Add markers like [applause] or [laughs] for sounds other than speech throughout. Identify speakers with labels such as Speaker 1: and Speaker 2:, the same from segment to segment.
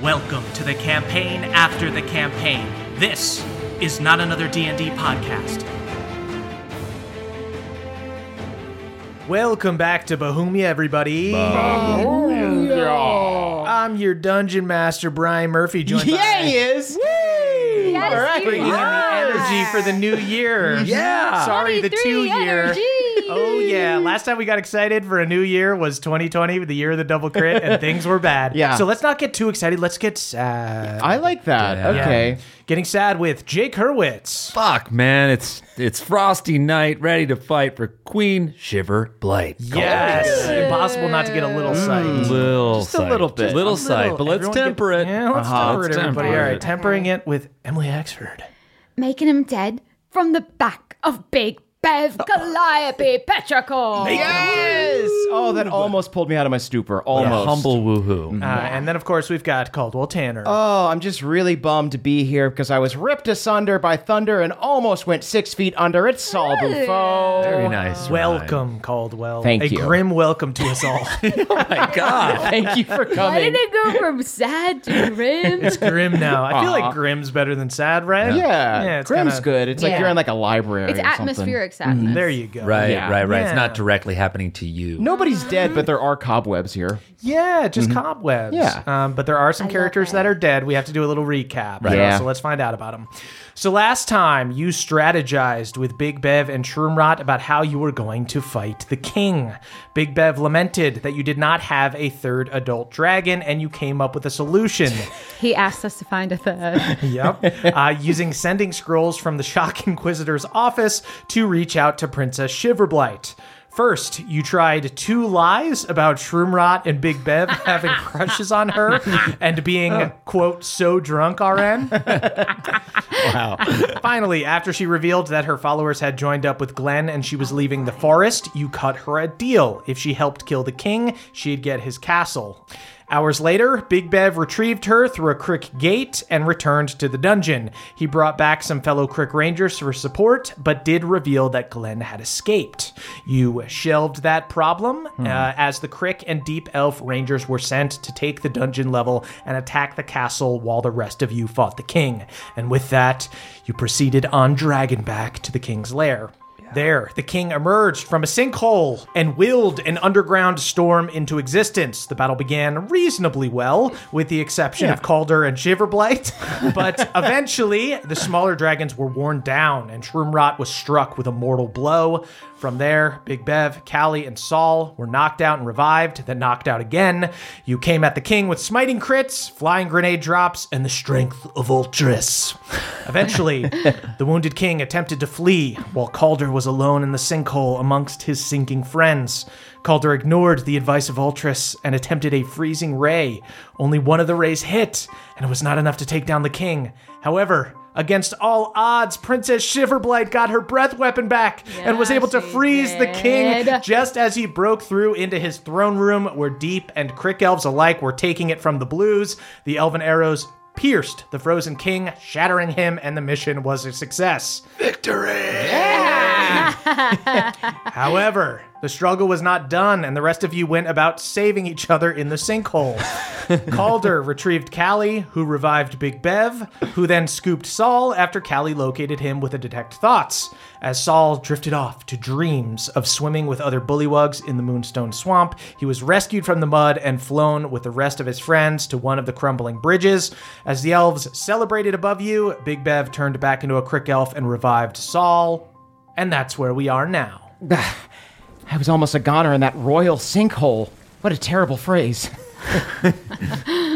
Speaker 1: Welcome to the campaign after the campaign. This is not another D&D podcast.
Speaker 2: Welcome back to Bohemia, everybody. I'm your dungeon master, Brian Murphy. Joined
Speaker 3: Yeah,
Speaker 2: by
Speaker 3: he is!
Speaker 4: Yes,
Speaker 3: All right,
Speaker 4: you
Speaker 3: bringing in the
Speaker 4: are.
Speaker 2: the energy for the new year.
Speaker 3: Yeah.
Speaker 2: Sorry, the
Speaker 4: 23
Speaker 2: two year.
Speaker 4: energy.
Speaker 2: Oh
Speaker 5: [laughs]
Speaker 2: yeah! Last time we got excited for a new year was 2020, the year of the double crit,
Speaker 5: [laughs]
Speaker 2: and things were bad.
Speaker 5: Yeah.
Speaker 2: So let's not get too excited. Let's get sad.
Speaker 5: I like that.
Speaker 2: Yeah.
Speaker 5: Okay.
Speaker 2: Getting sad with Jake Hurwitz.
Speaker 6: Fuck, man, it's it's frosty night, ready to fight for Queen Shiver Blight.
Speaker 2: Yes. Impossible not to get a little
Speaker 5: Mm.
Speaker 6: Call it
Speaker 2: psyched.
Speaker 6: a little
Speaker 5: Just a little
Speaker 6: sight,
Speaker 5: bit.
Speaker 6: just a little sight, but let's
Speaker 2: Everyone
Speaker 6: temper
Speaker 2: get-
Speaker 6: it.
Speaker 2: Yeah, let's
Speaker 6: Uh-huh,
Speaker 2: temper it,
Speaker 6: let's
Speaker 2: everybody.
Speaker 6: temper
Speaker 2: All right,
Speaker 6: it.
Speaker 2: tempering it with Emily Axford.
Speaker 4: Making him dead from the back of Big Bev Calliope Petrichor.
Speaker 5: Yes. Oh, that almost pulled me out of my stupor. Almost. Mm-hmm.
Speaker 6: Humble woohoo.
Speaker 2: Uh, and then, of course, we've got Caldwell Tanner.
Speaker 5: Oh, I'm just really bummed to be here because I was ripped asunder by thunder and almost went six feet under. It's Saul Buffo.
Speaker 6: Very nice. Ryan.
Speaker 2: welcome, Caldwell.
Speaker 5: Thank
Speaker 2: a
Speaker 5: you.
Speaker 2: grim welcome to
Speaker 6: [laughs]
Speaker 2: us all.
Speaker 6: Oh
Speaker 2: [laughs]
Speaker 6: My
Speaker 2: Ah.
Speaker 6: God.
Speaker 5: [laughs] Thank you for
Speaker 4: Why did
Speaker 5: coming.
Speaker 4: it go from sad to grim?
Speaker 2: it's grim now. I feel like grim's better than sad, right?
Speaker 5: Yeah.
Speaker 2: Yeah, it's
Speaker 5: Grim's
Speaker 2: kinda-
Speaker 5: good. It's
Speaker 4: Yeah.
Speaker 5: like you're in like a library.
Speaker 4: It's
Speaker 5: or something.
Speaker 4: atmospheric sadness.
Speaker 2: There you go.
Speaker 6: Mm-hmm. Right,
Speaker 5: Yeah.
Speaker 6: right, right. It's
Speaker 2: Yeah.
Speaker 6: not directly happening to you.
Speaker 5: Nobody's dead, but there are cobwebs here.
Speaker 2: Yeah, just cobwebs.
Speaker 5: Mm-hmm. Yeah.
Speaker 2: Um, but there are some characters that.
Speaker 4: that.
Speaker 2: are dead. We have to do a little recap.
Speaker 5: Right.
Speaker 2: you know,
Speaker 5: Yeah.
Speaker 2: So let's find out about them. So last time you strategized with Big Bev and Shroomrot about how you were going to fight the king. Big Bev lamented that you did not have a third adult dragon and you came up with a solution.
Speaker 4: He asked us to find a
Speaker 2: [laughs]
Speaker 4: third.
Speaker 2: Yep. Uh, using sending scrolls from the Shock [laughs] Inquisitor's office to reach out to Princess Shiverblight. First, you tried two lies about Shroomrot and Big Bev [laughs] having crushes on her and being, quote, so drunk, RN. [laughs] Finally, after she revealed that her followers had joined up with Glenn and she was leaving the forest, you cut her a deal. If she helped kill the king, she'd get his castle. Hours later, Big Bev retrieved her through a Crick gate and returned to the dungeon. He brought back some fellow Crick Rangers for support, but did reveal that Glenn had escaped. You shelved that problem uh, as the Crick and Deep Elf Rangers were sent to take the dungeon level and attack the castle while the rest of you fought the king. And with that, you proceeded on Dragonback to the king's lair. There, the king emerged from a sinkhole and willed an underground storm into existence. The battle began reasonably well, with the exception of Calder and Shiverblight. but eventually, the smaller dragons were worn down, and Shroomrot was struck with a mortal blow. From there, Big Bev, Callie, and Saul were knocked out and revived, then knocked out again. You came at the king with smiting crits, flying grenade drops, and the strength of Ultras. Eventually, the wounded king attempted to flee while Calder was alone in the sinkhole amongst his sinking friends. Calder ignored the advice of Ultras and attempted a freezing ray. Only one of the rays hit, and it was not enough to take down the king. However, Against all odds, Princess Shiverblight got her breath weapon back and was
Speaker 4: Yeah,
Speaker 2: able to
Speaker 4: she
Speaker 2: freeze the king
Speaker 4: did.
Speaker 2: just as he broke through into his throne room, where Deep and Crick Elves alike were taking it from the blues. The elven arrows pierced the frozen king, shattering him, and the mission was a success. However, the struggle was not done, and the rest of you went about saving each other in the sinkhole. Calder retrieved Callie, who revived Big Bev, who then scooped Saul after Callie located him with a detect thoughts. As Saul drifted off to dreams of swimming with other bullywugs in the Moonstone Swamp, he was rescued from the mud and flown with the rest of his friends to one of the crumbling bridges. As the elves celebrated above you, Big Bev turned back into a crick elf and revived Saul. And that's where we are now.
Speaker 5: I was almost a goner in that royal sinkhole. What a terrible phrase.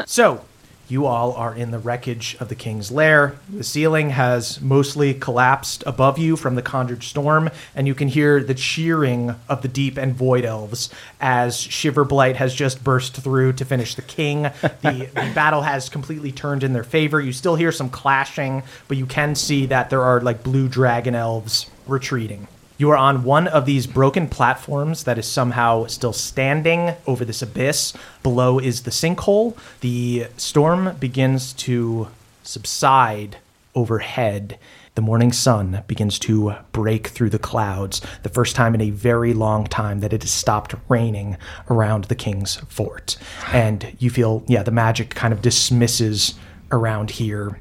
Speaker 2: So, you all are in the wreckage of the king's lair. The ceiling has mostly collapsed above you from the conjured storm, and you can hear the cheering of the deep and void elves as Shiver Blight has just burst through to finish the king. The, the battle has completely turned in their favor. You still hear some clashing, but you can see that there are like blue dragon elves retreating. You are on one of these broken platforms that is somehow still standing over this abyss. Below is the sinkhole. The storm begins to subside overhead. The morning sun begins to break through the clouds, the first time in a very long time that it has stopped raining around the king's fort. And you feel, yeah, the magic kind of dismisses around here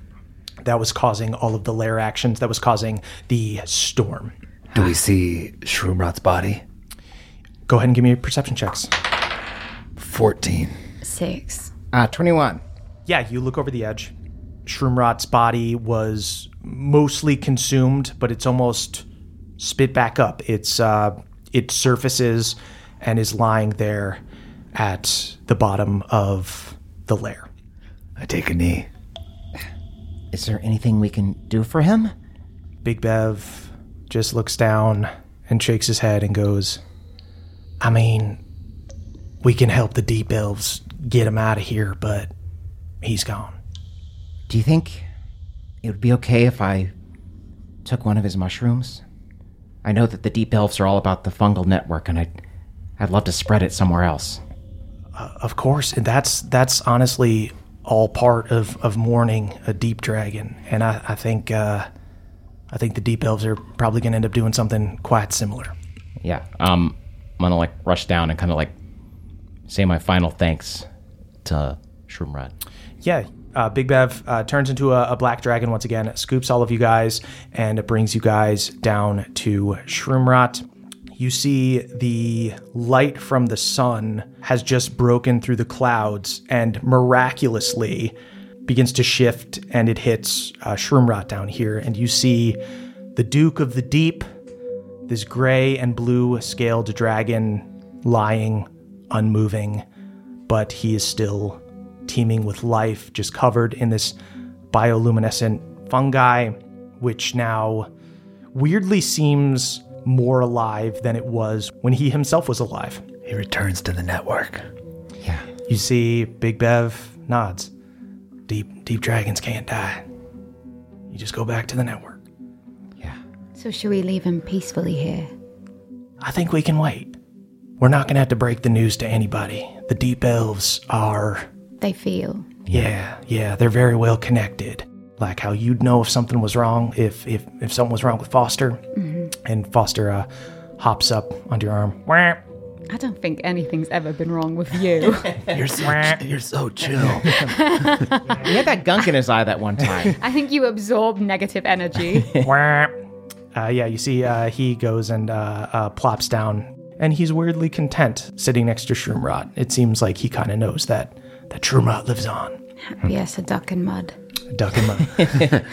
Speaker 2: that was causing all of the lair actions, that was causing the storm.
Speaker 6: Do we see Shroomrot's body?
Speaker 2: Go ahead and give me perception checks.
Speaker 6: 14.
Speaker 4: Six.
Speaker 5: Uh, 21.
Speaker 2: Yeah, you look over the edge. Shroomrot's body was mostly consumed, but it's almost spit back up. It's uh, it surfaces and is lying there at the bottom of the lair.
Speaker 6: I take a knee.
Speaker 5: Is there anything we can do for him?
Speaker 2: Big Bev just looks down and shakes his head and goes, I mean, we can help the deep elves get him out of here, but he's gone.
Speaker 5: Do you think it would be okay if I took one of his mushrooms? I know that the deep elves are all about the fungal network, and I'd, I'd love to spread it somewhere else.
Speaker 2: Uh, Of course, and that's that's honestly all part of of mourning a deep dragon, and I, I think uh, I think the deep elves are probably going to end up doing something quite similar.
Speaker 5: Yeah. Um, I'm gonna like rush down and kind of like say my final thanks to Shroomrod.
Speaker 2: Yeah, uh, Big Bev uh, turns into a, a black dragon once again, scoops all of you guys, and it brings you guys down to Shroomrot. You see the light from the sun has just broken through the clouds and miraculously begins to shift, and it hits uh, Shroomrot down here, and you see the Duke of the Deep, this gray and blue scaled dragon, lying, unmoving but he is still teeming with life, just covered in this bioluminescent fungi, which now weirdly seems more alive than it was when he himself was alive.
Speaker 6: He returns to the network.
Speaker 5: Yeah.
Speaker 2: You see, Big Bev nods. Deep, deep dragons can't die. You just go back to the network.
Speaker 5: Yeah.
Speaker 4: So should we leave him peacefully here?
Speaker 2: I think we can wait. We're not going to have to break the news to anybody. The deep elves are
Speaker 4: They feel.
Speaker 2: Yeah, yeah, they're very well connected. Like how you'd know if something was wrong, if if if something was wrong with Foster,
Speaker 4: Mm-hmm.
Speaker 2: and Foster uh, hops up onto
Speaker 4: [laughs]
Speaker 2: your arm. Wah,
Speaker 4: I don't think anything's ever been wrong with
Speaker 2: [laughs]
Speaker 4: you.
Speaker 6: You're so, you're so chill.
Speaker 5: He had that gunk in his eye that [laughs] one time.
Speaker 4: I think you absorb negative energy.
Speaker 2: wah. Uh, yeah, you see, uh, he goes and uh, uh, plops down, and he's weirdly content sitting next to Shroomrot. It seems like he kind of knows that that Shroomrot lives on.
Speaker 4: yes, a duck in mud.
Speaker 2: duck and mud.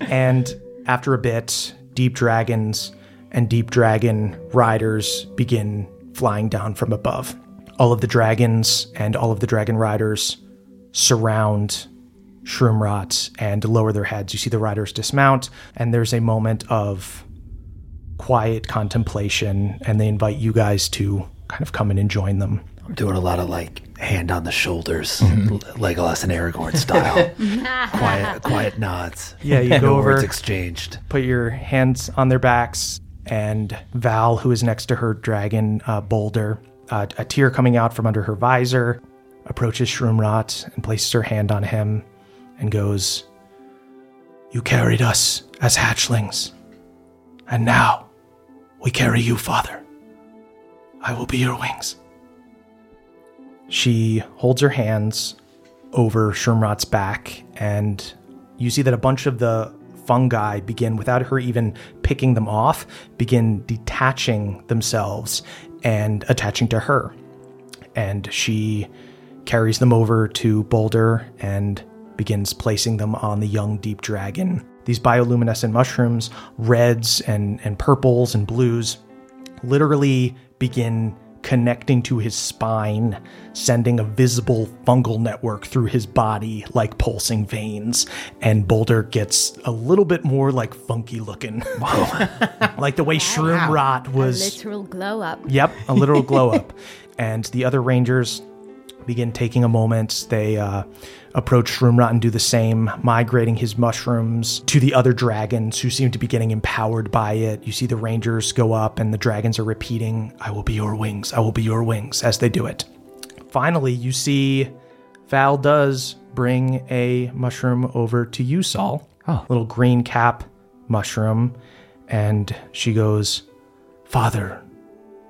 Speaker 2: [laughs] and after a bit, deep dragons and deep dragon riders begin flying down from above. All of the dragons and all of the dragon riders surround Shroomrot and lower their heads. You see the riders dismount, and there's a moment of quiet contemplation, and they invite you guys to kind of come in and join them.
Speaker 6: I'm doing a lot of like
Speaker 7: hand on the shoulders,
Speaker 2: Mm-hmm.
Speaker 7: Legolas and Aragorn style. quiet, quiet nods.
Speaker 2: Yeah,
Speaker 7: [laughs]
Speaker 2: you go
Speaker 7: no
Speaker 2: over.
Speaker 7: words exchanged.
Speaker 2: put your hands on their backs, and Val, who is next to her dragon uh, boulder, uh, a tear coming out from under her visor, approaches Shroomrot and places her hand on him and goes, You carried us as hatchlings, and now we carry you, Father. I will be your wings. She holds her hands over Shroomrot's back, and you see that a bunch of the fungi begin, without her even picking them off, begin detaching themselves and attaching to her. And she carries them over to Boulder and begins placing them on the young deep dragon. These bioluminescent mushrooms, reds and, and purples and blues, literally begin connecting to his spine, sending a visible fungal network through his body like pulsing veins. And Boulder gets a little bit more like funky looking. [laughs] like the way Shroom Rot was.
Speaker 4: Literal glow up.
Speaker 2: [laughs] Yep, a literal glow up. And the other Rangers begin taking a moment. They uh, approach Shroomrot and do the same, migrating his mushrooms to the other dragons who seem to be getting empowered by it. You see the Rangers go up, and the dragons are repeating, I will be your wings, I will be your wings, as they do it. Finally, you see Val does bring a mushroom over to you, Saul.
Speaker 5: Oh.
Speaker 2: Little green cap mushroom. And she goes, Father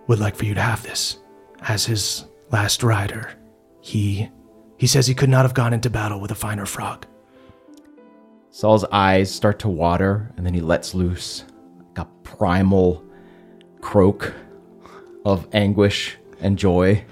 Speaker 2: would like for you to have this. As his last rider, he he says he could not have gone into battle with a finer frog.
Speaker 5: Saul's eyes start to water, and then he lets loose like a primal croak of anguish and joy.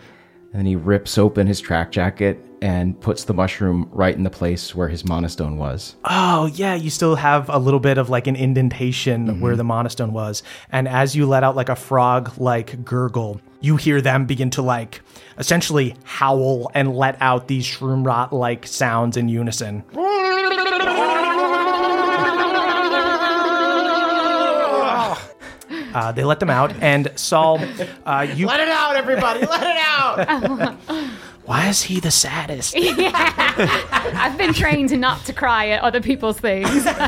Speaker 5: And then he rips open his track jacket and puts the mushroom right in the place where his monostone was.
Speaker 2: Oh yeah, you still have a little bit of like an indentation where the monostone was. And as you let out like a frog like gurgle, you hear them begin to like essentially howl and let out these shroom rot like sounds in unison. Uh, they let them out, and Saul, uh,
Speaker 3: [laughs]
Speaker 2: you
Speaker 3: Let it out, everybody.
Speaker 2: [laughs]
Speaker 3: Let it out.
Speaker 4: [laughs]
Speaker 2: Why is he the saddest?
Speaker 4: I've been trained not to cry at other people's things.
Speaker 5: [laughs]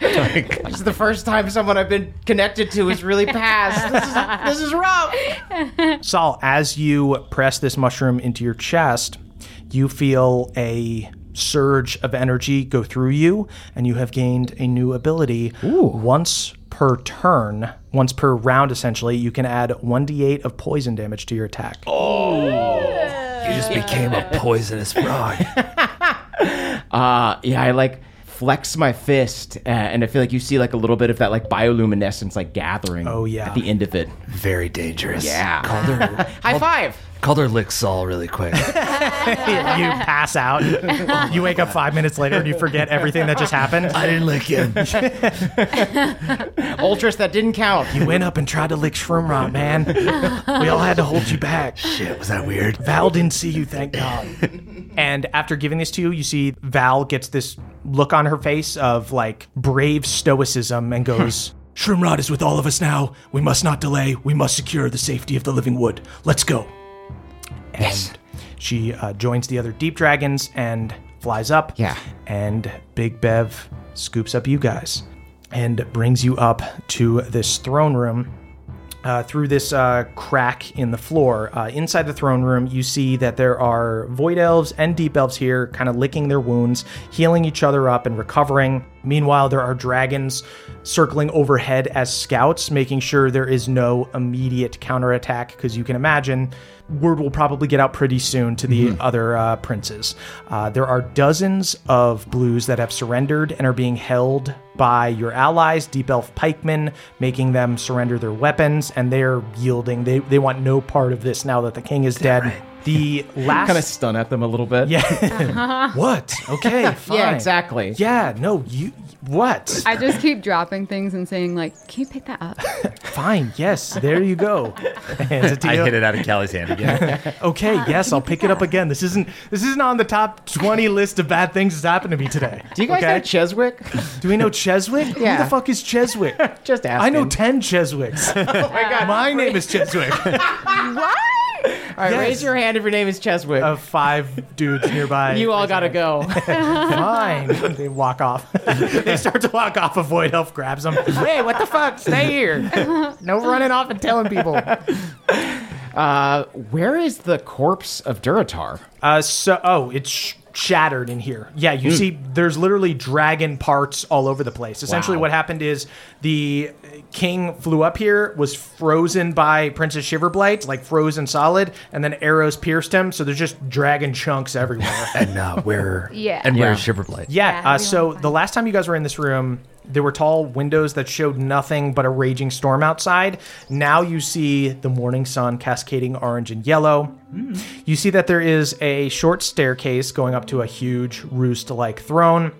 Speaker 5: This is the first time someone I've been connected to has really passed. This is, this
Speaker 4: [laughs]
Speaker 5: is rough.
Speaker 2: Saul, as you press this mushroom into your chest, you feel a surge of energy go through you, and you have gained a new ability. Once per turn, once per round, essentially, you can add 1d8 of poison damage to your attack. Oh.
Speaker 7: You just became a poisonous frog.
Speaker 5: Uh, yeah, I like flex my fist, uh, and I feel like you see like a little bit of that like bioluminescence like gathering. Oh
Speaker 2: yeah.
Speaker 5: at the end of it.
Speaker 7: Very dangerous.
Speaker 5: Yeah.
Speaker 7: Calder,
Speaker 2: [laughs]
Speaker 5: High five.
Speaker 7: Calder licks Saul really quick.
Speaker 2: you
Speaker 8: [laughs]
Speaker 2: pass out. you wake up five minutes later and you forget everything that just happened.
Speaker 7: I didn't lick
Speaker 2: [laughs]
Speaker 7: him.
Speaker 5: Ultras that didn't count.
Speaker 2: You went up and tried to lick Shroomrot, man. We all had to hold you back.
Speaker 7: Shit, was that weird?
Speaker 2: Val didn't see you, thank God. [laughs] and after giving this to you, you see Val gets this look on her face of like brave stoicism and goes, Shrimrod is with all of us now. We must not delay. We must secure the safety of the living wood. Let's go. And she uh, joins the other deep dragons and flies up.
Speaker 5: Yeah.
Speaker 2: And Big Bev scoops up you guys and brings you up to this throne room uh, through this uh, crack in the floor. Uh, inside the throne room, you see that there are void elves and deep elves here, kind of licking their wounds, healing each other up, and recovering. Meanwhile, there are dragons circling overhead as scouts, making sure there is no immediate counterattack, because you can imagine word will probably get out pretty soon to the other uh, princes. Uh, there are dozens of blues that have surrendered and are being held by your allies, Deep Elf pikemen, making them surrender their weapons, and they're yielding. They, they want no part of this now that the king is dead. The last.
Speaker 5: Kind of stun at them a little bit. [laughs] Yeah,
Speaker 9: Uh-huh.
Speaker 2: [laughs] what? Okay, fine.
Speaker 5: Uh-huh. [laughs] yeah, exactly.
Speaker 2: Yeah, no, you. What?
Speaker 4: I just keep dropping things and saying, like, can you pick that up?
Speaker 2: Fine, yes, there you go. Hands it to
Speaker 6: I
Speaker 2: you.
Speaker 6: hit it out of Kelly's hand
Speaker 2: [laughs]
Speaker 6: again.
Speaker 5: [laughs]
Speaker 2: Okay, yes, I'll pick it up again. This isn't this isn't on the top twenty list of bad things that's happened to me today.
Speaker 5: Do you guys
Speaker 2: okay?
Speaker 5: know Cheswick?
Speaker 2: Do we
Speaker 5: [laughs]
Speaker 2: know Cheswick? Who
Speaker 5: Yeah.
Speaker 2: the fuck is Cheswick?
Speaker 5: [laughs] Just asking. [laughs] Oh
Speaker 2: Oh [laughs] I know 10 Cheswicks. my name is Cheswick.
Speaker 4: what?
Speaker 5: All right,
Speaker 2: Yes.
Speaker 5: raise your hand if your name is Cheswick.
Speaker 2: of five dudes nearby.
Speaker 5: you all gotta [laughs] go.
Speaker 2: [laughs]
Speaker 5: [laughs]
Speaker 2: fine. They walk off. [laughs] they start to walk off. Avoid Elf grabs them. Hey, what the fuck? Stay here. No running off and telling people.
Speaker 5: Uh, Where is the corpse of Duratar?
Speaker 2: Uh, so oh, it's sh- shattered in here. Yeah,
Speaker 4: Hmm.
Speaker 2: you see, there's literally dragon parts all over the place. Essentially,
Speaker 5: Wow.
Speaker 2: what happened is the king flew up here, was frozen by Princess Shiverblight, like frozen solid, and then arrows pierced him. So there's just dragon chunks
Speaker 4: [laughs]
Speaker 2: everywhere.
Speaker 7: And uh, where?
Speaker 4: Yeah.
Speaker 6: And where's
Speaker 7: Yeah.
Speaker 6: Shiverblade?
Speaker 2: Yeah.
Speaker 4: Yeah,
Speaker 2: uh,
Speaker 4: we
Speaker 2: so
Speaker 4: wanna
Speaker 2: the
Speaker 4: find-
Speaker 2: last time you guys were in this room, there were tall windows that showed nothing but a raging storm outside. Now you see the morning sun cascading orange and yellow.
Speaker 4: Hmm.
Speaker 2: You see that there is a short staircase going up to a huge roost like throne.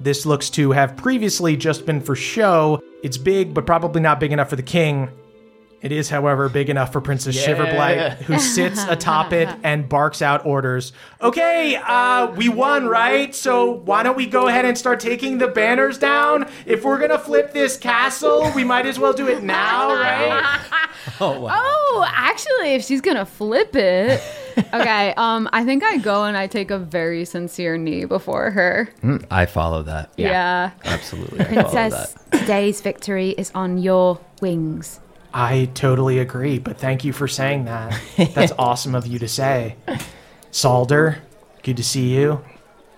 Speaker 2: This looks to have previously just been for show. It's big, but probably not big enough for the king. It is, however, big enough for Princess Shiverblight, who sits atop it and barks out orders. Okay, uh, we won, right? So why don't we go ahead and start taking the banners down? If we're gonna flip this castle, we might as well do it now, right?
Speaker 4: Oh, actually, if she's gonna flip
Speaker 2: [laughs]
Speaker 4: it, okay. Um, I think I go and I take a very sincere knee before her.
Speaker 6: I follow that.
Speaker 4: Yeah,
Speaker 6: Absolutely. I follow
Speaker 4: princess. Today's victory is on your wings.
Speaker 2: I totally agree, but thank you for saying that.
Speaker 4: [laughs]
Speaker 2: That's awesome of you to say. Salder, good to see you.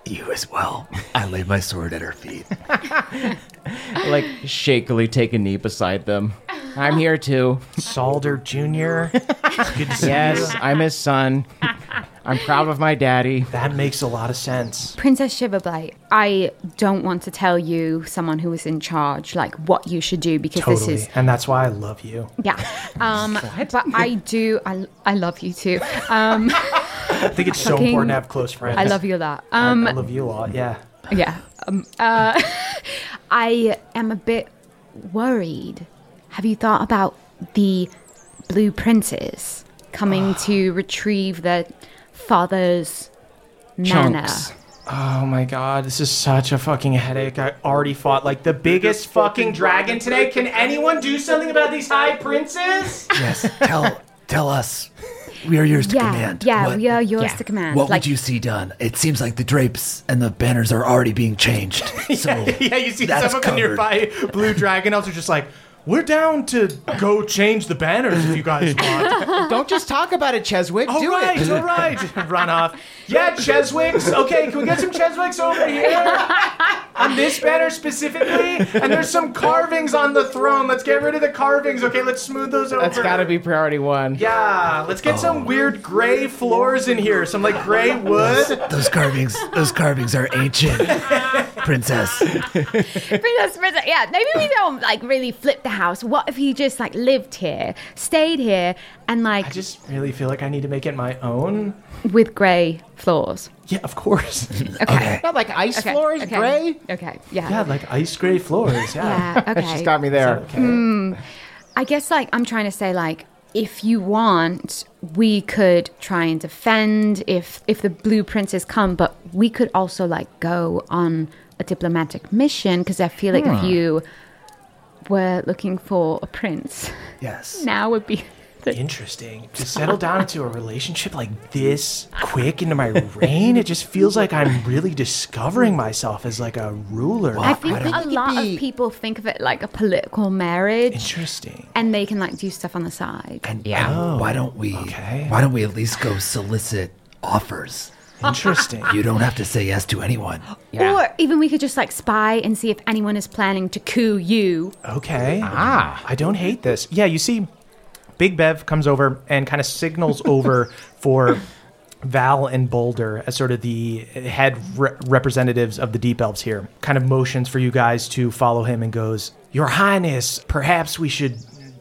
Speaker 7: You as well. I laid my sword at her feet.
Speaker 5: [laughs] Like shakily take a knee beside them. I'm here too.
Speaker 2: Salder Jr., good to see
Speaker 5: Yes,
Speaker 2: you.
Speaker 5: I'm his son. I'm proud of my daddy.
Speaker 2: That makes a lot of sense.
Speaker 4: Princess Shiverblight, I don't want to tell you, someone who is in charge, like what you should do because
Speaker 2: Totally.
Speaker 4: this is
Speaker 2: and that's why I love you.
Speaker 4: yeah.
Speaker 2: [laughs]
Speaker 4: Um, but I do, I, I love you too. Um,
Speaker 2: I think it's so
Speaker 4: Fucking-
Speaker 2: important to have close friends.
Speaker 4: I love you a lot. Um,
Speaker 2: I love you a lot. Yeah.
Speaker 4: Yeah. Um, uh, [laughs] I am a bit worried. Have you thought about the blue princes coming
Speaker 2: Ah.
Speaker 4: to retrieve their father's manor? [laughs]
Speaker 5: Chunks.
Speaker 2: Oh my god, this is such a fucking headache. I already fought like the biggest fucking dragon today. Can anyone do something about these high princes?
Speaker 7: Yes. Tell tell us. We are yours to
Speaker 4: Yeah,
Speaker 7: command.
Speaker 4: yeah,
Speaker 7: What-
Speaker 4: we are yours to command.
Speaker 7: What
Speaker 4: like,
Speaker 7: would you see done? It seems like the drapes and the banners are already being
Speaker 4: [laughs]
Speaker 7: changed. So
Speaker 2: [laughs] yeah, you see
Speaker 7: That's
Speaker 2: some of the
Speaker 7: covered.
Speaker 2: nearby blue dragon elves are just like, we're down to go change the banners if
Speaker 7: [laughs]
Speaker 2: you guys want.
Speaker 5: Don't just talk about it, Cheswick.
Speaker 2: all
Speaker 5: Do
Speaker 2: right,
Speaker 5: it. [laughs]
Speaker 2: all right. Run off. Yeah, Cheswicks. Okay, can we get some Cheswicks over here? On this banner specifically, and there's some carvings on the throne. Let's get rid of the carvings. Okay, let's smooth those over.
Speaker 5: That's gotta be priority one.
Speaker 2: Yeah, let's get
Speaker 7: Oh.
Speaker 2: some weird gray floors in here. Some
Speaker 7: [laughs]
Speaker 2: like gray wood.
Speaker 7: those carvings, those carvings are ancient, princess.
Speaker 4: Princess, princess, yeah, maybe we don't like really flip the house. What if you just like lived here, stayed here, and like
Speaker 2: I just really feel like I need to make it my own.
Speaker 4: with grey floors?
Speaker 2: Yeah, of course.
Speaker 4: Okay.
Speaker 5: Not like ice
Speaker 4: Okay,
Speaker 5: floors,
Speaker 4: okay,
Speaker 5: gray.
Speaker 4: Okay, yeah.
Speaker 2: yeah, like ice gray floors. Yeah.
Speaker 5: [laughs]
Speaker 4: yeah, okay.
Speaker 5: She's got me there.
Speaker 4: Hmm. I guess like I'm trying to say like if you want we could try and defend if if the blue princes come but we could also like go on a diplomatic mission because I feel like if you were looking for a prince
Speaker 7: Yes.
Speaker 4: [laughs] now would be the
Speaker 2: Interesting. To settle down into a relationship like this quick into my reign, it just feels like I'm really discovering myself as like a ruler.
Speaker 4: I think a lot of people think of it like a political marriage
Speaker 2: Interesting.
Speaker 4: and they can like do stuff on the side.
Speaker 7: And yeah. Oh, why don't we?
Speaker 2: okay.
Speaker 7: Why don't we at least go solicit offers?
Speaker 2: Interesting.
Speaker 7: You don't have to say yes to anyone.
Speaker 4: Or even we could just like spy and see if anyone is planning to coup you.
Speaker 2: Oh, Okay. Ah. I don't hate this. Yeah, you see, Big Bev comes over and kind of signals over for Val and Boulder as sort of the head re- representatives of the Deep Elves here. Kind of motions for you guys to follow him and goes, Your Highness, perhaps we should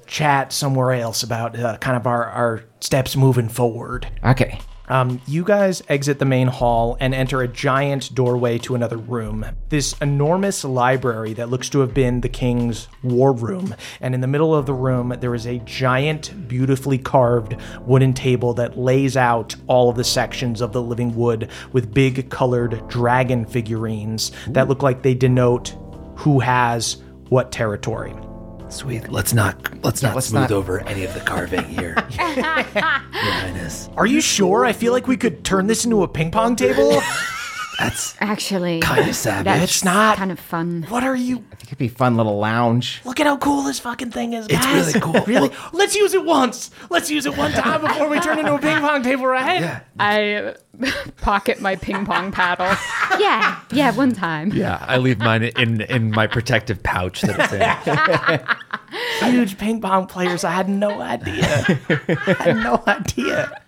Speaker 2: chat somewhere else about uh, kind of our, our steps moving forward.
Speaker 5: Okay.
Speaker 2: Um, you guys exit the main hall and enter a giant doorway to another room. This enormous library that looks to have been the king's war room. And in the middle of the room, there is a giant, beautifully carved wooden table that lays out all of the sections of the living wood with big colored dragon figurines that look like they denote who has what territory.
Speaker 7: Sweet. Let's not let's not
Speaker 5: let's
Speaker 7: smooth
Speaker 5: not-
Speaker 7: over any of the
Speaker 4: [laughs]
Speaker 7: carving here, Your Highness.
Speaker 2: Are you sure? I feel like we could turn this into a ping
Speaker 7: [laughs]
Speaker 2: pong table.
Speaker 7: That's
Speaker 4: Actually,
Speaker 7: kind of savage.
Speaker 4: that's
Speaker 2: It's not.
Speaker 4: kind of fun.
Speaker 2: What are you?
Speaker 5: I think it'd be a fun little lounge.
Speaker 2: Look at how cool this fucking thing is,
Speaker 7: It's
Speaker 2: guys.
Speaker 7: really cool.
Speaker 2: Really? Let's use it once. Let's
Speaker 4: [laughs]
Speaker 2: use it one time before we turn into a ping pong table, right?
Speaker 7: yeah.
Speaker 10: I pocket my ping pong paddle.
Speaker 4: Yeah, yeah, one time.
Speaker 6: Yeah, I leave mine in in my protective pouch that it's in.
Speaker 2: Huge ping pong players. I had no idea. I had no idea.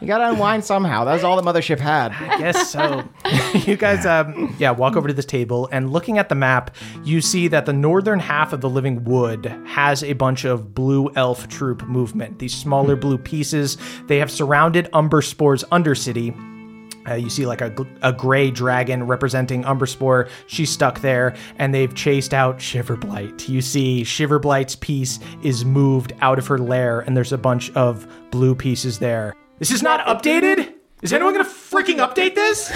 Speaker 5: You gotta unwind somehow. That was all the mothership had.
Speaker 2: Yes, so [laughs] you guys, um, yeah, walk over to this table and looking at the map, you see that the northern half of the Living Wood has a bunch of blue elf troop movement. These smaller blue pieces, they have surrounded Umberspore's undercity. Uh, you see like a, gl- a gray dragon representing Umberspore. She's stuck there, and they've chased out Shiverblight. You see Shiverblight's piece is moved out of her lair, and there's a bunch of blue pieces there. This is not updated? Is anyone gonna [laughs] freaking update this?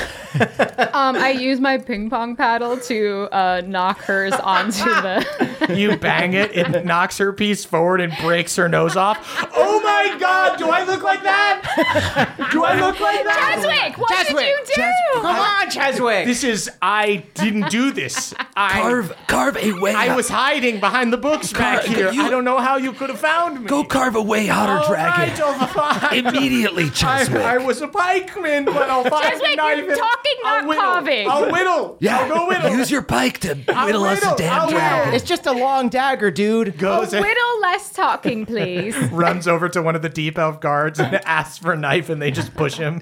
Speaker 10: Um, I use my ping pong paddle to uh, knock hers onto
Speaker 2: [laughs]
Speaker 10: the.
Speaker 2: You bang it, it knocks her piece forward and breaks her nose off. Oh my god, do I look like that? Do I look like that?
Speaker 10: Cheswick, what did you do?
Speaker 5: Come on, Cheswick!
Speaker 2: This is I didn't do this. I
Speaker 7: Carve carve a way.
Speaker 2: I was hiding behind the books back
Speaker 7: Car-
Speaker 2: here.
Speaker 7: you-
Speaker 2: I don't know how you could have found me. Oh,
Speaker 7: go carve a way hotter
Speaker 2: All right,
Speaker 7: dragon
Speaker 2: I'll fi-
Speaker 7: immediately, Cheswick.
Speaker 2: I, I was a pikeman, but I'll find
Speaker 10: Cheswick,
Speaker 2: a knife
Speaker 10: you're
Speaker 2: and
Speaker 10: talking,
Speaker 2: I'll
Speaker 10: not
Speaker 2: whittle.
Speaker 10: carving.
Speaker 2: I'll whittle.
Speaker 7: yeah,
Speaker 2: I'll go whittle.
Speaker 7: use your pike to whittle,
Speaker 2: I'll
Speaker 7: us a
Speaker 2: whittle.
Speaker 7: damn
Speaker 2: I'll
Speaker 7: dragon.
Speaker 2: whittle.
Speaker 5: It's just a long dagger, dude.
Speaker 2: Goes in-
Speaker 10: Little less talking,
Speaker 2: [laughs]
Speaker 10: please.
Speaker 2: runs over to one of the deep elf guards
Speaker 7: [laughs]
Speaker 2: and asks for a knife, and they just push him.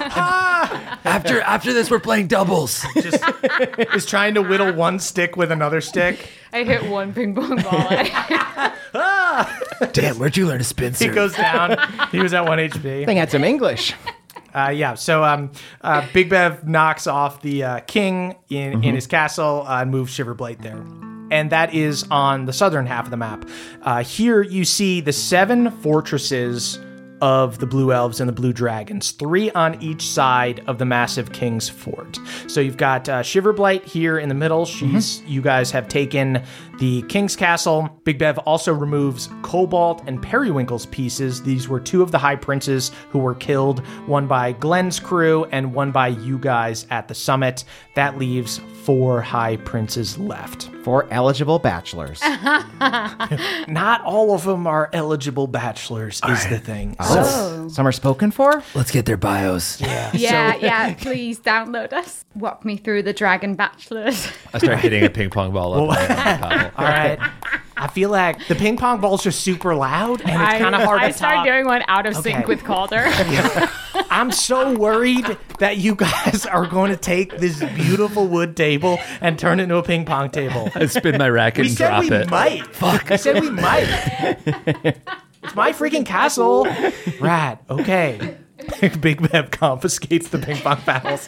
Speaker 2: Ah.
Speaker 7: After after this, we're playing doubles. [laughs]
Speaker 2: Just is trying to whittle one stick with another stick.
Speaker 10: I hit one ping pong ball. I [laughs] Ah!
Speaker 7: Damn, where'd you learn to spin?
Speaker 2: He
Speaker 7: sir?
Speaker 2: goes down. He was at one
Speaker 5: [laughs]
Speaker 2: HP.
Speaker 5: Thing had some English.
Speaker 2: Uh, yeah. So um, uh, Big Bev knocks off the uh, king in
Speaker 7: Mm-hmm.
Speaker 2: in his castle uh, and moves Shiverblade there. And that is on the southern half of the map. Uh, here you see the seven fortresses of the Blue Elves and the Blue Dragons, three on each side of the massive King's Fort. So you've got uh, Shiverblight here in the middle. She's
Speaker 7: Mm-hmm.
Speaker 2: you guys have taken the King's Castle. Big Bev also removes Cobalt and Periwinkle's pieces. These were two of the High Princes who were killed, one by Glenn's crew and one by you guys at the summit. That leaves four High Princes left.
Speaker 5: For
Speaker 10: [laughs]
Speaker 5: eligible bachelors.
Speaker 2: Not all of them are eligible bachelors, is the thing.
Speaker 5: Some are spoken for?
Speaker 7: Let's get their bios.
Speaker 5: [laughs]
Speaker 10: yeah, yeah. Please download us. Walk me through the Dragon Bachelors.
Speaker 6: I start hitting a ping pong ball up. my
Speaker 10: Oh.
Speaker 6: paddle.
Speaker 2: All right. I feel like the ping pong ball's just super loud and it's
Speaker 10: I,
Speaker 2: kind of hard
Speaker 10: I
Speaker 2: to
Speaker 10: started
Speaker 2: top.
Speaker 10: doing one out of
Speaker 2: Okay.
Speaker 10: sync with Calder.
Speaker 2: I'm so worried that you guys are going to take this beautiful wood table and turn it into a ping pong [laughs] table.
Speaker 6: I spin my racket
Speaker 2: We
Speaker 6: and
Speaker 2: said
Speaker 6: drop
Speaker 2: we
Speaker 6: it.
Speaker 2: might. Fuck. We said we might. it's my freaking castle. Rat. Okay. [laughs] Big Bev confiscates the ping pong paddles.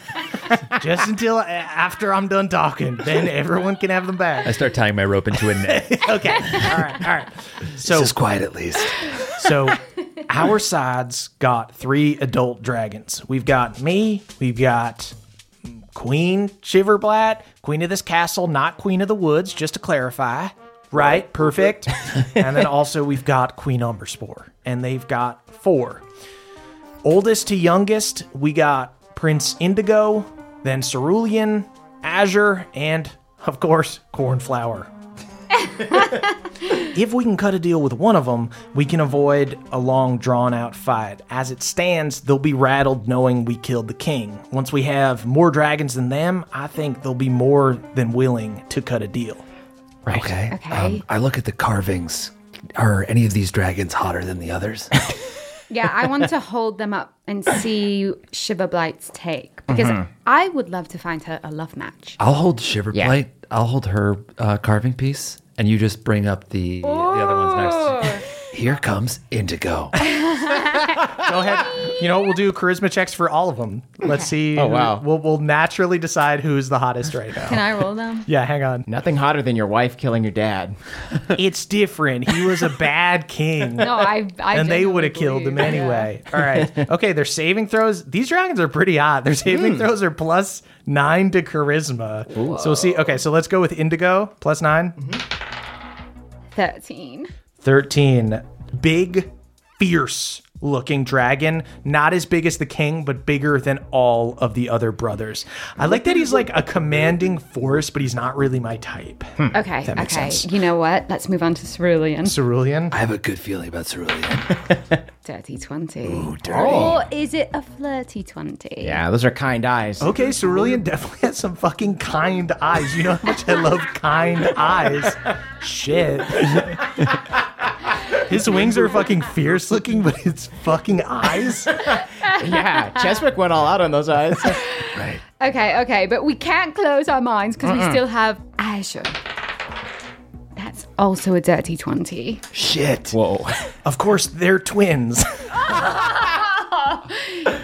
Speaker 2: Just until a- after I'm done talking, then everyone can have them
Speaker 6: I
Speaker 2: [laughs] back.
Speaker 6: start tying my rope into a net.
Speaker 2: Okay. All right. All right. [laughs] So
Speaker 7: This is quiet at least.
Speaker 2: [laughs] so our side's got three adult dragons. We've got me, we've got Queen Shiverblatt, Queen of this castle, not Queen of the Woods, just to clarify. Right, perfect. and then also we've got Queen Umberspore, and they've got four. Oldest to youngest, we got Prince Indigo, then Cerulean, Azure, and of course, Cornflower if we can cut a deal with one of them, we can avoid a long, drawn out fight. As it stands, they'll be rattled knowing we killed the king. Once we have more dragons than them, I think they'll be more than willing to cut a deal.
Speaker 7: Okay. Um,
Speaker 4: Okay.
Speaker 7: I look at the carvings. Are any of these dragons hotter than the
Speaker 5: [laughs]
Speaker 7: others?
Speaker 4: [laughs] Yeah, I want to hold them up and see Shiver Blight's take because I would love to find her a love match.
Speaker 6: I'll hold shiver
Speaker 5: Yeah.
Speaker 6: plate. I'll hold her uh, carving piece, and you just bring up the the
Speaker 4: Oh.
Speaker 6: other ones next.
Speaker 7: Here comes Indigo.
Speaker 2: [laughs]
Speaker 4: [laughs]
Speaker 2: Go ahead. You know what? We'll do charisma checks for all of them. Let's see.
Speaker 5: Oh, wow.
Speaker 2: We'll, we'll naturally decide who's the hottest right
Speaker 10: [laughs]
Speaker 2: now.
Speaker 4: Can I roll them?
Speaker 2: Yeah, hang on.
Speaker 5: Nothing hotter than your wife killing your dad.
Speaker 2: It's different. He was a bad king.
Speaker 10: No, I. I
Speaker 2: and they
Speaker 10: genuinely
Speaker 2: would have killed
Speaker 10: believe-
Speaker 2: him anyway.
Speaker 10: [laughs]
Speaker 2: All right. Okay, their saving throws. These dragons are pretty hot. Their
Speaker 5: Hmm.
Speaker 2: saving throws are plus nine to charisma. So we'll see. Okay, so let's go with Indigo, plus 9
Speaker 4: 13.
Speaker 2: 13. Big, fierce looking dragon. Not as big as the king, but bigger than all of the other brothers. I like that he's like a commanding force, but he's not really my type. Hmm.
Speaker 4: Okay, okay.
Speaker 2: makes sense.
Speaker 4: You know what? Let's move on to Cerulean.
Speaker 2: Cerulean?
Speaker 7: I have a good feeling about Cerulean.
Speaker 4: Dirty 20. Or is it a flirty 20?
Speaker 5: Oh. Yeah, those are kind eyes.
Speaker 2: Okay, Cerulean definitely has some fucking kind eyes. You know how much I love kind eyes. Shit. [laughs] His wings are fucking fierce looking, but his fucking eyes.
Speaker 5: Yeah, Cheswick went all out on those eyes. [laughs]
Speaker 4: Okay, okay, but we can't close our minds because we still have Azure. That's also a dirty 20.
Speaker 7: Shit.
Speaker 5: Whoa.
Speaker 2: Of course, they're twins.
Speaker 10: [laughs]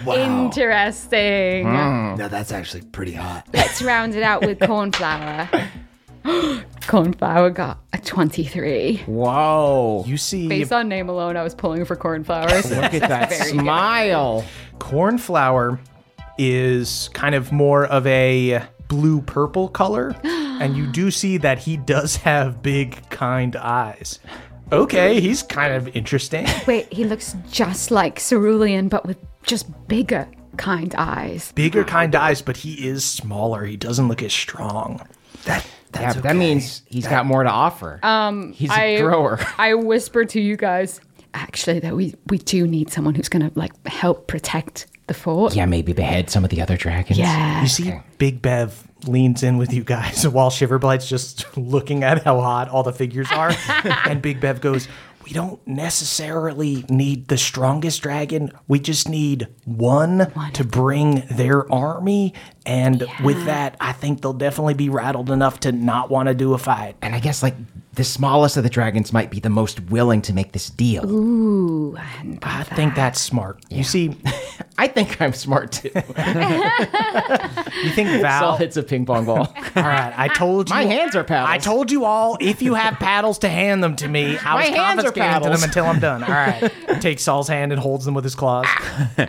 Speaker 4: Interesting.
Speaker 11: Mm.
Speaker 7: Now that's actually pretty hot.
Speaker 4: Let's round it out with [gasps] cornflower. cornflower got a 23.
Speaker 5: Whoa.
Speaker 2: You see,
Speaker 10: Based on name alone, I was pulling for cornflowers. [laughs]
Speaker 5: Look at that smile.
Speaker 2: cornflower is kind of more of a blue purple color, and you do see that he does have big, kind eyes. Okay, he's kind of interesting.
Speaker 4: Wait, he looks just like Cerulean, but with just bigger, kind eyes.
Speaker 2: Bigger, kind eyes, but he is smaller. He doesn't look as strong.
Speaker 5: Yeah, but that means he's got more to offer.
Speaker 11: Uh,
Speaker 5: Um, he's a
Speaker 10: I-
Speaker 5: grower.
Speaker 10: I whisper to you guys,
Speaker 4: Actually, though, we, we do need someone who's going to, like, help protect the fort.
Speaker 5: Yeah, maybe behead some of the other dragons.
Speaker 4: Yeah.
Speaker 2: You see, Big Bev leans in with you guys [laughs] while Shiverblight's just looking at how hot all the figures are. and Big Bev goes, We don't necessarily need the strongest dragon. We just need one, to bring their army. And with that, I think they'll definitely be rattled enough to not want to do a fight.
Speaker 5: And I guess like the smallest of the dragons might be the most willing to make this deal.
Speaker 4: Ooh, I hadn't thought
Speaker 2: I
Speaker 4: of that.
Speaker 2: think that's smart. You see,
Speaker 5: I think I'm smart
Speaker 2: [laughs]
Speaker 5: too.
Speaker 2: you think
Speaker 5: Saul
Speaker 2: Val.
Speaker 5: hits a ping pong ball.
Speaker 2: all right, I told you.
Speaker 5: My hands are paddles.
Speaker 2: I told you all if you have paddles to hand them to me. I was
Speaker 5: My hands are
Speaker 2: confiscating to
Speaker 5: paddles.
Speaker 2: them until I'm done. All right. [laughs] Takes Saul's hand and holds them with his claws.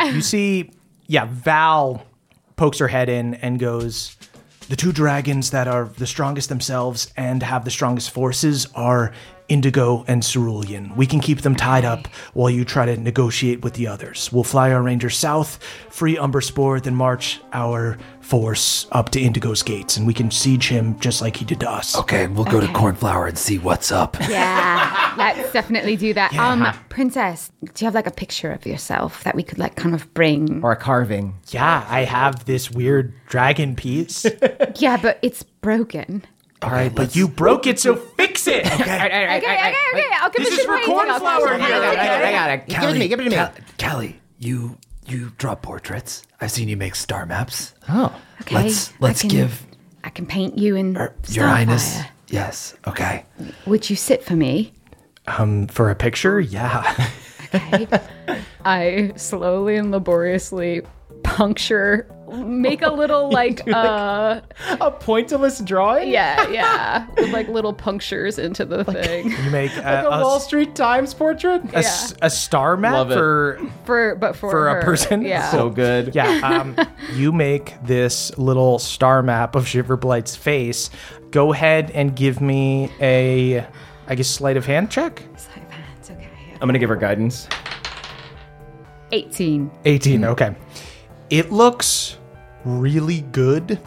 Speaker 2: you see, yeah, Val pokes her head in and goes, The two dragons that are the strongest themselves and have the strongest forces are Indigo and Cerulean. We can keep them tied up while you try to negotiate with the others. We'll fly our rangers south, free Umber Spore, then march our force up to Indigo's gates, and we can siege him just like he did to us.
Speaker 7: Okay, we'll go to Cornflower and see what's up.
Speaker 4: Yeah, let's definitely do that. Um, Princess, do you have like a picture of yourself that we could like kind of bring?
Speaker 5: or a carving.
Speaker 2: Yeah, I have this weird dragon piece.
Speaker 4: [laughs] Yeah, but it's broken.
Speaker 2: All right, but you broke it, so fix it. Okay.
Speaker 4: Okay, okay, okay. I'll give
Speaker 2: This
Speaker 4: it
Speaker 2: is
Speaker 4: to
Speaker 2: for
Speaker 4: Wayne.
Speaker 2: cornflower
Speaker 5: I got it, I
Speaker 2: here.
Speaker 5: got it, I got it. Give it to me, give it to me.
Speaker 7: Cal- Callie, you you draw portraits. I've seen you make star maps.
Speaker 5: Oh.
Speaker 4: Okay,
Speaker 7: Let's- let's
Speaker 4: I can,
Speaker 2: [laughs]
Speaker 7: give-
Speaker 4: I can paint you in
Speaker 7: Er, Your Highness.
Speaker 4: Starfire.
Speaker 7: Yes. Okay.
Speaker 4: Would you sit for me?
Speaker 2: Um, for a picture, yeah. [laughs]
Speaker 4: Okay.
Speaker 10: I slowly and laboriously puncture, make a
Speaker 4: [laughs]
Speaker 10: little like, uh,
Speaker 5: A pointless drawing?
Speaker 10: yeah, yeah, with like little punctures into the thing
Speaker 2: You make a,
Speaker 5: Like a
Speaker 2: a-
Speaker 5: Wall Street Times portrait?
Speaker 2: a s- a star map
Speaker 5: Love it.
Speaker 2: for
Speaker 10: for but for
Speaker 2: for a
Speaker 10: her.
Speaker 2: person.
Speaker 10: Yeah,
Speaker 5: So good.
Speaker 2: Yeah, um, you make this little star map of Shiverblight's face. Go ahead and give me a, I guess, sleight of hand check.
Speaker 4: It's like that. It's okay.
Speaker 5: I'm gonna give her guidance.
Speaker 4: 18.
Speaker 2: 18, okay. It looks really good,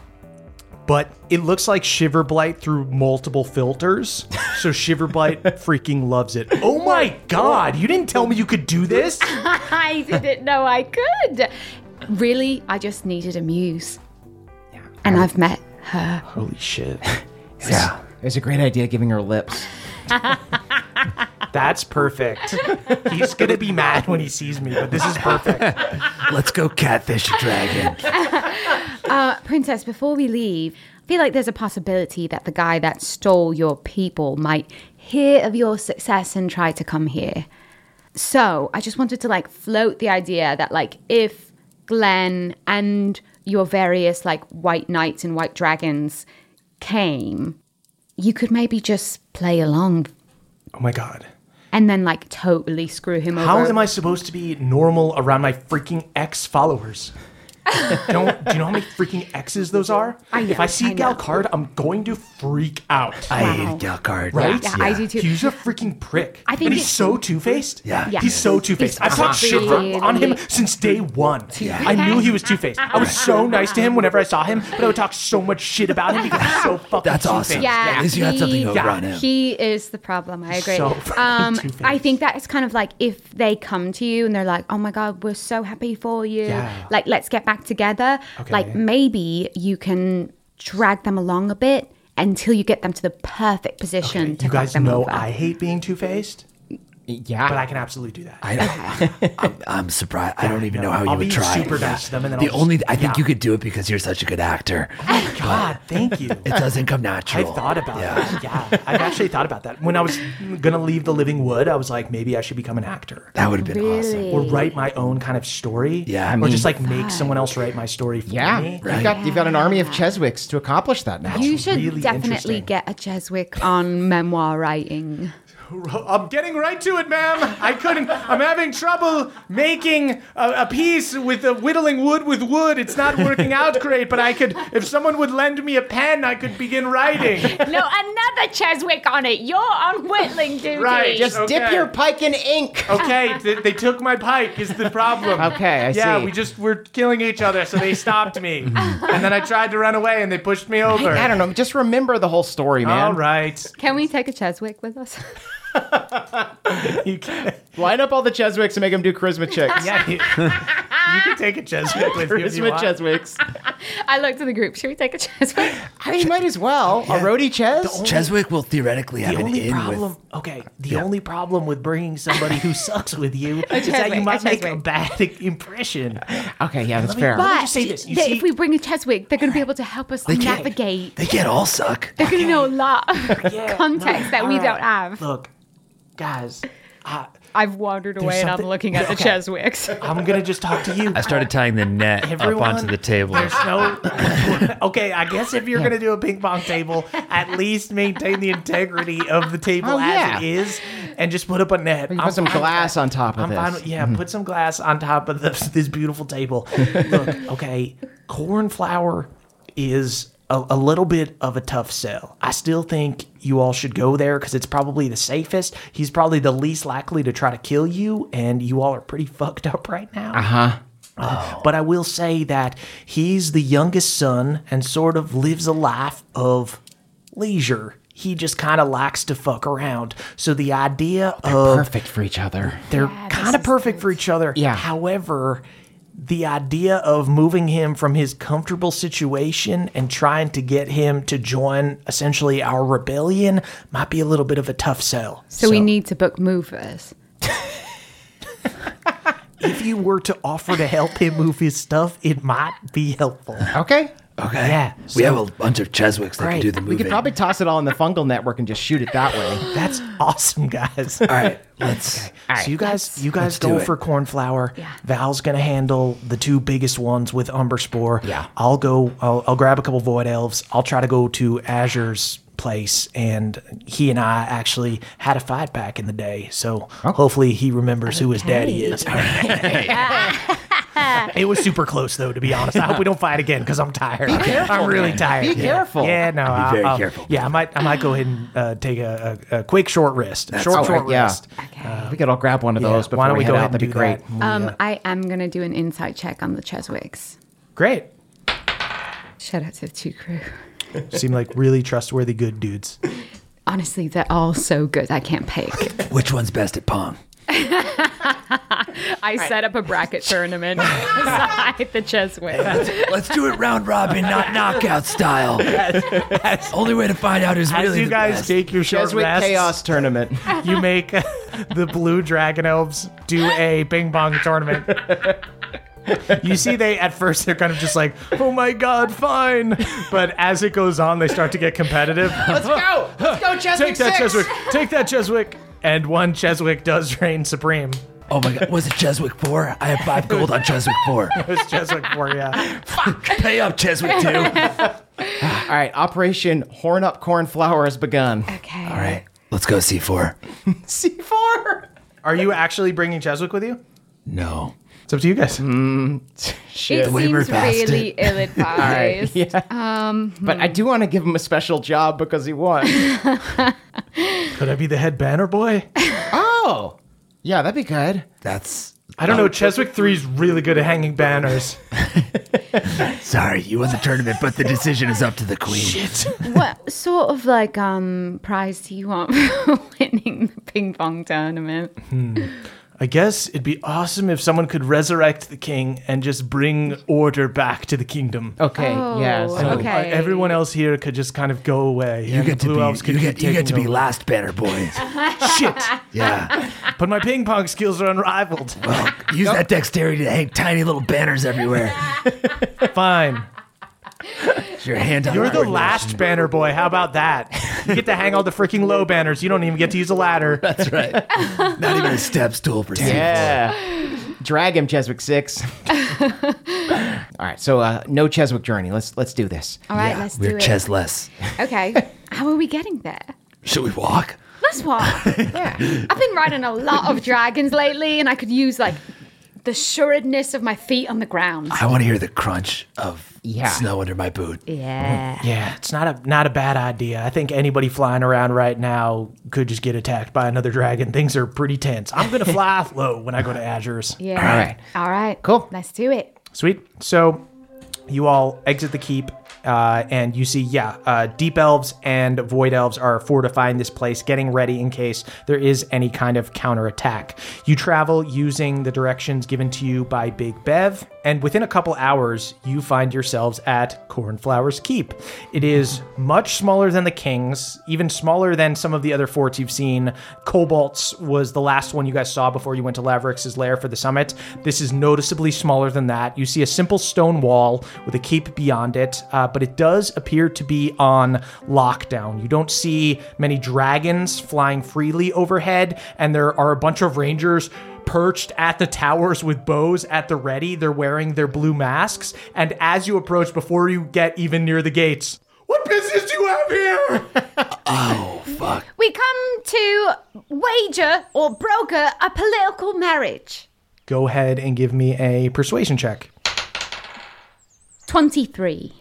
Speaker 2: but it looks like Shiver Blight through multiple filters.
Speaker 5: [laughs]
Speaker 2: So Shiver Blight freaking loves it. Oh my god, you didn't tell me you could do this?
Speaker 4: [laughs] I didn't know I could. Really, I just needed a muse. And I've met
Speaker 10: [laughs]
Speaker 4: her.
Speaker 2: Holy
Speaker 5: [laughs]
Speaker 2: shit.
Speaker 7: Yeah.
Speaker 5: It's a great idea giving her lips.
Speaker 2: That's perfect. He's gonna be mad when he sees me, but this is perfect.
Speaker 7: [laughs] Let's go catfish a
Speaker 4: [laughs]
Speaker 7: dragon.
Speaker 4: Uh, Princess, before we leave, I feel like there's a possibility that the guy that stole your people might hear of your success and try to come here. So I just wanted to like float the idea that like if Glenn and your various like white knights and white dragons came, you could maybe just play along
Speaker 2: Oh my god.
Speaker 4: and then like totally screw him
Speaker 2: How
Speaker 4: over.
Speaker 7: [laughs]
Speaker 2: am I supposed to be normal around my freaking ex followers? Don't do you know how many freaking X's those are?
Speaker 4: I know,
Speaker 2: if I see
Speaker 4: I know.
Speaker 2: Galcard, I'm going to freak out.
Speaker 7: I
Speaker 4: Wow.
Speaker 7: hate Galcard.
Speaker 2: Right?
Speaker 4: Yeah, I do too.
Speaker 2: He's a freaking prick.
Speaker 4: I think
Speaker 2: and he's
Speaker 4: it's-
Speaker 2: so two faced.
Speaker 7: Yeah.
Speaker 4: Yeah.
Speaker 2: He's so two faced.
Speaker 4: He's
Speaker 2: I've talked shit
Speaker 4: really-
Speaker 2: on him since day one. I knew he was two faced. I was
Speaker 7: [laughs]
Speaker 2: so nice to him whenever I saw him, but I would talk so much shit about him because he's
Speaker 7: [laughs]
Speaker 2: so fucking
Speaker 7: That's awesome.
Speaker 2: two-faced.
Speaker 4: Yeah,
Speaker 7: At least you had something
Speaker 4: he-
Speaker 7: over on him.
Speaker 4: He is the problem. I agree.
Speaker 2: So fucking
Speaker 4: um,
Speaker 2: two-faced.
Speaker 4: I think that it's kind of like if they come to you and they're like, "Oh my god, we're so happy for you.
Speaker 2: Yeah.
Speaker 4: Like, let's get back together." Like, maybe you can drag them along a bit until you get them to the perfect position to
Speaker 2: You
Speaker 4: fuck
Speaker 2: guys
Speaker 4: them
Speaker 2: know
Speaker 4: over.
Speaker 2: I hate being two faced,
Speaker 5: Yeah.
Speaker 2: but I can absolutely do that.
Speaker 7: I, I'm, I'm surprised. I don't even know how
Speaker 2: I'll
Speaker 7: you would
Speaker 2: be
Speaker 7: try.
Speaker 2: super nice to them and
Speaker 7: the
Speaker 2: I'll just-
Speaker 7: only I think
Speaker 2: yeah. Oh
Speaker 7: you could do it because you're such a good actor.
Speaker 2: God, thank you.
Speaker 7: [laughs] It doesn't come natural.
Speaker 2: I've thought about that. Yeah, I've actually thought about that. When I was gonna leave the Living Wood, I was like, maybe I should become an actor
Speaker 7: That would have been awesome.
Speaker 4: really.
Speaker 2: or write my own kind of story.
Speaker 7: Yeah, I
Speaker 2: or
Speaker 7: mean-
Speaker 2: just like make someone else write my story for
Speaker 5: yeah.
Speaker 2: me.
Speaker 5: You've got you've got an army of Cheswicks to accomplish that now.
Speaker 4: you should
Speaker 2: really
Speaker 4: definitely
Speaker 2: interesting.
Speaker 4: get a Jeswick on memoir writing.
Speaker 2: I'm getting right to it, ma'am. I couldn't. I'm having trouble making a, a piece with a whittling wood with wood. It's not working
Speaker 7: [laughs]
Speaker 2: out great, but I could. If someone would lend me a pen, I could begin writing.
Speaker 10: No, another Cheswick on it. You're on whittling duty.
Speaker 2: [laughs] Right.
Speaker 5: Just dip
Speaker 2: Okay.
Speaker 5: your pike in ink.
Speaker 2: [laughs] Okay, th- they took my pike. Is the problem?
Speaker 5: Okay, I
Speaker 2: yeah,
Speaker 5: see.
Speaker 2: we just were killing each other, so they
Speaker 5: [laughs]
Speaker 2: stopped me, and then I tried to run away, and they pushed me over.
Speaker 5: I don't know. Just remember the whole story, man.
Speaker 2: All right,
Speaker 4: Can we take a Cheswick with us?
Speaker 2: you can,
Speaker 5: Line up all the Cheswicks and make them do
Speaker 2: [laughs]
Speaker 5: charisma checks.
Speaker 2: yeah, you, you
Speaker 10: Ah.
Speaker 2: can take a Jesuit with you if you
Speaker 5: Charisma
Speaker 2: want.
Speaker 5: Cheswicks.
Speaker 10: I looked at the group. Should we take a Cheswick?
Speaker 5: I mean, you might as well. A roadie Ches.
Speaker 7: Cheswick will theoretically
Speaker 2: The
Speaker 7: have an
Speaker 2: only
Speaker 7: in
Speaker 2: problem,
Speaker 7: with.
Speaker 2: okay, the only problem with bringing
Speaker 7: [laughs]
Speaker 2: somebody who sucks with you is that
Speaker 4: Cheswick,
Speaker 2: you
Speaker 4: a
Speaker 2: might make a
Speaker 4: Cheswick.
Speaker 2: bad [laughs] impression.
Speaker 5: Okay, yeah, that's
Speaker 2: Let me-
Speaker 5: fair.
Speaker 2: let me
Speaker 4: But
Speaker 2: just say this. You
Speaker 4: that
Speaker 2: see,
Speaker 4: if we bring a Cheswick, they're going to be able to help us
Speaker 7: can't-
Speaker 4: navigate.
Speaker 7: They can't all suck.
Speaker 4: They're going to know a [laughs] lot of
Speaker 2: Yeah,
Speaker 4: context
Speaker 2: no,
Speaker 4: that we
Speaker 2: all right.
Speaker 4: don't have.
Speaker 2: Look, guys,
Speaker 10: I've wandered away and I'm
Speaker 2: something-
Speaker 10: looking at the
Speaker 2: Okay.
Speaker 10: Cheswicks.
Speaker 2: I'm gonna just talk to you.
Speaker 6: I started tying the net
Speaker 2: Everyone-
Speaker 6: up onto the table.
Speaker 2: No. [laughs] okay, I guess if you're gonna do a ping pong table, at least maintain the integrity of the table
Speaker 5: Oh,
Speaker 2: as
Speaker 5: yeah.
Speaker 2: it is, and just put up a net.
Speaker 5: Put some glass on top of
Speaker 2: I'm fine. with-
Speaker 5: this.
Speaker 2: Yeah,
Speaker 8: Mm-hmm.
Speaker 2: put some glass on top of this, this beautiful table. Look, okay, corn flour is a, a little bit of a tough sell. I still think you all should go there because it's probably the safest. He's probably the least likely to try to kill you, and you all are pretty [laughs] fucked up right now. Uh,
Speaker 5: Huh?
Speaker 2: But I will say that he's the youngest son and sort of lives a life of leisure. He just kind of likes to fuck around. So the idea of
Speaker 5: Perfect for each other.
Speaker 2: they're kind of perfect for each other.
Speaker 5: Yeah.
Speaker 2: However, the idea of moving him from his comfortable situation and trying to get him to join essentially our rebellion might be a little bit of a tough sell.
Speaker 4: So, we need to book movers.
Speaker 2: If you were to offer to help him move his stuff, it might be helpful.
Speaker 5: Okay.
Speaker 7: Okay.
Speaker 2: Yeah,
Speaker 7: we
Speaker 2: so-
Speaker 7: have a bunch of Cheswicks that can
Speaker 2: Great.
Speaker 7: do the
Speaker 5: We
Speaker 7: moving.
Speaker 5: could probably toss it all in the fungal network and just shoot it that way.
Speaker 2: [gasps] That's awesome, guys.
Speaker 7: All right. Let's.
Speaker 2: So you guys, you guys
Speaker 7: do
Speaker 2: go
Speaker 7: it.
Speaker 2: for cornflower. Val's gonna handle the two biggest ones with Umber Spore. Yeah. I'll go. I'll, I'll grab a couple Void Elves. I'll try to go to Azure's place, and he and I actually had a fight back in the day. So hopefully he remembers who his daddy is. it was super close though, to be honest. I hope we don't fight again because I'm tired. I'm really tired.
Speaker 5: Be
Speaker 2: Yeah.
Speaker 5: careful.
Speaker 2: Yeah, no, I'll
Speaker 7: very
Speaker 2: I'll-
Speaker 7: careful.
Speaker 2: Yeah, I might, I might go ahead and uh, take a, a, a quick short rest. short,
Speaker 5: all right,
Speaker 2: short
Speaker 5: yeah.
Speaker 2: rest.
Speaker 5: we could all grab one of
Speaker 2: Uh, Yeah,
Speaker 5: those before
Speaker 2: why don't
Speaker 5: we,
Speaker 2: we
Speaker 5: head
Speaker 2: go
Speaker 5: out.
Speaker 2: ahead
Speaker 5: That'd be
Speaker 2: and do
Speaker 5: great.
Speaker 2: that?
Speaker 4: Um, I am going to do an insight check on the Cheswicks.
Speaker 2: Great.
Speaker 4: Shout out to the two crew.
Speaker 5: [laughs]
Speaker 2: Seem like really trustworthy, good dudes.
Speaker 4: Honestly, they're all so good. I can't pick.
Speaker 2: [laughs]
Speaker 7: Which one's best at Pong?
Speaker 10: I set up a bracket tournament beside the Cheswick.
Speaker 7: Let's do it round robin, not knockout style. Only way to find out is
Speaker 2: As
Speaker 7: really
Speaker 2: you
Speaker 7: the
Speaker 2: guys
Speaker 7: best.
Speaker 2: take your short
Speaker 5: Cheswick
Speaker 2: rests,
Speaker 5: Chaos Tournament.
Speaker 2: you make [laughs] the blue dragon elves do
Speaker 5: [laughs]
Speaker 2: a bing bong tournament. You see, they at first they're kind of just like, "Oh my god, fine," but as it goes on, they start to get competitive.
Speaker 5: Let's go. Let's go, Cheswick.
Speaker 2: Take that, Cheswick! Take that, Cheswick! And one Cheswick does reign supreme.
Speaker 7: Oh my god, was it Cheswick 4? I have five gold on Cheswick
Speaker 2: [laughs]
Speaker 7: 4.
Speaker 2: It's Cheswick for you.
Speaker 7: Pay up, Cheswick 2.
Speaker 5: All right, Operation Horn Up Cornflower has begun.
Speaker 4: Okay.
Speaker 7: All
Speaker 5: [laughs]
Speaker 7: right, let's go C4.
Speaker 5: C4.
Speaker 2: Are you actually bringing Cheswick with you?
Speaker 7: No.
Speaker 2: It's up to you guys.
Speaker 5: Mm.
Speaker 10: It
Speaker 7: Wayward
Speaker 10: seems
Speaker 7: bastard.
Speaker 2: [laughs]
Speaker 10: really Um, ill advised.
Speaker 5: But I do want to give him a special job because he won.
Speaker 2: [laughs] Could I be the head banner boy?
Speaker 5: [laughs] oh, yeah, that'd be good.
Speaker 7: That's
Speaker 2: I don't know. Cheswick 3 is really good at hanging banners.
Speaker 7: sorry. You won the tournament, but the decision is up to the queen.
Speaker 4: What sort of like um prize do you want for [laughs] winning the ping pong tournament?
Speaker 2: Hmm. I guess it'd be awesome if someone could resurrect the king and just bring order back to the kingdom.
Speaker 5: Okay, yeah. So
Speaker 2: Uh,
Speaker 4: okay.
Speaker 2: everyone else here could just kind of go away.
Speaker 7: You
Speaker 2: and
Speaker 7: get
Speaker 2: the
Speaker 7: to
Speaker 2: blue
Speaker 7: be.
Speaker 2: elves could
Speaker 7: You get,
Speaker 2: keep
Speaker 7: you get to
Speaker 2: taking
Speaker 7: be
Speaker 2: over.
Speaker 7: last banner boy.
Speaker 2: Shit!
Speaker 7: Yeah.
Speaker 2: But my ping pong skills are unrivaled.
Speaker 7: Use that dexterity to hang tiny little banners everywhere.
Speaker 2: Fine.
Speaker 7: It's your hand.
Speaker 2: You're the last banner boy. How about that? You get to hang all the freaking low banners. You don't even get to use a ladder.
Speaker 7: That's right. Not even a step stool for
Speaker 5: yeah. Drag him, Cheswick
Speaker 2: [laughs]
Speaker 5: Six. All right, so uh, no Cheswick journey. Let's let's do this.
Speaker 4: [laughs] All right, let's do
Speaker 7: We're
Speaker 4: it.
Speaker 7: chesless.
Speaker 4: Okay, how are we getting there?
Speaker 7: Should we walk?
Speaker 4: Let's walk. yeah. I've been riding a lot of dragons lately, and I could use like the sureness of my feet on the ground.
Speaker 7: I want to hear the crunch of
Speaker 5: Yeah.
Speaker 7: snow under my boot.
Speaker 4: Yeah.
Speaker 2: [laughs] Yeah, it's not a not a bad idea. I think anybody flying around right now could just get attacked by another dragon. Things are pretty tense. I'm gonna fly [laughs] low when I go to Azures.
Speaker 4: Yeah.
Speaker 5: All right.
Speaker 4: All right.
Speaker 5: Cool.
Speaker 4: Let's do it.
Speaker 2: Sweet. So you all exit the keep, uh, and you see, yeah, uh, deep elves and void elves are fortifying this place, getting ready in case there is any kind of counterattack. You travel using the directions given to you by Big Bev, and within a couple hours, you find yourselves at Cornflower's Keep. It is much smaller than the King's, even smaller than some of the other forts you've seen. Cobalt's was the last one you guys saw before you went to Laverix's lair for the summit. This is noticeably smaller than that. You see a simple stone wall with a keep beyond it, uh, but it does appear to be on lockdown. You don't see many dragons flying freely overhead, and there are a bunch of rangers perched at the towers with bows at the ready. They're wearing their blue masks, and as you approach, before you get even near the gates, what business do you have here?
Speaker 4: Oh, We come to wager or broker a political marriage.
Speaker 2: Go ahead and give me a persuasion check.
Speaker 4: 23.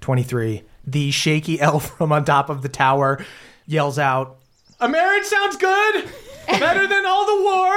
Speaker 2: 23. The shaky [laughs] elf from on top of the tower yells out, A marriage sounds good! Better than all the war!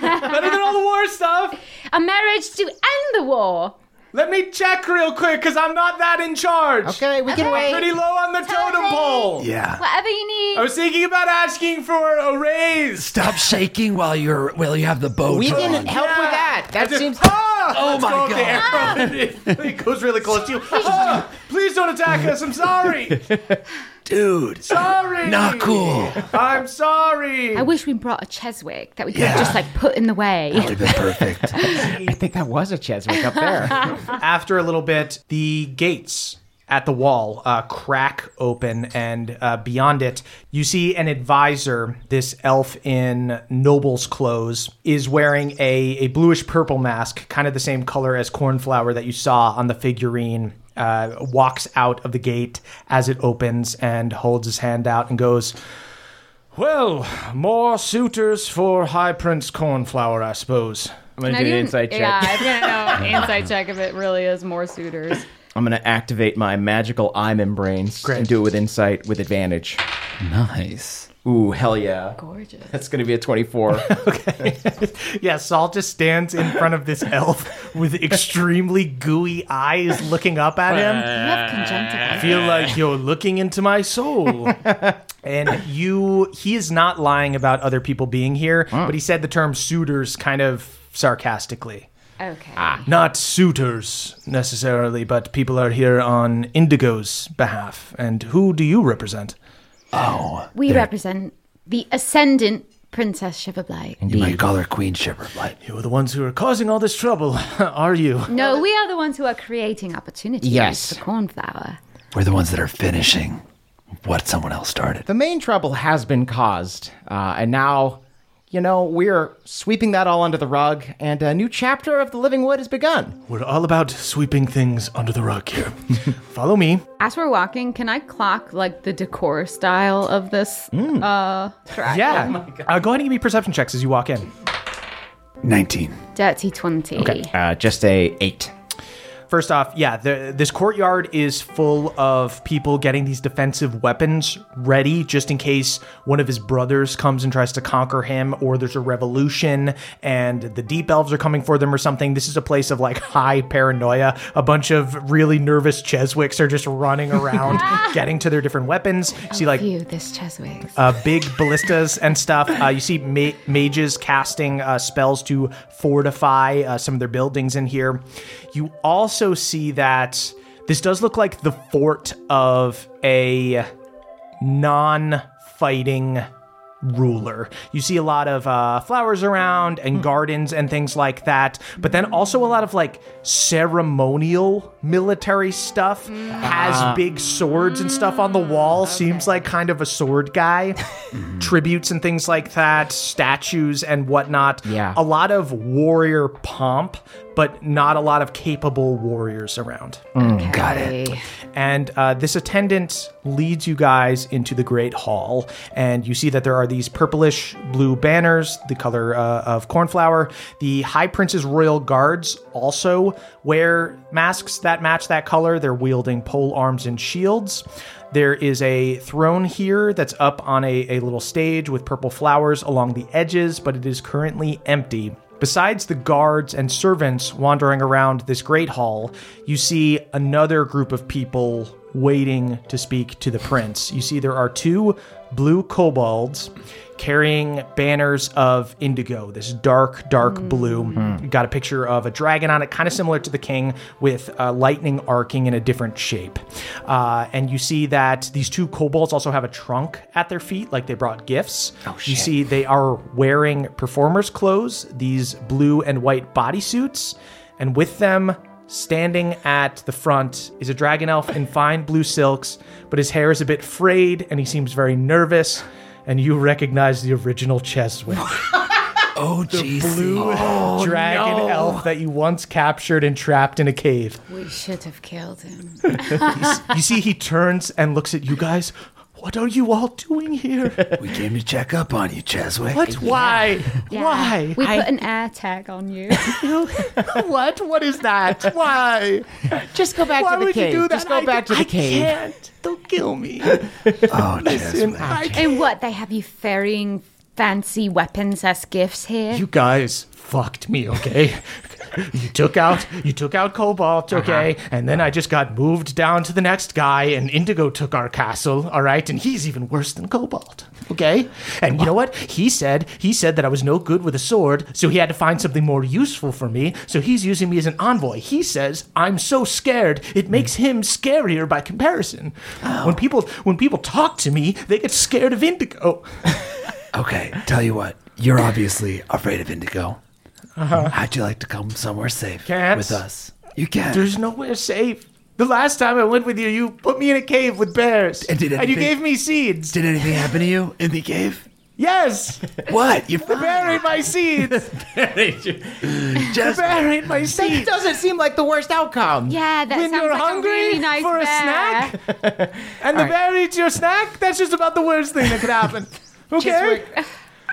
Speaker 2: Better than all the war stuff!
Speaker 4: A marriage to end the war.
Speaker 2: Let me check real quick, because I'm not that in charge!
Speaker 5: Okay, we can wait.
Speaker 2: Pretty low on the totem pole!
Speaker 7: Yeah.
Speaker 4: Whatever you need.
Speaker 2: I was thinking about asking for a raise!
Speaker 7: Stop shaking while you're while you have the bow
Speaker 5: We
Speaker 7: drawn.
Speaker 5: can help with that. That seems.
Speaker 2: Ah!
Speaker 7: Oh
Speaker 2: Let's
Speaker 7: my
Speaker 2: go up
Speaker 7: God.
Speaker 2: The arrow and [laughs] it, it goes really close to you. Ah! please don't attack us.
Speaker 7: [laughs]
Speaker 2: I'm sorry.
Speaker 7: Dude,
Speaker 2: Sorry.
Speaker 7: not cool.
Speaker 2: I'm sorry.
Speaker 4: I wish we brought a Cheswick that we could
Speaker 7: Yeah.
Speaker 4: just like put in the way.
Speaker 7: Would have been perfect.
Speaker 5: [laughs] I think that was a Cheswick up there.
Speaker 2: [laughs] after a little bit, the gates at the wall uh, crack open, and uh, beyond it, you see an advisor. This elf in noble's clothes is wearing a, a bluish purple mask, kind of the same color as cornflower that you saw on the figurine. Uh, walks out of the gate as it opens and holds his hand out and goes, Well, more suitors for High Prince Cornflower, I suppose.
Speaker 5: I'm gonna
Speaker 10: I didn't- hmm. Yeah, I'm
Speaker 5: [laughs]
Speaker 10: gonna know inside check if it really is more suitors.
Speaker 5: I'm gonna activate my magical eye membranes and do it with insight with advantage.
Speaker 7: nice.
Speaker 5: Ooh, hell yeah!
Speaker 10: Gorgeous.
Speaker 5: That's gonna be a
Speaker 2: [laughs]
Speaker 5: 24.
Speaker 2: Yeah, Saul just stands in front of this elf [laughs] with extremely gooey eyes looking up at him.
Speaker 4: You have conjunctivitis.
Speaker 2: Feel like you're looking into my soul. [laughs] and you he is not lying about other people being here, but he said the term suitors kind of sarcastically.
Speaker 4: Okay.
Speaker 2: Ah. Not suitors necessarily, but people are here on Indigo's behalf. And who do you represent?
Speaker 4: We represent the ascendant Princess Shiverblight.
Speaker 7: [laughs] You might call her Queen Shiver. Like,
Speaker 2: You're the ones who are causing all this trouble, [laughs] are you?
Speaker 4: No, we are the ones who are creating opportunities
Speaker 5: Yes.
Speaker 4: for Cornflower.
Speaker 7: we're the ones that are finishing what someone else started.
Speaker 5: the main trouble has been caused, uh, and now, you know, we're sweeping that all under the rug, and a new chapter of the Living Wood has begun.
Speaker 2: We're all about sweeping things under the rug here. Follow me.
Speaker 10: As we're walking, can I clock like the decor style
Speaker 2: Mm.
Speaker 10: of this? Uh, track?
Speaker 4: Oh
Speaker 2: Yeah. uh, go ahead and give me perception checks as you walk in.
Speaker 7: 19.
Speaker 4: Dirty 20.
Speaker 5: Uh, just a eight.
Speaker 2: First off, yeah, the, this courtyard is full of people getting these defensive weapons ready just in case one of his brothers comes and tries to conquer him, or there's a revolution and the deep elves are coming for them or something. This is a place of like high paranoia. A bunch of really nervous Cheswicks are just running around getting to their different weapons. See, like,
Speaker 4: Phew, this Cheswick.
Speaker 2: uh, big ballistas and stuff. Uh, you see ma- mages casting uh, spells to fortify uh, some of their buildings in here. You also see that this does look like the fort of a non fighting ruler. You see a lot of uh, flowers around and gardens and things like that, but then also a lot of like ceremonial military stuff. Has big swords and stuff on the wall. Seems like kind of a sword guy. [laughs] Tributes and things like that, statues and whatnot.
Speaker 5: Yeah.
Speaker 2: A lot of warrior pomp, but not a lot of capable warriors around.
Speaker 7: Got it.
Speaker 2: Mm, And uh, this attendant leads you guys into the Great Hall. And you see that there are these purplish blue banners, the color uh, of cornflower. The High Prince's Royal Guards also wear masks that match that color. They're wielding pole arms and shields. There is a throne here that's up on a, a little stage with purple flowers along the edges, but it is currently empty. Besides the guards and servants wandering around this great hall, you see another group of people waiting to speak to the prince. You see there are two blue kobolds carrying banners of indigo, this dark, dark blue. You Got a picture of a dragon on it, kind of similar to the king, with uh, lightning arcing in a different shape. Uh, and you see that these two kobolds also have a trunk at their feet, like they brought gifts. Oh, shit. You see they are wearing performers' clothes, these blue and white bodysuits, and with them Standing at the front is a dragon elf in fine blue silks, but his hair is a bit frayed and he seems very nervous. And you recognize the original
Speaker 7: [laughs]
Speaker 2: Cheswick, [laughs]
Speaker 7: Oh, jeez. Blue.
Speaker 2: Oh, dragon elf that you once captured and trapped in a cave.
Speaker 4: We should have killed
Speaker 2: [laughs]
Speaker 4: him.
Speaker 2: You see, he turns and looks at you guys. What are you all doing here?
Speaker 7: We came to check up on you, Cheswick.
Speaker 2: What? Why? Why?
Speaker 10: We put an air tag on
Speaker 2: [laughs]
Speaker 10: you.
Speaker 2: what? What is that? Why?
Speaker 8: Just go back
Speaker 2: Why
Speaker 8: to the
Speaker 2: would
Speaker 8: cave.
Speaker 2: you do that?
Speaker 8: Just go
Speaker 2: I-
Speaker 8: back to the
Speaker 2: I
Speaker 8: cave.
Speaker 2: can't. Don't kill me.
Speaker 7: Oh,
Speaker 2: Listen,
Speaker 7: Cheswick.
Speaker 2: I can't.
Speaker 4: and what, they have you ferrying fancy weapons as gifts here?
Speaker 2: You guys fucked me, okay? you took out you took out Cobalt, okay? And then I just got moved down to the next guy and Indigo took our castle, all right? And he's even worse than Cobalt, okay? And you know what? He said he said that I was no good with a sword, so he had to find something more useful for me. So he's using me as an envoy. He says I'm so scared, it makes him scarier by comparison. When people when people talk to me, they get scared of Indigo.
Speaker 7: Okay, tell you what. You're obviously afraid of Indigo. How'd you like to come somewhere safe
Speaker 2: Uh-huh. Cats?
Speaker 7: with us? You can.
Speaker 2: There's nowhere safe. The last time I went with you, you put me in a cave with bears.
Speaker 7: And did
Speaker 2: you
Speaker 7: anything-
Speaker 2: gave me seeds.
Speaker 7: Did anything
Speaker 2: [laughs]
Speaker 7: happen to you in the cave?
Speaker 8: [laughs]
Speaker 2: yes!
Speaker 7: What? You're
Speaker 2: Buried my seeds! Buried my
Speaker 8: That
Speaker 2: seeds!
Speaker 8: doesn't seem like the worst outcome.
Speaker 4: yeah, that
Speaker 2: When
Speaker 4: sounds
Speaker 2: you're
Speaker 4: like
Speaker 2: hungry
Speaker 4: a really nice
Speaker 2: for a
Speaker 4: bear. [laughs]
Speaker 2: snack, And the berries your snack? That's just about the worst thing that
Speaker 7: [laughs]
Speaker 2: could happen. Okay?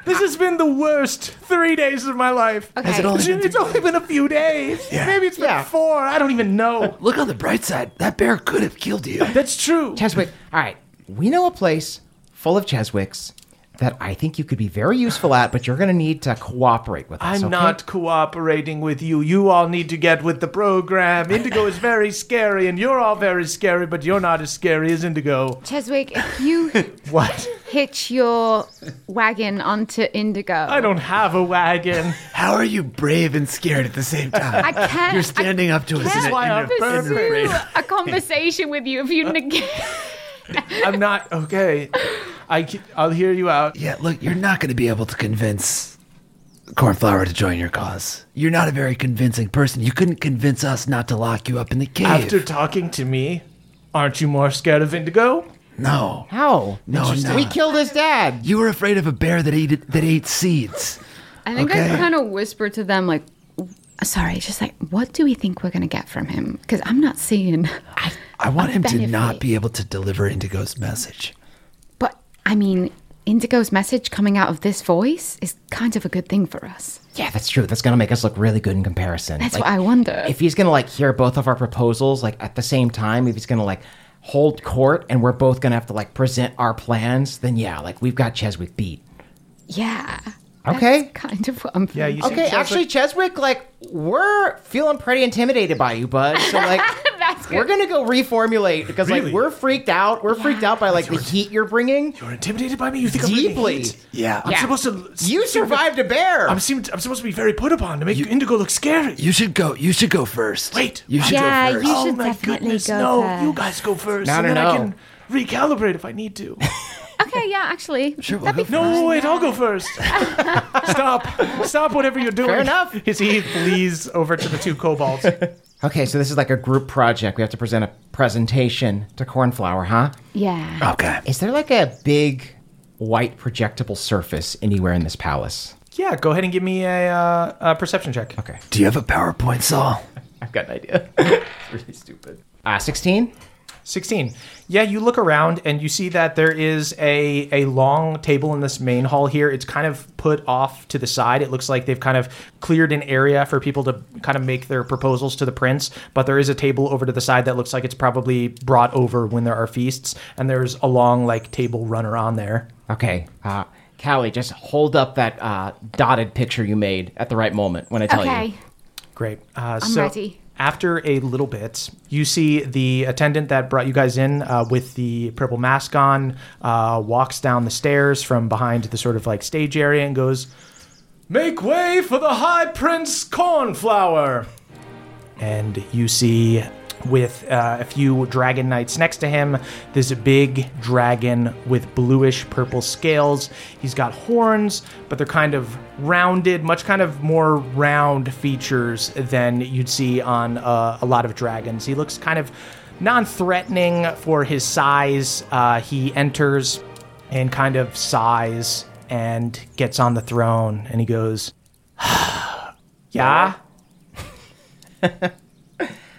Speaker 2: This has been the worst three days of my life.
Speaker 4: Has it
Speaker 7: only been
Speaker 2: It's only been a few days.
Speaker 7: Yeah.
Speaker 2: Maybe it's been
Speaker 8: Yeah.
Speaker 2: four. I don't even know.
Speaker 7: Look on the bright side. That bear could have killed you.
Speaker 2: That's true.
Speaker 5: Cheswick. All right. We know a place full of Cheswicks that I think you could be very useful at, but you're going to need to cooperate with us.
Speaker 2: I'm
Speaker 5: okay?
Speaker 2: not cooperating with you. You all need to get with the program. Indigo is very scary, and you're all very scary, but you're not as scary as Indigo.
Speaker 4: Cheswick, if you
Speaker 2: [laughs] What?
Speaker 4: hitch your wagon onto Indigo,
Speaker 2: I
Speaker 4: I,
Speaker 2: don't have a wagon.
Speaker 7: How are you brave and scared at the same time?
Speaker 4: can't.
Speaker 7: You're standing up to us.
Speaker 4: can't
Speaker 7: in a-
Speaker 2: why
Speaker 7: in a-
Speaker 2: I'm
Speaker 7: in a
Speaker 2: perfect.
Speaker 7: parade.
Speaker 10: Do a conversation with you if you negate.
Speaker 2: I'm not okay. I will hear you out.
Speaker 7: Yeah, look, you're not going to be able to convince Cornflower to join your cause. You're not a very convincing person. You couldn't convince us not to lock you up in the cave.
Speaker 2: After talking to me, aren't you more scared of Indigo?
Speaker 7: no,
Speaker 8: How?
Speaker 7: no, no.
Speaker 8: We killed his dad.
Speaker 7: you were afraid of a bear that ate that ate seeds.
Speaker 4: I think
Speaker 7: Okay.
Speaker 4: I kind of whisper to them, like, sorry, just like, what do we think we're going to get from him? Because I'm not seeing.
Speaker 7: I want him to
Speaker 4: benefit.
Speaker 7: not be able to deliver Indigo's message.
Speaker 4: But I mean, Indigo's message coming out of this voice is kind of a good thing for us.
Speaker 5: Yeah, that's true. That's gonna make us look really good in comparison.
Speaker 4: That's what I wonder.
Speaker 5: If he's gonna like hear both of our proposals like at the same time, if he's gonna like hold court and we're both gonna have to like present our plans, then yeah, like we've got Cheswick beat.
Speaker 4: Yeah.
Speaker 5: Okay.
Speaker 4: That's kind of what I'm
Speaker 2: Yeah, you
Speaker 5: Okay, actually, Cheswick, like we're feeling pretty intimidated by you, bud. So like,
Speaker 4: [laughs] That's good.
Speaker 5: we're gonna go reformulate because
Speaker 2: Really?
Speaker 5: like we're freaked out. We're freaked out by like the heat you're bringing.
Speaker 2: You're intimidated by me? You think I'm
Speaker 5: Deeply.
Speaker 2: bringing heat?
Speaker 7: Yeah.
Speaker 2: I'm supposed to.
Speaker 5: You survived a bear.
Speaker 2: I'm, seem, I'm supposed to be very put upon to make Indigo look scary.
Speaker 7: You should go. You should go first.
Speaker 2: Wait.
Speaker 7: You should
Speaker 4: Yeah,
Speaker 7: go first.
Speaker 4: you
Speaker 2: oh
Speaker 4: should
Speaker 2: my
Speaker 4: definitely
Speaker 2: goodness!
Speaker 4: go
Speaker 2: no,
Speaker 4: first.
Speaker 2: you guys go first,
Speaker 5: No,
Speaker 2: and
Speaker 5: no,
Speaker 2: then
Speaker 5: no.
Speaker 2: I can recalibrate if I need to.
Speaker 4: Okay, yeah, actually.
Speaker 7: Sure, we'll
Speaker 4: that'd
Speaker 7: go
Speaker 4: be
Speaker 7: for it.
Speaker 2: No, wait, I'll go first.
Speaker 5: [laughs]
Speaker 2: Stop. Stop whatever you're doing.
Speaker 5: Fair enough.
Speaker 2: [laughs] As he flees over to the two kobolds.
Speaker 5: Okay, so this is like a group project. We have to present a presentation to Cornflower, huh?
Speaker 4: Yeah.
Speaker 7: Okay.
Speaker 5: Is there like a big white projectable surface anywhere in this palace?
Speaker 2: Yeah, go ahead and give me a, uh, a perception check.
Speaker 5: Okay.
Speaker 7: Do you have a PowerPoint,
Speaker 5: [laughs]
Speaker 7: Saul?
Speaker 5: I've got an idea. it's really stupid. Ah, 16?
Speaker 2: 16. Yeah, you look around and you see that there is a, a long table in this main hall here. It's kind of put off to the side. It looks like they've kind of cleared an area for people to kind of make their proposals to the prince, but there is a table over to the side that looks like it's probably brought over when there are feasts, and there's a long, like, table runner on there.
Speaker 5: Okay. Uh, Callie, just hold up that uh, dotted picture you made at the right moment when I tell you.
Speaker 4: Okay.
Speaker 2: Great. Uh, so
Speaker 4: ready.
Speaker 2: After a little bit, you see the attendant that brought you guys in uh, with the purple mask on uh, walks down the stairs from behind the sort of like stage area and goes, Make way for the High
Speaker 4: [laughs]
Speaker 2: Prince Cornflower! And you see, with uh, a few dragon knights next to him, this big dragon with bluish purple scales. He's got horns, but they're kind of rounded, much kind of more round features than you'd see on uh, a lot of dragons. He looks kind of non threatening for his size. Uh, he enters and kind of sighs and gets on the throne and he goes, [sighs] Yeah?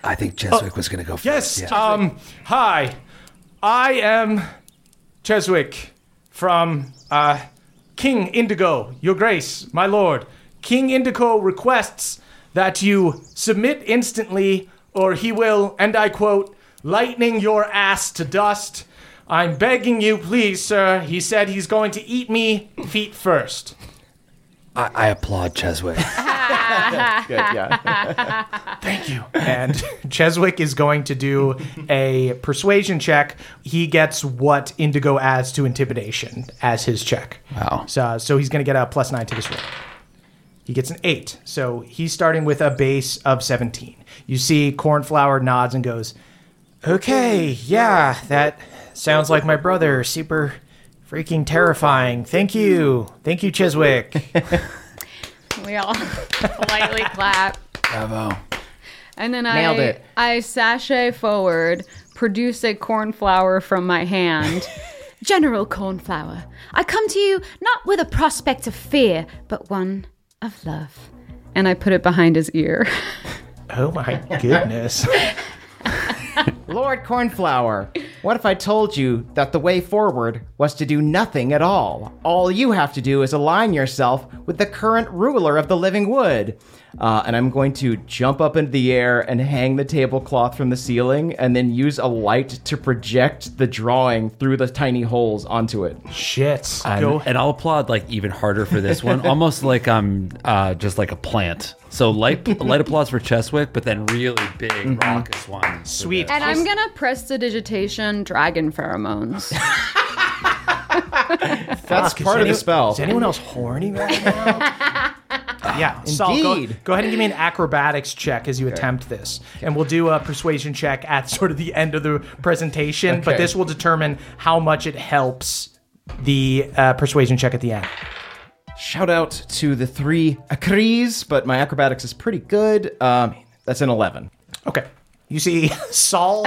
Speaker 7: I think Cheswick was going to go first.
Speaker 2: Oh, Yes.
Speaker 7: Yeah.
Speaker 2: Um. Hi, I am Cheswick from uh, King Indigo, Your Grace, my lord. King Indigo requests that you submit instantly, or he will, and I quote, lightning your ass to dust. I'm begging you, please, sir. He said he's going to eat me feet first.
Speaker 7: I, I applaud Cheswick.
Speaker 10: [laughs]
Speaker 2: Thank you. And [laughs] Cheswick is going to do a persuasion check. He gets what Indigo adds to intimidation as his check. Wow. So, so he's going to get a plus nine to this roll. He gets an eight. So he's starting with a base of 17. You see Cornflower nods and goes, Okay, yeah, that sounds like my brother. Super freaking terrifying. Thank you. Thank you, Cheswick.
Speaker 10: We
Speaker 8: [laughs]
Speaker 10: all politely clap.
Speaker 7: Bravo.
Speaker 10: And then
Speaker 5: Nailed
Speaker 10: I
Speaker 5: it.
Speaker 10: I sashay forward, produce a cornflower from my
Speaker 5: [laughs]
Speaker 10: hand.
Speaker 4: General Cornflower, I come to you not with a prospect of fear, but one of love.
Speaker 10: and I put it behind his ear.
Speaker 2: oh my goodness.
Speaker 5: [laughs] Lord Cornflower, what if I told you that the way forward was to do nothing at all? All you have to do is align yourself with the current ruler of the living wood. Uh, and I'm going to jump up into the air and hang the tablecloth from the ceiling and then use a light to project the drawing through the tiny holes onto it.
Speaker 2: Shit.
Speaker 6: I'm-
Speaker 2: Go
Speaker 6: and I'll applaud like even harder for this one, almost like I'm uh, just like a plant. So light, light applause for Cheswick, but then really big raucous one.
Speaker 2: Mm-hmm. Sweet.
Speaker 10: And I'm gonna press the digitation dragon pheromones.
Speaker 5: That's
Speaker 2: Fuck, is
Speaker 5: part of the
Speaker 2: any-
Speaker 5: spell.
Speaker 2: Is anyone else horny right now? yeah, Saul, go,
Speaker 5: Indeed.
Speaker 2: go ahead and give me an acrobatics check as you attempt this. And we'll do a persuasion check at sort of the end of the presentation, but
Speaker 5: Okay.
Speaker 2: this will determine how much it helps the uh, persuasion check at the end.
Speaker 5: Shout out to the three Akris, but my acrobatics is pretty good. Um, that's an 11.
Speaker 2: Okay.
Speaker 5: [laughs]
Speaker 2: You see Saul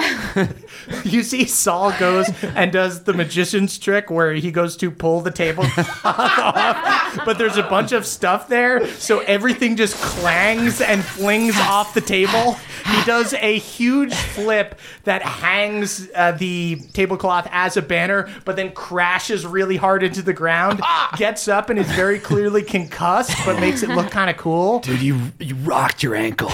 Speaker 2: [laughs] You see Saul goes and does the magician's trick where he goes to pull the tablecloth [laughs] off, but there's a bunch of stuff there, so everything just clangs and flings off the table. He does a huge flip that hangs uh, the tablecloth as a banner, but then crashes really hard into the ground, gets up and is very clearly concussed, but makes it look kind of cool.
Speaker 7: Dude, you you rocked your ankle.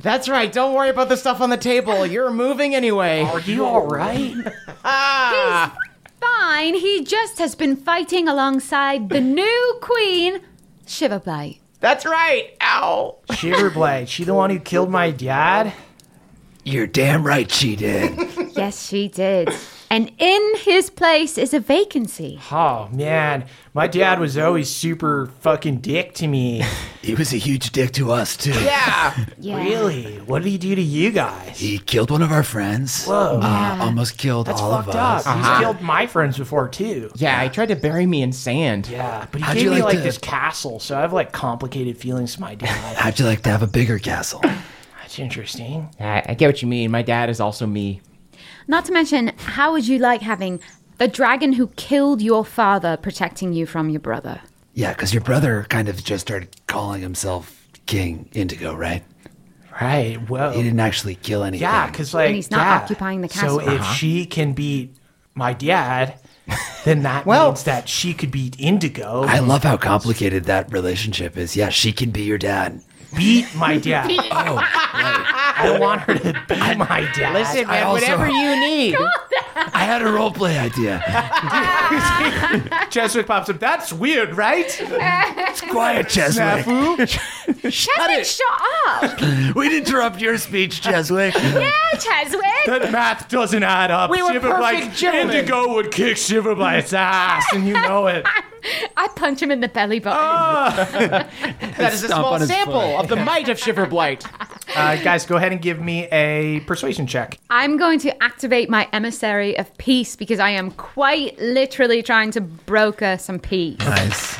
Speaker 8: That's right. Don't worry about the stuff on the table. You're moving anyway.
Speaker 2: Are you all right?
Speaker 5: Ah.
Speaker 4: Fine, he just has been fighting alongside the new queen, Shiverblight.
Speaker 8: That's right. Ow.
Speaker 2: Shiverblade, she the one who killed my dad?
Speaker 7: You're damn right she did.
Speaker 4: Yes, she did. And in his place is a vacancy.
Speaker 2: Oh man, my dad was always super fucking dick to me.
Speaker 7: [laughs] He was a huge dick to us too. [laughs]
Speaker 8: Yeah.
Speaker 4: Yeah.
Speaker 2: Really? What did he do to you guys?
Speaker 7: He killed one of our friends. Whoa. Uh, almost killed
Speaker 2: That's
Speaker 7: all
Speaker 2: fucked
Speaker 7: of
Speaker 2: up.
Speaker 7: us. Uh-huh.
Speaker 2: He's killed my friends before too.
Speaker 5: Yeah, he tried to bury me in sand.
Speaker 2: Yeah, but he
Speaker 7: How'd
Speaker 2: gave
Speaker 7: you
Speaker 2: me
Speaker 7: like
Speaker 2: like
Speaker 7: to-
Speaker 2: this castle, so I have like complicated feelings for
Speaker 7: [laughs]
Speaker 2: my dad.
Speaker 7: How'd you like to have a bigger castle?
Speaker 2: That's interesting.
Speaker 5: I, I get what you mean. My dad is also me.
Speaker 4: Not to mention, how would you like having the dragon who killed your father protecting you from your brother?
Speaker 7: Yeah, because your brother kind of just started calling himself King Indigo, right?
Speaker 2: Right.
Speaker 7: He
Speaker 2: Whoa.
Speaker 7: didn't actually kill anything.
Speaker 2: Yeah, because like
Speaker 4: he's not
Speaker 2: yeah.
Speaker 4: occupying the
Speaker 2: So
Speaker 4: castle.
Speaker 2: if
Speaker 7: Uh-huh.
Speaker 2: she can beat my dad,
Speaker 7: [laughs]
Speaker 2: then that means that she could beat Indigo.
Speaker 7: I love [laughs] how complicated that relationship is. Yeah, she can be your dad.
Speaker 2: beat my dad.
Speaker 8: Oh.
Speaker 2: I want her to beat my dad.
Speaker 8: Listen, man,
Speaker 7: also-
Speaker 8: whatever you need.
Speaker 7: I had a roleplay idea.
Speaker 2: [laughs] Cheswick pops up. That's weird, right?
Speaker 7: It's quiet, Cheswick. [laughs]
Speaker 4: Cheswick,
Speaker 8: [laughs]
Speaker 4: shut up!
Speaker 7: We'd interrupt your speech, Cheswick.
Speaker 4: yeah, Cheswick!
Speaker 2: That math doesn't add up.
Speaker 8: We were perfect gentlemen.
Speaker 2: Indigo would kick Shiver by its ass, and you know it.
Speaker 4: [laughs] I punch him in the belly button.
Speaker 8: [laughs] That is a
Speaker 6: Stomp
Speaker 8: small
Speaker 6: on his
Speaker 8: sample of the might of Shiver Blight.
Speaker 2: Uh, guys, go ahead and give me a persuasion check.
Speaker 4: [laughs] I'm going to activate my emissary of peace because I am quite literally trying to broker some peace.
Speaker 7: Nice.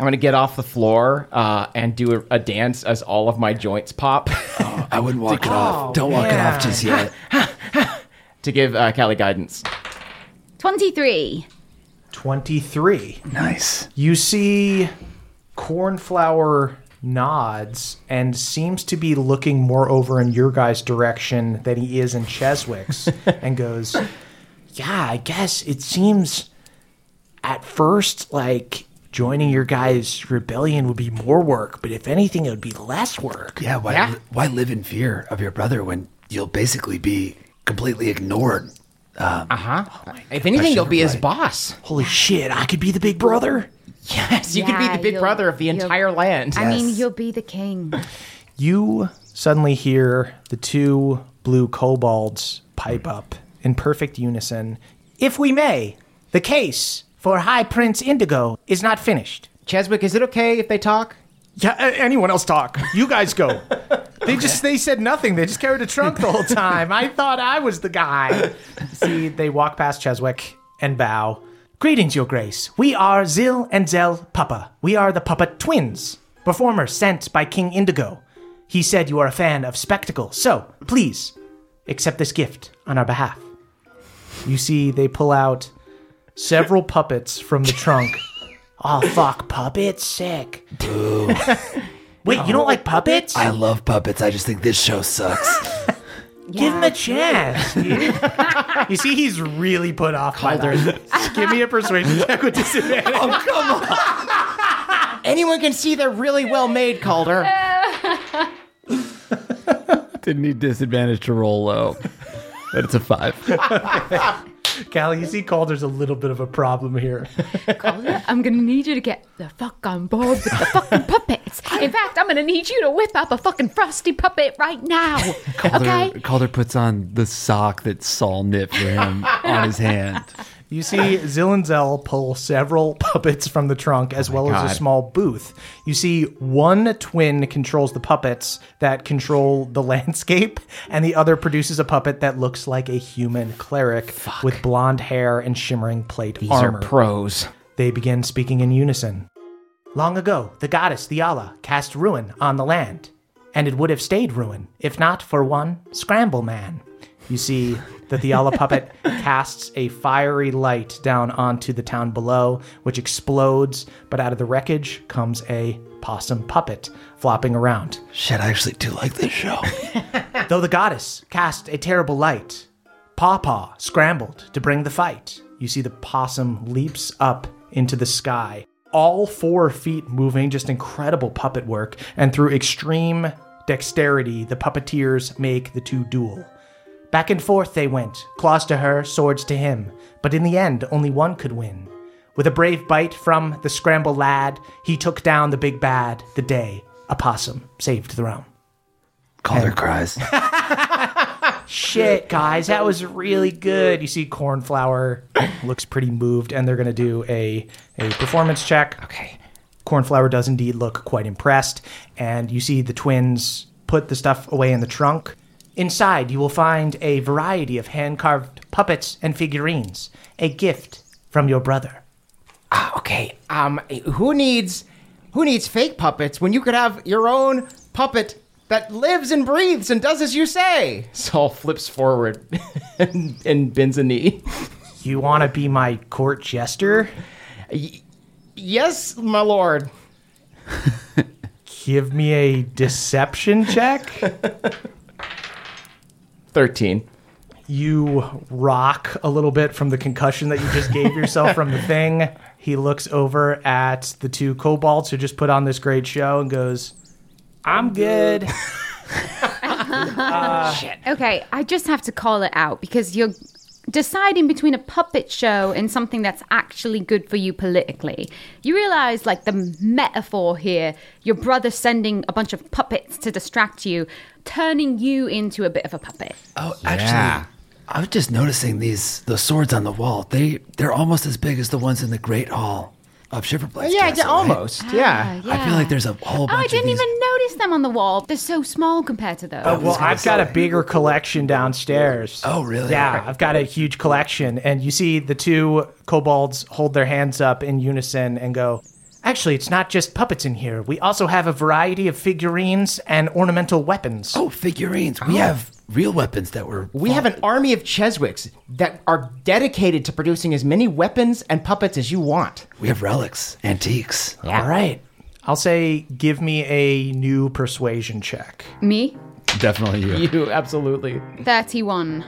Speaker 5: I'm gonna get off the floor uh, and do a, a dance as all of my joints pop
Speaker 7: Oh, I wouldn't walk it
Speaker 2: Oh,
Speaker 7: off. Don't walk it off just yet.
Speaker 5: [laughs] to give uh, Callie guidance.
Speaker 4: 23.
Speaker 2: 23.
Speaker 7: Nice.
Speaker 2: You see Cornflower nods and seems to be looking more over in your guy's direction than he is in Cheswick's and goes, Yeah, I guess it seems at first like joining your guy's rebellion would be more work, but if anything, it would be less work.
Speaker 7: Yeah, why why live in fear of your brother when you'll basically be completely ignored? Um,
Speaker 5: Uh-huh.
Speaker 7: oh
Speaker 5: If anything, you'll be his boss.
Speaker 2: Holy shit, I could be the big brother.
Speaker 5: Yes, you could
Speaker 4: Yeah,
Speaker 5: be the big
Speaker 4: you'll-
Speaker 5: brother of the
Speaker 4: you'll-
Speaker 5: entire land.
Speaker 4: I mean, you'll be the king. [gasps]
Speaker 2: You suddenly hear the two blue kobolds pipe up in perfect unison. If we may, the case for High Prince Indigo is not finished.
Speaker 5: Cheswick, is it okay if they talk?
Speaker 2: Yeah, a- anyone else talk. You
Speaker 5: [laughs]
Speaker 2: guys go. They just they said nothing. They just carried a trunk the whole time. I thought I was the guy. See, they walk past Cheswick and bow. Greetings, Your Grace. We are Zil and Zel Papa. We are the Papa twins, performers sent by King Indigo. He said you are a fan of spectacle, so please accept this gift on our behalf. You see, they pull out several puppets from the trunk. [laughs] Oh fuck, puppets, sick. Oh. Wait, you don't like puppets?
Speaker 7: I love [laughs] puppets. I just think this show
Speaker 5: [laughs]
Speaker 7: sucks.
Speaker 2: Give him a chance. [laughs] dude. you see, he's really put off by that. Give me a persuasion [laughs] check with
Speaker 4: [laughs]
Speaker 2: disadvantage.
Speaker 4: Oh,
Speaker 5: Anyone can see they're really well made, Calder.
Speaker 6: Didn't need disadvantage to roll low. But it's
Speaker 10: [laughs]
Speaker 6: a five.
Speaker 2: Callie, you see Calder's a little bit of a problem here.
Speaker 10: I'm gonna need you to get the fuck on board with the fucking puppets.
Speaker 4: In fact, I'm going to need you to whip up a fucking frosty puppet right now. Okay?
Speaker 6: Calder puts on the sock that Saul knit
Speaker 10: [laughs]
Speaker 6: for him on his hand.
Speaker 2: You see Zilinzel pull several [laughs] puppets from the trunk
Speaker 5: Oh
Speaker 2: as well as a small booth. You see one twin controls the puppets that control the [laughs] landscape, and the other produces a puppet that looks like a human cleric with blonde hair and shimmering plate
Speaker 5: These
Speaker 2: armor.
Speaker 5: are pros.
Speaker 2: They began speaking in unison. Long ago, the goddess Theala cast ruin on the land. and it would have stayed ruin if not for one scramble man. You see that the Yala puppet casts a fiery light down onto the town below, which explodes, but out of the wreckage comes a possum puppet flopping around.
Speaker 7: Shit, I actually do like this show.
Speaker 2: [laughs] Though the goddess cast a terrible light, Pawpaw scrambled to bring the fight. You see the possum leaps up into the sky, all four feet moving, just incredible puppet work, and through extreme dexterity, the puppeteers make the two duel. Back and forth they went, claws to her, swords to him, but in the end, only one could win. With a brave bite from the scramble lad, he took down the big bad the day a possum saved the realm.
Speaker 7: Calder
Speaker 5: [laughs]
Speaker 7: cries.
Speaker 2: Shit, guys, that was really good. You see, Cornflower [coughs] looks pretty moved, and they're gonna do a a performance check. Okay. Cornflower does indeed look quite impressed, and you see the twins put the stuff away in the trunk. Inside, you will find a variety of hand carved puppets and figurines, a gift from your brother.
Speaker 8: Okay, um, who needs who needs fake puppets when you could have your own puppet that lives [laughs] and breathes and does as you say?
Speaker 4: [laughs]
Speaker 5: Saul flips
Speaker 8: [laughs]
Speaker 5: forward and, and bends a knee.
Speaker 2: You want to be my court jester?
Speaker 8: Yes, my lord.
Speaker 2: Give me a deception check.
Speaker 5: 13.
Speaker 2: you rock a little bit from the concussion that you just gave yourself from the thing. He looks over at the two kobolds who just put on this great show and goes, I'm good.
Speaker 4: [laughs]
Speaker 2: [laughs]
Speaker 4: Okay, I just have to call it out because you're deciding between a puppet show and something that's actually good for you politically. You realize, like, the metaphor here your brother sending a bunch of puppets to distract you, turning you into a bit of a puppet.
Speaker 7: Oh, actually, I was just noticing these the swords on the wall. They they're almost as big as the ones in the Great Hall of Shiverblades.
Speaker 8: Yeah,
Speaker 7: Castle, right?
Speaker 8: almost. Yeah.
Speaker 7: I feel like there's a whole bunch
Speaker 4: Ah, Oh, I
Speaker 7: of
Speaker 4: didn't
Speaker 7: these-
Speaker 4: even notice them on the wall. They're so small compared to those.
Speaker 2: Oh, well, I've got a bigger collection downstairs.
Speaker 7: Oh, really?
Speaker 2: Yeah, I've got a huge collection. And you see the two kobolds hold their hands up in unison and go, Actually, it's not just puppets in here. We also have a variety of figurines and ornamental weapons.
Speaker 7: Oh, figurines. We have real weapons that were
Speaker 8: We have an army of Cheswicks that are dedicated to producing as many weapons and puppets as you want.
Speaker 7: we have relics, antiques.
Speaker 2: All right. I'll say, give me a new persuasion check.
Speaker 4: Me?
Speaker 6: Definitely you. Oh.
Speaker 5: You absolutely.
Speaker 4: 31.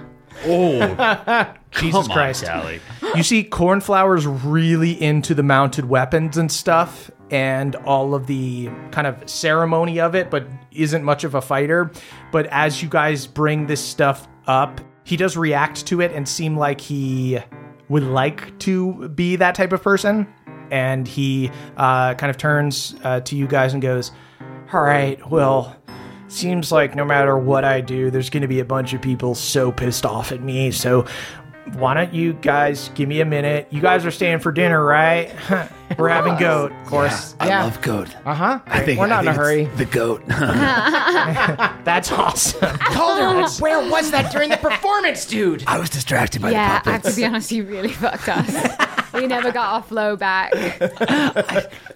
Speaker 2: Oh. [laughs] Jesus Christ. you see, Cornflower's really into the mounted weapons and stuff and all of the kind of ceremony of it, but isn't much of a fighter. But as you guys bring this stuff up, he does react to it and seem like he would like to be that type of person. And he uh, kind of turns uh, to you guys and goes, All right, well, seems like no matter what I do, there's going to be a bunch of people so pissed off at me. So why don't you guys give me a minute? You guys are staying for dinner, right? [laughs]
Speaker 7: [laughs]
Speaker 2: We're having goat, of course. Uh-huh.
Speaker 7: I
Speaker 8: Yeah.
Speaker 7: love goat.
Speaker 8: Uh huh.
Speaker 7: I think
Speaker 8: We're not
Speaker 7: I think
Speaker 8: in a hurry.
Speaker 7: it's The goat. [laughs]
Speaker 8: [laughs]
Speaker 2: That's awesome.
Speaker 8: Calder, where
Speaker 4: [laughs]
Speaker 8: was that during the performance, dude?
Speaker 7: I was distracted by
Speaker 4: Yeah,
Speaker 7: the
Speaker 4: I have to
Speaker 7: puppets.
Speaker 4: be honest, you really fucked us. we never got our flow
Speaker 2: [laughs]
Speaker 4: back.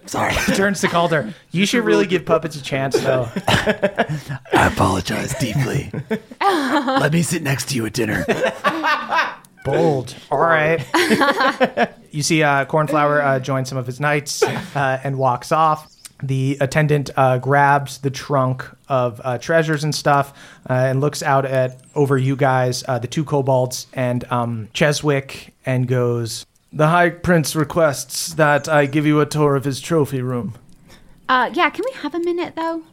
Speaker 7: Sorry.
Speaker 2: Turns to Calder. You should really give puppets a chance, though.
Speaker 7: I apologize deeply. Let me sit next to you at dinner.
Speaker 2: Bold. All right. [laughs] you see, uh, Cornflower uh, joins some of his knights uh, and walks off. The attendant uh, grabs the trunk of uh, treasures and stuff uh, and looks out at over you guys, uh, the two kobolds and um, Cheswick, and goes, The High Prince requests that I give you a tour of his trophy room.
Speaker 4: Uh, yeah, can we have a minute, though?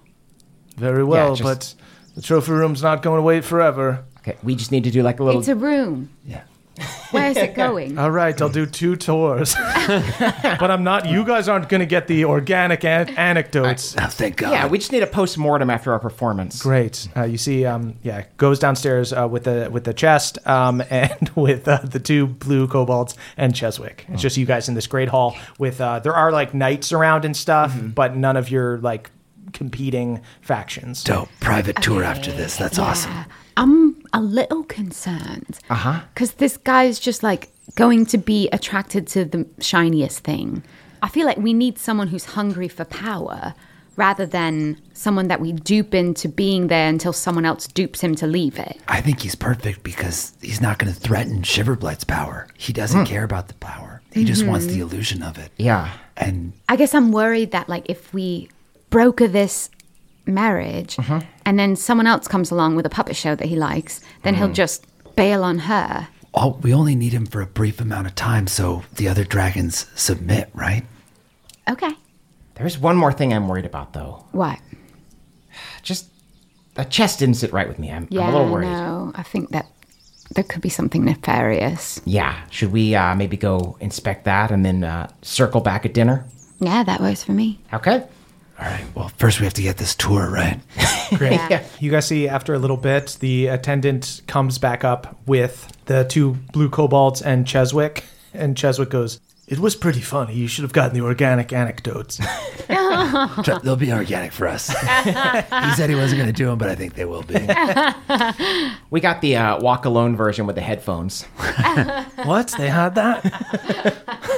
Speaker 2: Very well,
Speaker 8: just-
Speaker 2: but the trophy room's not going to wait forever.
Speaker 8: Okay, we just need to do like a little.
Speaker 4: It's a room. Yeah. Where is
Speaker 7: [laughs]
Speaker 4: it going?
Speaker 2: All right, I'll do two
Speaker 8: [laughs]
Speaker 2: tours. but I'm not, you guys aren't going to get the organic an- anecdotes.
Speaker 7: Oh, thank God.
Speaker 8: yeah, we just need a post mortem after our performance.
Speaker 2: Great. Uh, you see, um, yeah, goes downstairs uh, with the with the chest um, [laughs] and with uh, the two blue kobolds and Cheswick. It's just you guys in this great hall with, uh, there are like knights around and stuff,
Speaker 7: Mm-hmm.
Speaker 2: but none of your like competing factions.
Speaker 7: Dope. Private tour after this. That's awesome. Uh-huh.
Speaker 4: I'm a little concerned. Uh huh. Because this guy's just like going to be attracted to the shiniest thing. I feel like we need someone who's hungry for power, rather than someone that we dupe into being there until someone else dupes him to leave it.
Speaker 7: I think he's perfect because he's not going to threaten Shiverblight's power. He doesn't care about the power. He just wants the illusion of it.
Speaker 8: Hmm. Yeah.
Speaker 7: And
Speaker 4: Mm-hmm. I guess I'm worried that like if we broker this marriage
Speaker 7: Uh-huh.
Speaker 8: Mm-hmm.
Speaker 4: and then someone else comes along with a puppet show that he likes, then
Speaker 7: Mm.
Speaker 4: he'll just bail on her.
Speaker 7: all, we only need him for a brief amount of time so the other dragons submit, right?
Speaker 4: Okay.
Speaker 8: There's one more thing I'm worried about, though.
Speaker 4: What?
Speaker 8: Just the chest didn't sit right with me. I'm, I'm a little worried.
Speaker 4: No, I think that there could be something nefarious.
Speaker 8: Yeah. Should we uh, maybe go inspect that and then uh, circle back at dinner?
Speaker 4: Yeah, that works for
Speaker 5: [laughs]
Speaker 4: me. [laughs]
Speaker 8: Okay.
Speaker 7: All right. Well, first we have to get this tour right. [laughs]
Speaker 2: Great. [laughs] You guys see after a little bit, the attendant comes back up with the two blue kobolds and Cheswick. And Cheswick goes, It was pretty funny. You should have gotten the
Speaker 7: [laughs]
Speaker 2: organic anecdotes.
Speaker 7: Tr- They'll be organic for us. he said he wasn't going to do them, but I think they will be.
Speaker 8: [laughs] We got the uh, walk alone version with
Speaker 7: [laughs]
Speaker 8: the headphones.
Speaker 2: what? They had that?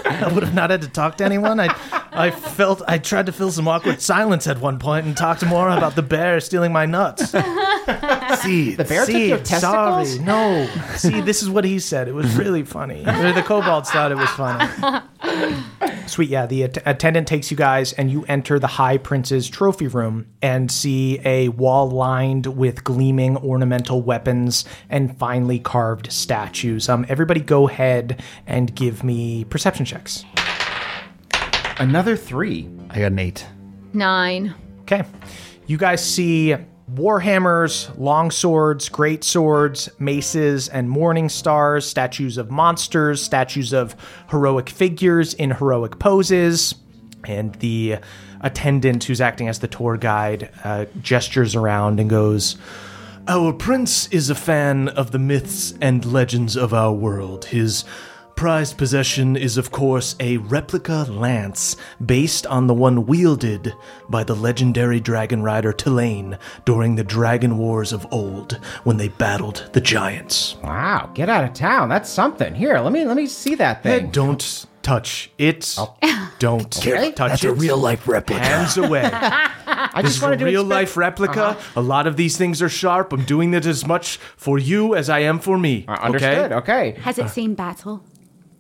Speaker 2: I would have not had to talk to anyone. I, I felt I tried to fill some awkward silence at one point and talked more about the bear stealing
Speaker 7: [laughs]
Speaker 2: my nuts.
Speaker 7: Seeds. The
Speaker 8: Bear took your testicles?
Speaker 2: sorry, no. See, this is what he said. It was really funny. Or the kobolds thought it was funny. Sweet, yeah. The att- attendant takes you guys, and you enter the High Prince's trophy room and see a wall lined with gleaming ornamental weapons and finely carved statues. Um, everybody, go ahead and give me perception checks.
Speaker 5: Another three. I got an eight.
Speaker 10: Nine.
Speaker 2: Okay. You guys see warhammers, long swords, great swords, maces, and morning stars, statues of monsters, statues of heroic figures in heroic poses. And the attendant who's acting as the tour guide uh, gestures around and goes, Our prince is a fan of the myths and legends of our world. His prized possession is, of course, a replica lance based on the one wielded by the legendary dragon rider Tulane during the Dragon Wars of old when they battled the giants.
Speaker 8: Wow, get out of town. That's something. Here, let me let me see that thing. Oh.
Speaker 2: Don't touch it.
Speaker 7: [laughs]
Speaker 2: [laughs] Don't touch
Speaker 7: That's
Speaker 2: it.
Speaker 7: a real life replica. [laughs]
Speaker 2: Hands away.
Speaker 8: I
Speaker 2: This
Speaker 8: just
Speaker 2: is a
Speaker 8: wanted to
Speaker 2: real
Speaker 8: inspect-
Speaker 2: life replica. A
Speaker 8: Uh-huh.
Speaker 2: lot of these things are sharp. I'm doing it as much for you as I am for me.
Speaker 8: Uh, understood.
Speaker 2: Okay?
Speaker 8: Okay.
Speaker 4: Has it seen battle?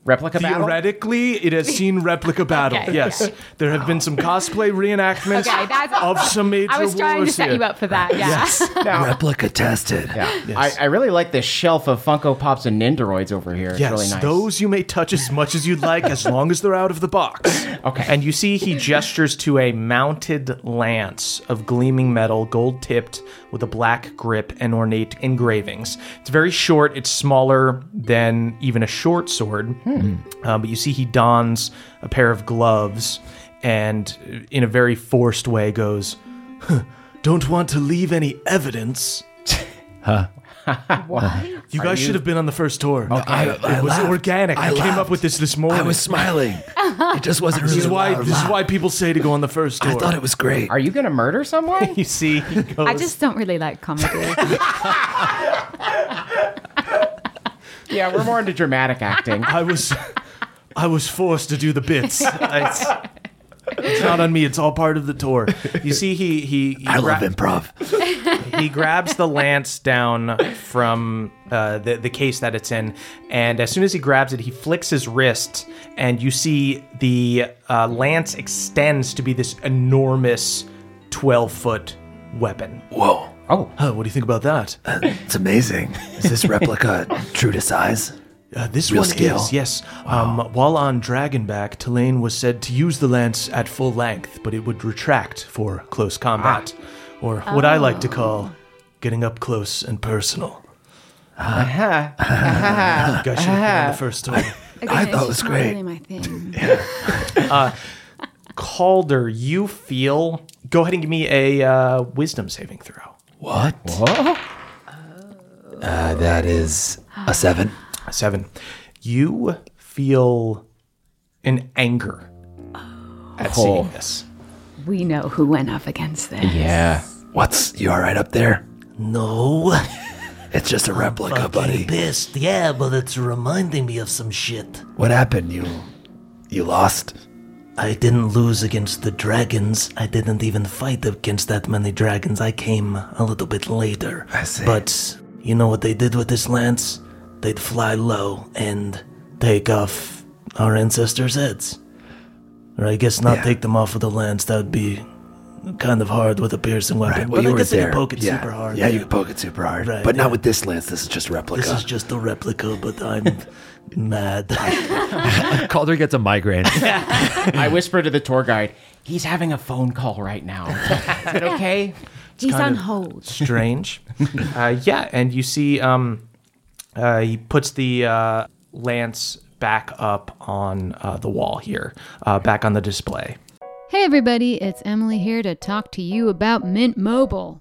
Speaker 8: Replica battle.
Speaker 2: Theoretically, it has
Speaker 4: [laughs]
Speaker 2: seen replica battle.
Speaker 10: Okay.
Speaker 2: Yes, there have been some cosplay reenactments
Speaker 10: Okay, that's-
Speaker 2: of some major
Speaker 10: I was trying to
Speaker 2: wars
Speaker 10: set
Speaker 2: here.
Speaker 10: you up for that. Yeah.
Speaker 4: [laughs]
Speaker 7: replica tested.
Speaker 8: Yeah. I, I really like this shelf of Funko Pops and Nindroids over here. It's
Speaker 2: Yes,
Speaker 8: really nice.
Speaker 2: those you may touch as much as you'd like, as long as they're out of the box.
Speaker 8: Okay.
Speaker 2: And you see, he gestures to a mounted lance of gleaming metal, gold tipped, with a black grip and ornate engravings. It's very short, it's smaller than even a short sword. Um, but you see, he dons a pair of gloves and, uh, in a very forced way, goes, "Huh, Don't want to leave any
Speaker 7: [laughs]
Speaker 2: evidence. huh. You guys should have been on the first tour.
Speaker 7: I, I
Speaker 2: It was
Speaker 7: laughed.
Speaker 2: organic. I, came
Speaker 7: laughed.
Speaker 2: up with this this morning.
Speaker 7: I was smiling. It just wasn't really
Speaker 2: this is why
Speaker 7: loud.
Speaker 2: this is why people say to go on the first tour.
Speaker 7: I thought it was great.
Speaker 8: Are you gonna
Speaker 7: [laughs]
Speaker 8: murder someone?
Speaker 2: you see, he goes,
Speaker 4: [laughs] I just don't really like comedy.
Speaker 8: yeah, we're more
Speaker 2: [laughs]
Speaker 8: into dramatic acting.
Speaker 2: I was I was forced to do
Speaker 4: [laughs]
Speaker 7: [laughs]
Speaker 2: the bits. it's, it's not on me. It's all part of the tour. You see, he he he,
Speaker 7: I love
Speaker 2: gra-
Speaker 7: improv.
Speaker 2: he grabs the lance down from uh, the the case that it's in, and as soon as he grabs it, he flicks his wrist, and you see the uh, lance extends to be this enormous twelve foot weapon.
Speaker 7: Whoa, Uh,
Speaker 2: Huh, what do you think about that?
Speaker 7: it's amazing. Is this
Speaker 8: [laughs]
Speaker 7: replica true to size?
Speaker 2: Uh, this
Speaker 7: Real
Speaker 2: one
Speaker 7: scale?
Speaker 2: is, yes. Um, while on Dragonback, Tulane was said to use the lance at full length, but it would retract for close combat,
Speaker 7: Ah.
Speaker 2: or what I like to call getting up close and personal.
Speaker 7: Uh-huh.
Speaker 2: You guys should have been on the first tour.
Speaker 7: I thought it was great.
Speaker 4: really my thing.
Speaker 2: Uh, Calder, you feel. Go ahead and give me a uh, wisdom saving throw.
Speaker 7: What? Uh, that is a seven.
Speaker 2: Seven. You feel an anger
Speaker 7: Oh.
Speaker 2: at seeing this.
Speaker 4: We know who went up against this.
Speaker 5: Yeah.
Speaker 7: What's you all right up there?
Speaker 12: No.
Speaker 7: [laughs] It's just a replica, buddy.
Speaker 12: Pissed. Yeah, but it's reminding me of some shit.
Speaker 7: What happened? You you lost?
Speaker 12: I didn't lose against the dragons. I didn't even fight against that many dragons. I came a little bit later. I see. But you know what they did with this lance? They'd fly low and take off our ancestors' heads. Or I guess not
Speaker 7: Yeah.
Speaker 12: take them off with the lance. That would be kind of hard with a piercing weapon.
Speaker 7: Right.
Speaker 12: but
Speaker 7: Well, you
Speaker 12: I
Speaker 7: were
Speaker 12: guess
Speaker 7: there.
Speaker 12: I could poke it
Speaker 7: yeah.
Speaker 12: super hard.
Speaker 7: Yeah, you could poke it super hard,
Speaker 12: Right,
Speaker 7: but
Speaker 12: yeah.
Speaker 7: not with this lance. This is just replica.
Speaker 12: This is just a replica, but I'm mad.
Speaker 6: [laughs] Calder gets a migraine.
Speaker 5: [laughs] I whisper to the tour guide, he's having a phone call right now. Is it okay?
Speaker 11: He's
Speaker 2: kind
Speaker 11: on
Speaker 2: of-
Speaker 11: hold.
Speaker 7: [laughs]
Speaker 2: strange. uh, yeah, and you see um, uh, he puts the uh, lance back up on uh, the wall here, uh, back on the display.
Speaker 4: Hey everybody, it's Emily here to talk to you about Mint Mobile.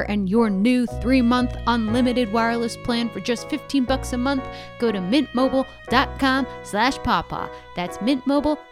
Speaker 4: and your new 3-month unlimited wireless plan for just 15 bucks a month, go to mintmobile.com/pawpaw. That's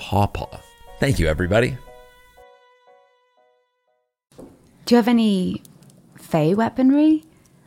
Speaker 6: pawpaw. Thank you, everybody.
Speaker 11: Do you have any fey weaponry?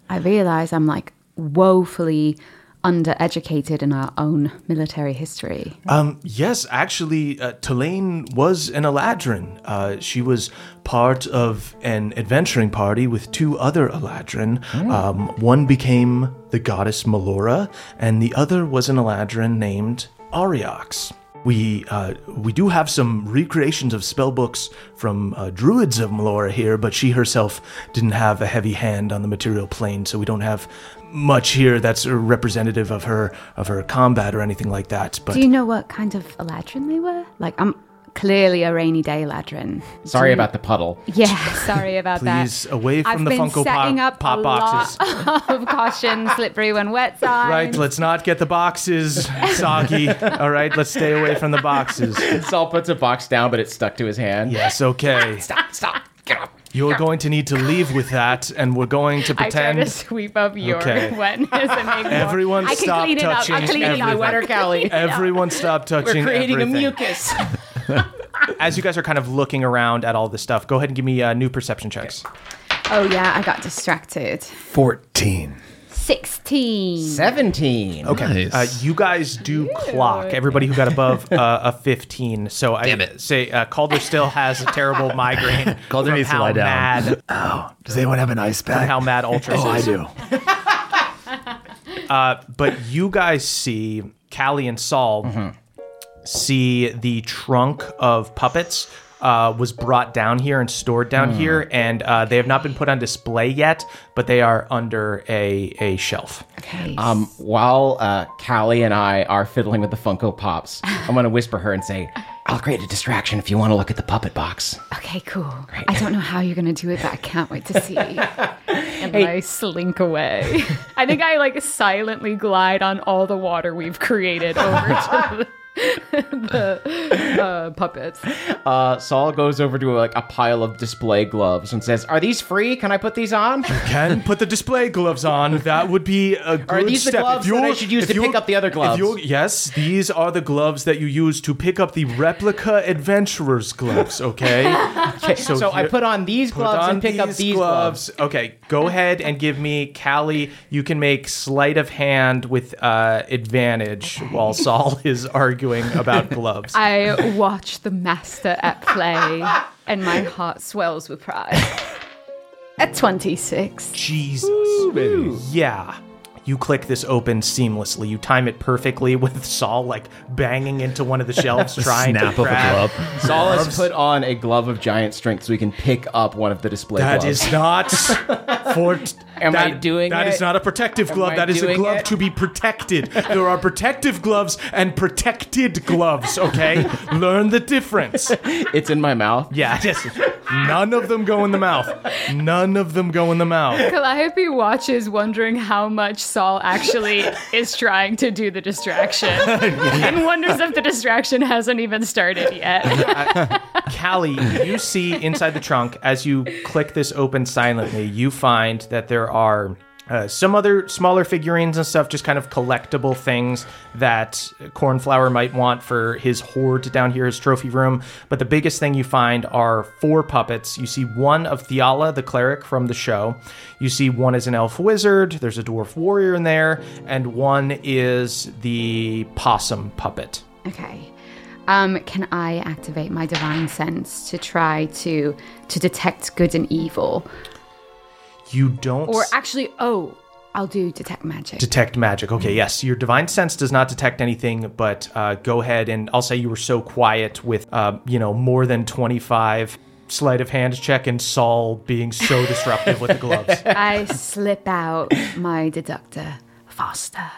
Speaker 11: I realize I'm like woefully undereducated in our own military history.
Speaker 2: Um, yes, actually, uh, Tulane was an Eladrin. Uh, she was part of an adventuring party with two other Eladrin.
Speaker 11: Hmm.
Speaker 2: Um, one became the goddess Melora, and the other was an Eladrin named Ariox. We uh, we do have some recreations of spellbooks from uh, druids of Melora here, but she herself didn't have a heavy hand on the material plane, so we don't have much here that's representative of her of her combat or anything like that. But
Speaker 11: Do you know what kind of Eladrin they were? Like, I'm clearly a rainy day Eladrin.
Speaker 8: Sorry about the puddle.
Speaker 11: [laughs] Yeah, sorry about that.
Speaker 2: Please, away
Speaker 11: I've
Speaker 2: from the
Speaker 11: been
Speaker 2: Funko
Speaker 11: setting
Speaker 2: Pop-
Speaker 11: up
Speaker 2: Pop
Speaker 11: a
Speaker 2: boxes.
Speaker 11: lot
Speaker 2: [laughs]
Speaker 11: of caution, slippery when wet signs.
Speaker 2: Right, let's not get
Speaker 11: [laughs]
Speaker 2: the boxes soggy. All right, let's stay away from the boxes.
Speaker 8: [laughs] Saul puts a box down, but it's stuck to his hand.
Speaker 2: Yes,
Speaker 11: [laughs]
Speaker 2: okay.
Speaker 11: stop, stop, get up.
Speaker 2: You're going to need to leave with that, and we're going to
Speaker 11: I try [laughs] to
Speaker 2: pretend
Speaker 11: sweep up
Speaker 4: [laughs]
Speaker 11: your
Speaker 2: Okay.
Speaker 11: wetness and make more.
Speaker 2: everyone
Speaker 11: I can
Speaker 2: stop
Speaker 11: clean it up.
Speaker 2: touching
Speaker 11: I clean it up.
Speaker 2: everything.
Speaker 11: I clean it up.
Speaker 2: [laughs] Everyone stop touching everything.
Speaker 8: mucus.
Speaker 2: As you guys are kind of looking around at all this stuff, go ahead and give me uh, new perception checks.
Speaker 11: Oh yeah, I got distracted.
Speaker 7: 14.
Speaker 11: Sixteen.
Speaker 5: 17.
Speaker 2: Okay. Uh, you guys do clock. Everybody who
Speaker 7: [laughs]
Speaker 2: got above uh, a 15. So I say uh, Calder still has a
Speaker 7: [laughs]
Speaker 2: terrible migraine.
Speaker 6: Calder
Speaker 2: from
Speaker 6: needs to
Speaker 2: how
Speaker 6: lie down.
Speaker 2: Mad,
Speaker 7: Oh, Does anyone have an ice
Speaker 2: from
Speaker 7: pack?
Speaker 2: how mad Ultra
Speaker 7: oh, I
Speaker 2: is. [laughs] Uh,
Speaker 7: do.
Speaker 2: But you guys see
Speaker 7: Mm-hmm.
Speaker 2: Callie and Saul see the trunk of puppets uh, was brought down here and stored down
Speaker 5: Hmm.
Speaker 2: here, and uh, they have not been put on display [laughs] yet, but they are under a, a shelf.
Speaker 5: Um, while uh, Callie and I are fiddling with the Funko Pops, I'm going to whisper her and say, I'll create a distraction if you want to look at the puppet box.
Speaker 4: Okay, cool. I don't know how you're gonna do it, but I can't wait to
Speaker 2: [laughs]
Speaker 4: see. and I slink away. [laughs] I think I like silently glide on all the water we've created over
Speaker 2: [laughs]
Speaker 4: to the, [laughs] the uh, puppets.
Speaker 5: Uh, Saul goes over to like a pile of display gloves and says, Are these free? Can I put these on?
Speaker 2: Can
Speaker 5: [laughs]
Speaker 2: put the display gloves on. That would be a good
Speaker 5: Are these the
Speaker 2: step. If
Speaker 5: gloves that I
Speaker 2: you're-
Speaker 5: should use
Speaker 2: if
Speaker 5: to
Speaker 2: you're-
Speaker 5: pick up the other
Speaker 2: if
Speaker 5: gloves?
Speaker 2: you're- yes, these are the gloves that you use to pick up the replica adventurer's gloves. Okay.
Speaker 5: [laughs] Okay, so, I
Speaker 2: here-
Speaker 5: put on these
Speaker 2: put
Speaker 5: gloves
Speaker 2: on
Speaker 5: and pick up these gloves.
Speaker 2: Okay, go ahead and give me Callie. You can make sleight of hand with uh, advantage while Saul [laughs] is arguing about gloves.
Speaker 4: I watch the master at play, and my heart swells with pride. At 26.
Speaker 2: Jesus. Yeah. You click this open seamlessly. You time it perfectly with Saul like banging into one of the
Speaker 5: [laughs]
Speaker 2: shelves trying
Speaker 5: Snap
Speaker 2: to
Speaker 5: of a
Speaker 2: grab
Speaker 5: glove. Saul has put on a glove of giant strength so he can pick up one of the display
Speaker 2: That
Speaker 5: gloves. [laughs]
Speaker 2: is not for.
Speaker 5: Am I
Speaker 2: that-
Speaker 5: doing
Speaker 2: That
Speaker 5: it?
Speaker 2: is not a protective
Speaker 5: Am
Speaker 2: glove.
Speaker 5: I
Speaker 2: That is a
Speaker 5: doing
Speaker 2: glove
Speaker 5: it?
Speaker 2: to be protected. there are protective gloves and protected gloves. Okay, learn the difference.
Speaker 5: It's in my mouth.
Speaker 2: Yeah, yes. None of them go in the mouth. None of them go in the mouth.
Speaker 4: [laughs] Calliope watches, wondering how much Saul actually is trying to do the distraction, and wonders if the distraction hasn't even started yet.
Speaker 2: Callie, you see inside the trunk as you click this open silently, you find that there are uh, some other smaller figurines and stuff, just kind of collectible things that Cornflower might want for his hoard down here, his trophy room. But the biggest thing you find are four puppets. You see one of Theala, the cleric from the show. You see one is an elf wizard, there's a dwarf warrior in there, and one is the possum puppet.
Speaker 4: Okay. Um, can I activate my divine sense to try to to detect good and evil,
Speaker 2: You don't
Speaker 4: or actually, oh, I'll do detect magic.
Speaker 2: Detect magic. Okay, yes. Your divine sense does not detect anything, but uh, go ahead and I'll say you were so quiet with, uh, you know, more than 25 sleight of hand check and Saul being so disruptive with the
Speaker 4: [laughs]
Speaker 2: gloves.
Speaker 4: I slip out my deductor. Foster,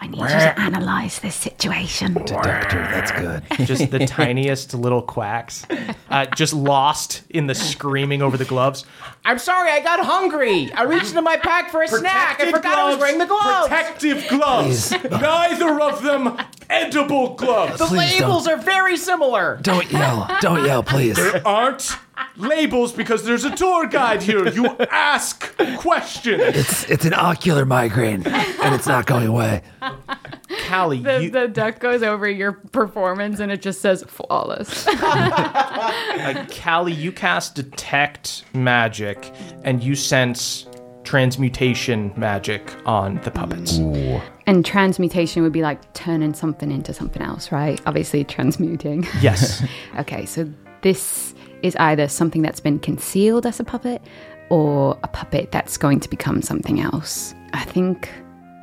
Speaker 4: I need you to analyze this situation.
Speaker 2: Deductor, that's good. Just the tiniest little quacks. Uh, just lost in the screaming over the gloves.
Speaker 8: I'm sorry, I got hungry. I reached into my pack for a snack. I
Speaker 2: Protected
Speaker 8: forgot I was
Speaker 2: gloves.
Speaker 8: wearing the gloves.
Speaker 2: Protective gloves. [laughs] Neither of them edible gloves.
Speaker 8: the labels are very similar.
Speaker 2: Don't yell. Don't yell, please. There [laughs] aren't labels because there's a tour guide here. You ask questions.
Speaker 7: [laughs] It's it's an ocular migraine, and it's not going away.
Speaker 2: Callie,
Speaker 4: The, the duck goes over your performance and it just says flawless. [laughs]
Speaker 2: Uh, Callie, you cast Detect Magic, and you sense transmutation magic on the puppets.
Speaker 4: and transmutation would be like turning something into something else, right? Obviously, transmuting.
Speaker 2: Yes.
Speaker 4: [laughs] okay, so this is either something that's been concealed as a puppet or a puppet that's going to become something else. I
Speaker 2: [laughs]
Speaker 4: think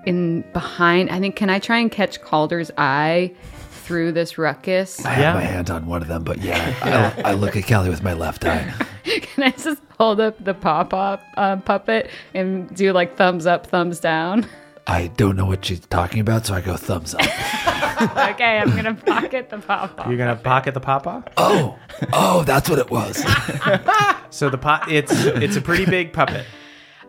Speaker 4: in behind, I think, can I try and catch Calder's eye through this ruckus?
Speaker 7: I have my hand on one of them, but
Speaker 2: [laughs]
Speaker 7: yeah, I, I look at Callie with my left eye.
Speaker 4: [laughs] Can I just hold up the paw pop uh, puppet and do like thumbs up, thumbs down? [laughs]
Speaker 7: I don't know what she's talking about, so I go thumbs up.
Speaker 4: okay, I'm gonna pocket the paw pop.
Speaker 2: You're gonna pocket the papa?
Speaker 7: Oh, oh, that's what it was.
Speaker 2: [laughs] So the pot it's it's a pretty big puppet.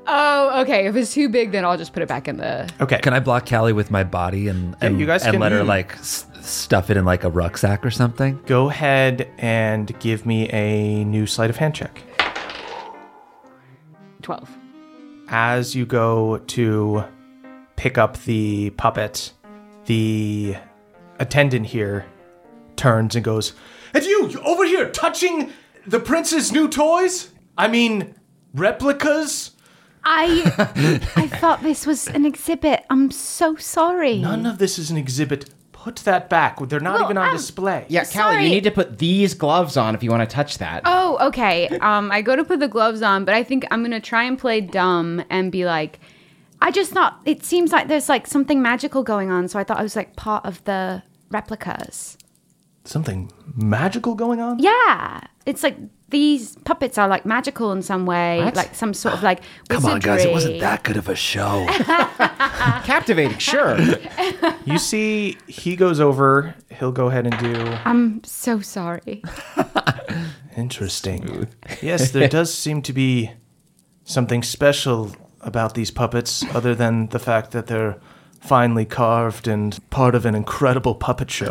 Speaker 4: Oh, okay. If it's too big, then I'll just put it back in the.
Speaker 2: Okay.
Speaker 13: Can I block Callie with my body and and,
Speaker 2: you guys
Speaker 13: and
Speaker 2: can-
Speaker 13: let her like s- stuff it in like a rucksack or something?
Speaker 2: Go ahead and give me a new sleight of hand check.
Speaker 4: 12.
Speaker 2: As you go to pick up the puppet, the attendant here turns and goes, And you, you over here touching the prince's new toys? I mean, replicas?
Speaker 4: I I thought this was an exhibit. I'm so sorry.
Speaker 2: None of this is an exhibit. Put that back. They're not
Speaker 4: Well,
Speaker 2: even on
Speaker 4: um,
Speaker 2: display.
Speaker 5: Yeah, Callie,
Speaker 4: Sorry.
Speaker 5: you need to put these gloves on if you want to touch that.
Speaker 4: Oh, okay. Um, I go to put the gloves on, but I think I'm gonna try and play dumb and be like, I just thought it seems like there's like something magical going on, so I thought I was like part of the replicas.
Speaker 2: something magical going on?
Speaker 4: Yeah, it's like these puppets are like magical in some way,
Speaker 7: What?
Speaker 4: like some sort of like.
Speaker 7: [sighs] Come on, guys. It wasn't
Speaker 4: wizardry.
Speaker 7: that good of a show.
Speaker 8: Captivating, sure.
Speaker 2: you see, he goes over. He'll go ahead and do.
Speaker 4: [laughs] I'm so
Speaker 7: [laughs]
Speaker 4: sorry. [laughs]
Speaker 2: Interesting. Yes,
Speaker 8: [laughs]
Speaker 2: there does seem to be something special about these puppets, other than the fact that they're finely carved and part of an incredible
Speaker 4: [laughs]
Speaker 2: puppet show.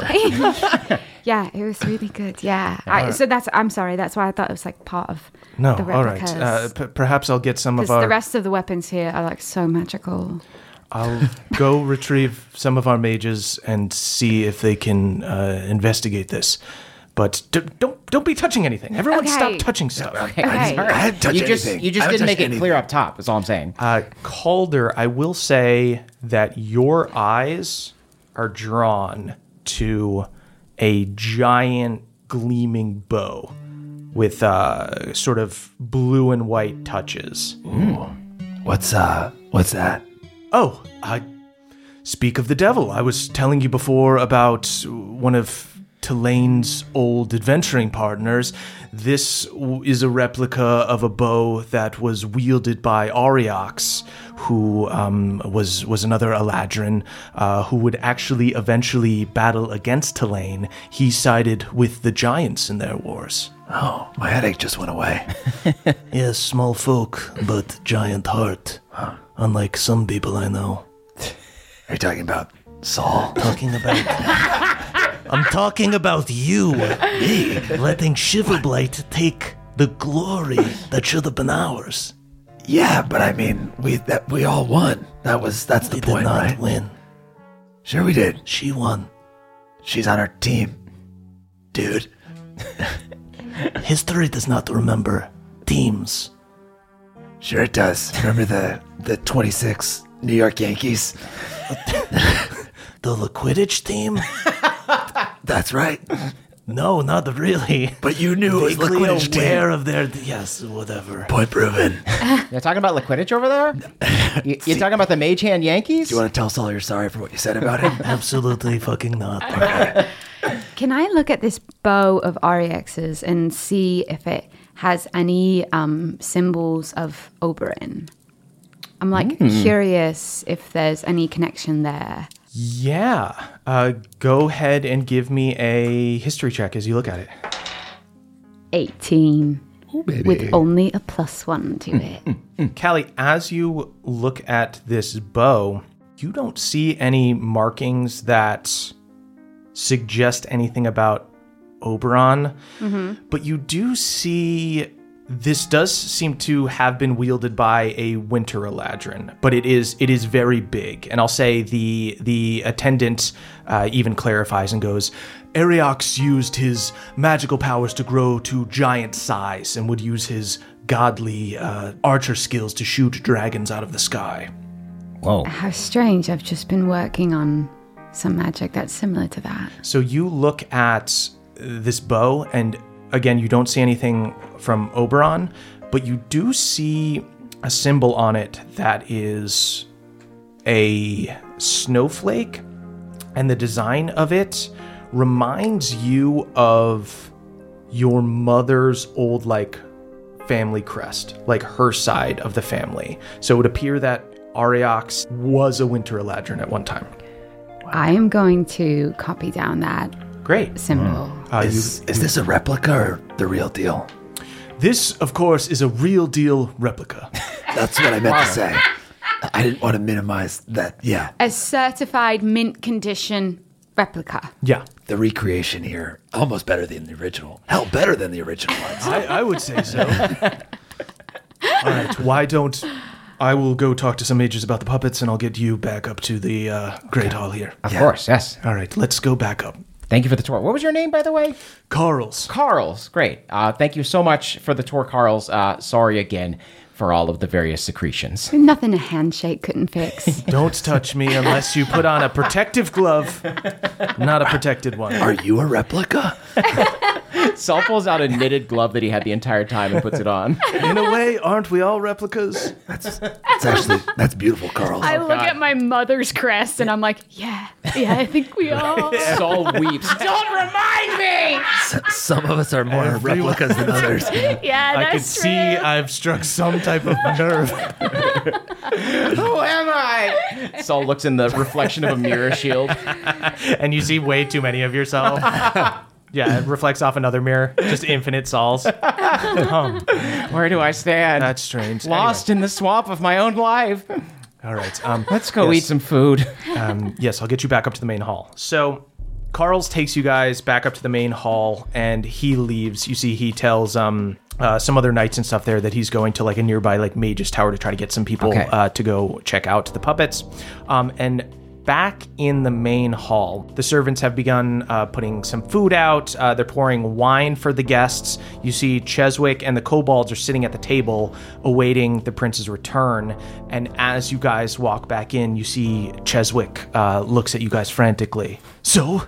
Speaker 4: yeah, it was really good. Yeah, I,
Speaker 2: Alright.
Speaker 4: so that's. I'm sorry. That's why I thought it was like part of.
Speaker 2: No,
Speaker 4: the
Speaker 2: all right.
Speaker 4: replicas.
Speaker 2: Uh, p- perhaps I'll get some of
Speaker 4: Because
Speaker 2: our.
Speaker 4: the rest of the weapons here are like so magical.
Speaker 2: I'll go retrieve some of our mages and see if they can uh, investigate this. But d- don't don't be touching anything. Everyone,
Speaker 8: Okay.
Speaker 2: stop touching stuff.
Speaker 8: Okay. I'm sorry. I didn't touch You just- anything. you just I didn't didn't make touch it anything. clear up top. Is all I'm saying.
Speaker 2: Uh, Calder, I will say that your eyes are drawn to a giant gleaming bow with uh, sort of blue and white touches.
Speaker 8: Hmm.
Speaker 7: What's uh what's that?
Speaker 2: Oh, I speak of the devil. I was telling you before about one of Tulane's old adventuring partners. This w- is a replica of a bow that was wielded by Ariox, who um, was was another Eladrin, uh, who would actually eventually battle against Tulane. He sided with the giants in their wars.
Speaker 7: Oh, my headache just went away.
Speaker 12: [laughs] yes, small folk, but giant heart. Unlike some people I know.
Speaker 7: Are you talking about Saul?
Speaker 12: [laughs] Talking about. I'm talking about
Speaker 7: [laughs]
Speaker 12: you, me, letting Shiverblight take the glory that should have been ours.
Speaker 7: Yeah, but I mean, we that we all won. That was that's the point,
Speaker 12: not
Speaker 7: right?
Speaker 12: win.
Speaker 7: Sure, we did.
Speaker 12: She won.
Speaker 7: She's on our team, dude.
Speaker 12: History does not remember teams.
Speaker 7: Sure, it does. Remember the the twenty six New York Yankees? [laughs]
Speaker 12: The Liquidage team?
Speaker 7: That's right.
Speaker 12: No, not really.
Speaker 7: But you knew it was
Speaker 12: Vaguely
Speaker 7: Liquidage team.
Speaker 12: aware of their yes, whatever.
Speaker 7: Point proven.
Speaker 8: You're talking about Liquidage
Speaker 2: [laughs]
Speaker 8: over there? You, you're talking about the Mage Hand Yankees?
Speaker 7: Do you want to tell Saul you're sorry for what you said about him?
Speaker 12: [laughs] Absolutely fucking not.
Speaker 4: Can I look at this bow of Rex's and see if it has any um, symbols of Oberon? I'm like
Speaker 2: Hmm.
Speaker 4: curious if there's any connection there.
Speaker 2: Yeah. Uh, go ahead and give me a history check as you look at it.
Speaker 4: 18
Speaker 2: Oh, baby. Hmm.
Speaker 4: with only a plus one to it.
Speaker 2: Mm, Callie, as you look at this bow, you don't see any markings that suggest anything about Oberon,
Speaker 8: Mm-hmm.
Speaker 2: but you do see this does seem to have been wielded by a winter eladrin, but it is it is very big, and I'll say the the attendant uh, even clarifies and goes. Ariox used his magical powers to grow to giant size and would use his godly uh, archer skills to shoot dragons out of the sky.
Speaker 5: Whoa.
Speaker 4: How strange. I've just been working on some magic that's similar to that.
Speaker 2: So you look at this bow, and again, you don't see anything from Oberon, but you do see a symbol on it that is a snowflake, and the design of it reminds you of your mother's old, like, family crest, like her side of the family. So it would appear that Ariox was a Winter Eladrin at one time.
Speaker 4: I am going to copy down that
Speaker 2: Great.
Speaker 4: symbol.
Speaker 2: Uh,
Speaker 7: is, is this a replica or the real deal?
Speaker 2: This, of course, is a real deal
Speaker 6: [laughs]
Speaker 2: replica.
Speaker 7: That's what I meant to say. I didn't want to
Speaker 2: [laughs]
Speaker 7: minimize that. Yeah,
Speaker 4: A certified mint condition replica.
Speaker 2: yeah.
Speaker 7: The recreation here almost better than the original. Hell, better than the original ones.
Speaker 2: I, I would
Speaker 7: [laughs]
Speaker 2: say so. All right, why don't I will go talk to some mages about the puppets and I'll get you back up to the uh, Great Hall here.
Speaker 3: Of course, yes.
Speaker 2: All right, let's go back up.
Speaker 3: Thank you for the tour. What was your name, by the way?
Speaker 2: Carl's.
Speaker 3: Carl's. Great. Uh, thank you so much for the tour, Carl's. Uh, sorry again for all of the various
Speaker 2: [laughs]
Speaker 3: secretions.
Speaker 4: Nothing a handshake couldn't fix.
Speaker 2: Don't touch me
Speaker 4: [laughs]
Speaker 2: [laughs] unless you put on a protective glove, not a protected one.
Speaker 5: [laughs]
Speaker 7: Are you a replica?
Speaker 5: Saul pulls out a knitted glove that he had the entire time and puts it on.
Speaker 12: In a way, aren't we all replicas?
Speaker 7: That's it's
Speaker 4: [laughs]
Speaker 7: actually Oh that's beautiful, Carl.
Speaker 11: I look at my mother's crest and I'm like, yeah, yeah, I think we all.
Speaker 5: Saul
Speaker 7: [laughs]
Speaker 5: weeps.
Speaker 11: Don't remind me.
Speaker 13: Some of us are more replicas than others.
Speaker 11: [laughs] Yeah,
Speaker 2: I can
Speaker 11: that's
Speaker 2: see I've struck some type of nerve. [laughs]
Speaker 8: Who am
Speaker 5: [laughs]
Speaker 8: I?
Speaker 5: Saul looks in the reflection of a mirror shield.
Speaker 2: and you see way too many of
Speaker 3: [laughs]
Speaker 2: yourself. yeah, it reflects off another mirror. Just
Speaker 3: [laughs]
Speaker 2: infinite Sauls. Um,
Speaker 5: Where do I stand?
Speaker 2: That's strange.
Speaker 5: Lost in the swamp of my own life.
Speaker 2: All right. Um,
Speaker 5: Let's go
Speaker 2: yes.
Speaker 5: eat some food.
Speaker 2: um, yes, I'll get you back up to the main hall. So, Carl's takes you guys back up to the main hall, and he leaves. You see, he tells um, uh, some other knights and stuff there that he's going to like a nearby like mage's tower to try to get some people
Speaker 14: Okay.
Speaker 2: uh, to go check out the puppets. Um, and back in the main hall, the servants have begun uh, putting some food out. Uh, they're pouring wine for the guests. You see Cheswick and the kobolds are sitting at the table awaiting the prince's return. And as you guys walk back in, you see Cheswick uh, looks at you guys frantically. So,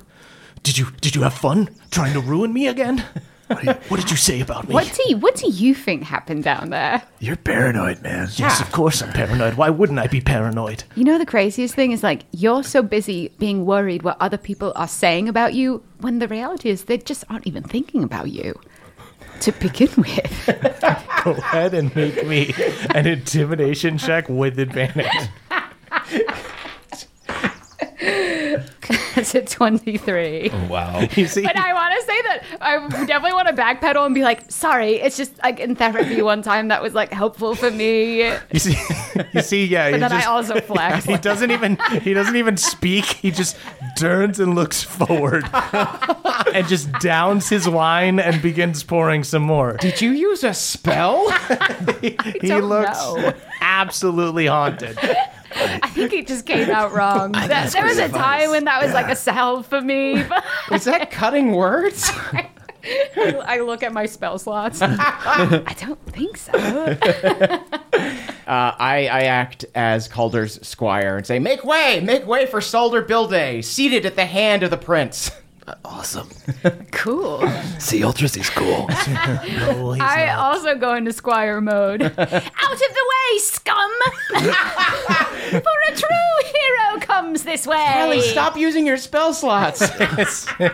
Speaker 2: did you did you have fun trying to ruin me again? What, did- what did you say about me?
Speaker 11: What do you, what do you think happened down there?
Speaker 2: You're paranoid, man. Yes, of course I'm paranoid. Why wouldn't I
Speaker 11: [laughs]
Speaker 2: be paranoid?
Speaker 4: You know the craziest thing is like you're so busy being worried what other people are saying about you when the reality is they just aren't even thinking about you to begin with.
Speaker 2: Go ahead and make me an intimidation check
Speaker 11: [laughs]
Speaker 2: with advantage.
Speaker 11: That's a 23.
Speaker 4: [laughs]
Speaker 2: Oh, Wow. You see,
Speaker 11: But I want to say that I definitely want to backpedal and be like, sorry, it's just like in therapy one time that was like helpful for me.
Speaker 2: you see, [laughs] you see, [laughs] yeah.
Speaker 11: But
Speaker 2: he
Speaker 11: then I
Speaker 2: just-
Speaker 11: also flex.
Speaker 2: He doesn't even he doesn't even speak. He just turns and looks
Speaker 11: [laughs]
Speaker 2: forward, and just downs his wine and begins pouring some more.
Speaker 5: Did you use a spell?
Speaker 2: [laughs] he he
Speaker 11: don't
Speaker 2: looks
Speaker 11: know.
Speaker 2: absolutely haunted. [laughs]
Speaker 11: I think it just came out wrong.
Speaker 2: I
Speaker 11: There,
Speaker 2: guess
Speaker 11: there
Speaker 2: we're
Speaker 11: was a
Speaker 2: survivors.
Speaker 11: time when that was like a salve for me. But
Speaker 5: Is that cutting words?
Speaker 11: [laughs] I look at my spell slots. I don't think so.
Speaker 5: Uh, I, I act as Calder's squire and say,
Speaker 8: Make way, make way for Solder Bilday, seated at the hand of the prince.
Speaker 7: Uh, Awesome.
Speaker 11: Cool.
Speaker 7: [laughs] See, Ultracy's
Speaker 2: [laughs]
Speaker 7: cool.
Speaker 11: I also go into
Speaker 14: [laughs]
Speaker 11: squire mode. Out of the way, scum! For a true hero comes this way.
Speaker 8: Ellie, stop
Speaker 5: using your spell slots.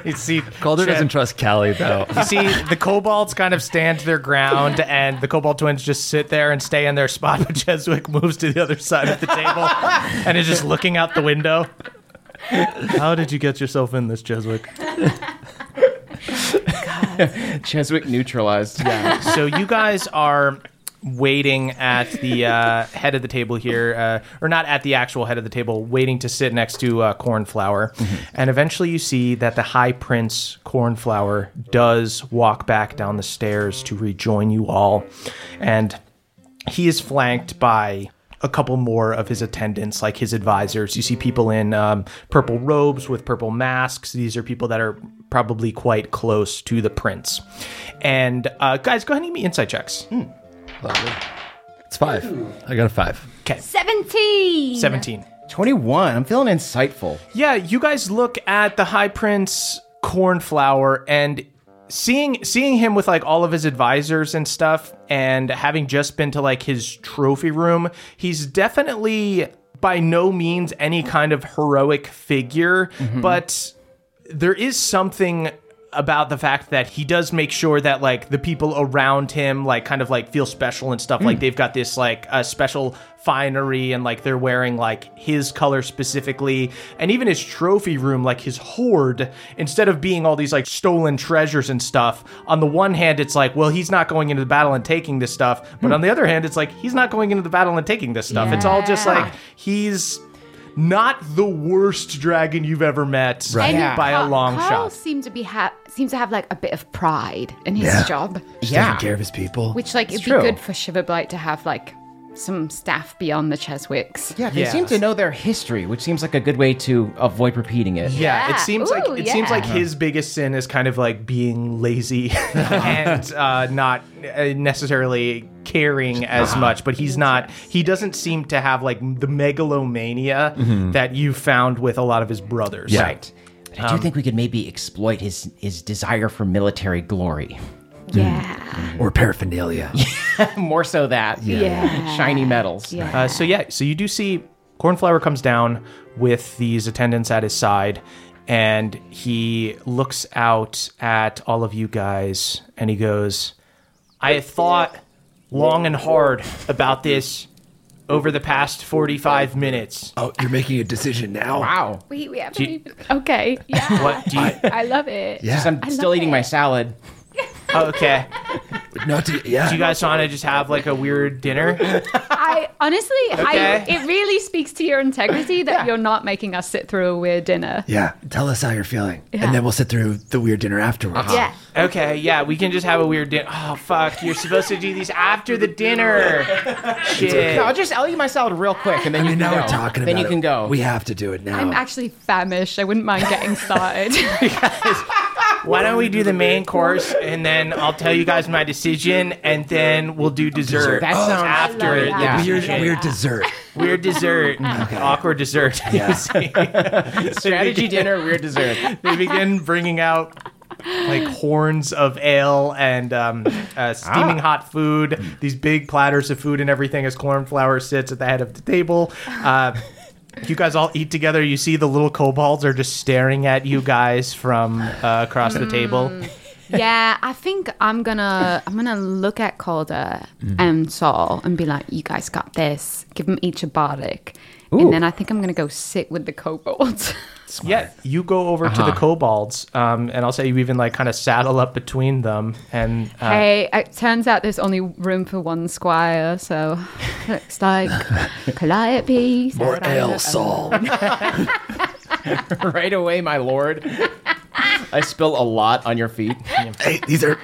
Speaker 2: you see,
Speaker 13: Calder doesn't trust Callie though.
Speaker 2: You see, the kobolds kind of stand
Speaker 11: [laughs]
Speaker 2: their ground, and the kobold twins just sit there and stay in their spot. But Cheswick moves to the other side of the table and is just looking out the window. [laughs] How did you get yourself in this, Cheswick?
Speaker 5: [laughs] Cheswick neutralized.
Speaker 2: Yeah. So you guys are waiting at the uh, head of the table here, uh, or not at the actual head of the table, waiting to sit next to uh, Cornflower. And eventually you see that the High Prince Cornflower does walk back down the stairs to rejoin you all. And he is flanked by a couple more of his attendants, like his advisors. You see people in um, purple robes with purple masks. These are people that are probably quite close to the prince. And uh, guys, go ahead and give me insight checks.
Speaker 13: Hmm. It's five. I got a five.
Speaker 2: Okay.
Speaker 11: 17!
Speaker 2: 17.
Speaker 5: 21. I'm feeling insightful.
Speaker 2: Yeah, you guys look at the High Prince Cornflower and seeing seeing him with like all of his advisors and stuff and having just been to like his trophy room, he's definitely by no means any kind of heroic figure, but there is something about the fact that he does make sure that like the people around him like kind of like feel special and stuff like they've got this like a special finery and like they're wearing like his color specifically and even his trophy room like his hoard instead of being all these like stolen treasures and stuff on the one hand it's like well he's not going into the battle and taking this stuff but on the other hand it's like he's not going into the battle and taking this stuff it's all just
Speaker 11: Yeah.
Speaker 2: like he's not the worst dragon you've ever met
Speaker 4: And
Speaker 2: by
Speaker 4: Carl-
Speaker 2: a long
Speaker 4: Carl
Speaker 2: shot.
Speaker 4: seemed to be ha- seems to have like a bit of pride in his
Speaker 2: Yeah.
Speaker 4: job.
Speaker 7: He's taking care of his people.
Speaker 4: Which like
Speaker 7: It's
Speaker 4: it'd
Speaker 7: true.
Speaker 4: be good for Shiverblight to have like some staff beyond the Cheswicks.
Speaker 5: Yeah, they seem to know their history, which seems like a good way to avoid repeating it.
Speaker 2: Yeah, it seems like
Speaker 4: Ooh,
Speaker 2: it seems
Speaker 4: yeah.
Speaker 2: like his biggest sin is kind of like being lazy [laughs] and uh, not uh, necessarily caring as much. But he's not. He doesn't seem to have like the megalomania
Speaker 5: Mhm.
Speaker 2: that you found with a lot of his brothers.
Speaker 5: Yeah. Right.
Speaker 14: I do
Speaker 2: Um,
Speaker 14: think we could maybe exploit his his desire for military glory.
Speaker 4: Yeah.
Speaker 5: Mm.
Speaker 4: Mm.
Speaker 7: Or
Speaker 14: [laughs]
Speaker 7: paraphernalia.
Speaker 14: More so that.
Speaker 2: Yeah. Yeah.
Speaker 14: Shiny metals.
Speaker 2: Uh, so yeah, so you do see Cornflower comes down with these attendants at his side, and he looks out at all of you guys, and he goes, "I thought long and hard about this over the past forty-five minutes."
Speaker 7: Oh, you're making a decision now.
Speaker 14: Wow.
Speaker 11: We, we haven't
Speaker 2: Do you-
Speaker 11: even. Okay. Yeah.
Speaker 2: What do you?
Speaker 11: I love it.
Speaker 2: Yeah. Just I'm
Speaker 11: I
Speaker 14: still
Speaker 11: love
Speaker 14: eating
Speaker 11: it.
Speaker 14: my salad.
Speaker 2: Oh, okay.
Speaker 7: Not to, yeah.
Speaker 2: Do you guys want to just have like a weird
Speaker 14: [laughs]
Speaker 2: dinner?
Speaker 11: I honestly, I,
Speaker 2: Okay.
Speaker 11: it really speaks to your integrity that you're not making us sit through a weird dinner.
Speaker 7: Yeah. Tell us how you're feeling.
Speaker 11: Yeah. Uh-huh.
Speaker 7: And then we'll sit through the weird dinner afterwards.
Speaker 11: Yeah.
Speaker 2: Okay, yeah, we can just have a weird dinner. Oh fuck, you're supposed to do these after the dinner.
Speaker 14: [laughs]
Speaker 2: Shit.
Speaker 14: No, I'll just I'll eat my salad real quick and then you
Speaker 7: Now
Speaker 14: can go.
Speaker 7: we're talking about
Speaker 14: Then you can
Speaker 7: it.
Speaker 14: go.
Speaker 7: We have to do it now.
Speaker 11: I'm actually famished. I wouldn't mind getting started.
Speaker 14: [laughs]
Speaker 2: Why don't we do the main course and then I'll tell you guys my decision and then we'll do dessert.
Speaker 7: That sounds-
Speaker 2: after it.
Speaker 7: Like
Speaker 2: Yeah.
Speaker 7: Weird,
Speaker 2: Shit.
Speaker 7: weird dessert.
Speaker 2: Weird
Speaker 7: [laughs]
Speaker 2: dessert. Awkward dessert. [laughs]
Speaker 7: Yeah.
Speaker 2: Strategy
Speaker 14: dinner, weird dessert.
Speaker 2: [laughs] They begin bringing out like horns of ale and um, uh, steaming hot food, these big platters of food and everything as cornflower sits at the head of the table. Uh, you guys all eat together. You see the little kobolds are just staring at you guys from uh, across the table.
Speaker 4: Mm. yeah, I think I'm gonna I'm gonna look at Calder and Saul and be like, "You guys got this." Give them each a bardic,
Speaker 2: Ooh.
Speaker 4: and then I think I'm gonna go sit with the kobolds. [laughs]
Speaker 2: Yeah, you go over to
Speaker 4: Uh-huh.
Speaker 2: the kobolds, um, and I'll say you even like kind of saddle up between them. And uh,
Speaker 4: hey, it turns out there's only room for one squire, so [laughs] looks like Calliope.
Speaker 7: More ale, Saul.
Speaker 14: [laughs]
Speaker 4: [laughs]
Speaker 14: right away, my lord.
Speaker 7: [laughs]
Speaker 14: I spill a lot on your feet.
Speaker 7: Hey, these are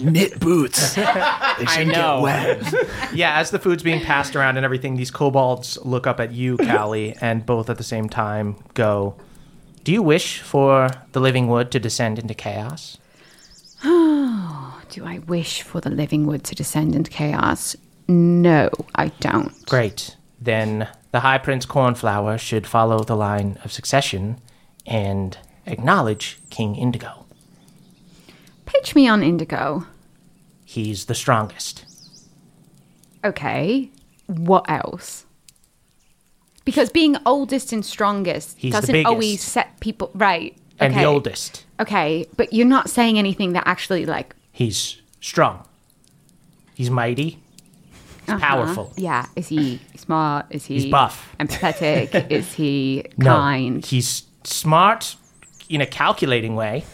Speaker 7: knit
Speaker 2: [laughs]
Speaker 7: boots. They
Speaker 2: I
Speaker 7: shouldn't
Speaker 2: know.
Speaker 7: get wet.
Speaker 2: [laughs] yeah, as the food's being passed around and everything, these kobolds look up at [laughs] you, Callie, and both at the same time go, Do you wish for the living wood to descend into chaos?
Speaker 4: [sighs] Do I wish for the living wood to descend into chaos? No, I don't.
Speaker 2: Great. Then the High Prince Cornflower should follow the line of succession and acknowledge King Indigo.
Speaker 4: Pitch me on Indigo.
Speaker 2: He's the strongest.
Speaker 4: Okay. What else? Because being oldest and strongest
Speaker 2: He's the
Speaker 4: doesn't
Speaker 2: biggest.
Speaker 4: always set people right.
Speaker 2: And
Speaker 4: okay.
Speaker 2: the oldest.
Speaker 4: Okay, but you're not saying anything that actually like
Speaker 2: He's strong. He's mighty. He's
Speaker 4: uh-huh.
Speaker 2: powerful.
Speaker 4: Yeah, is he smart? Is he
Speaker 2: He's buff. [laughs]
Speaker 4: Empathetic? is he
Speaker 2: No,
Speaker 4: kind?
Speaker 2: he's smart in a calculating way.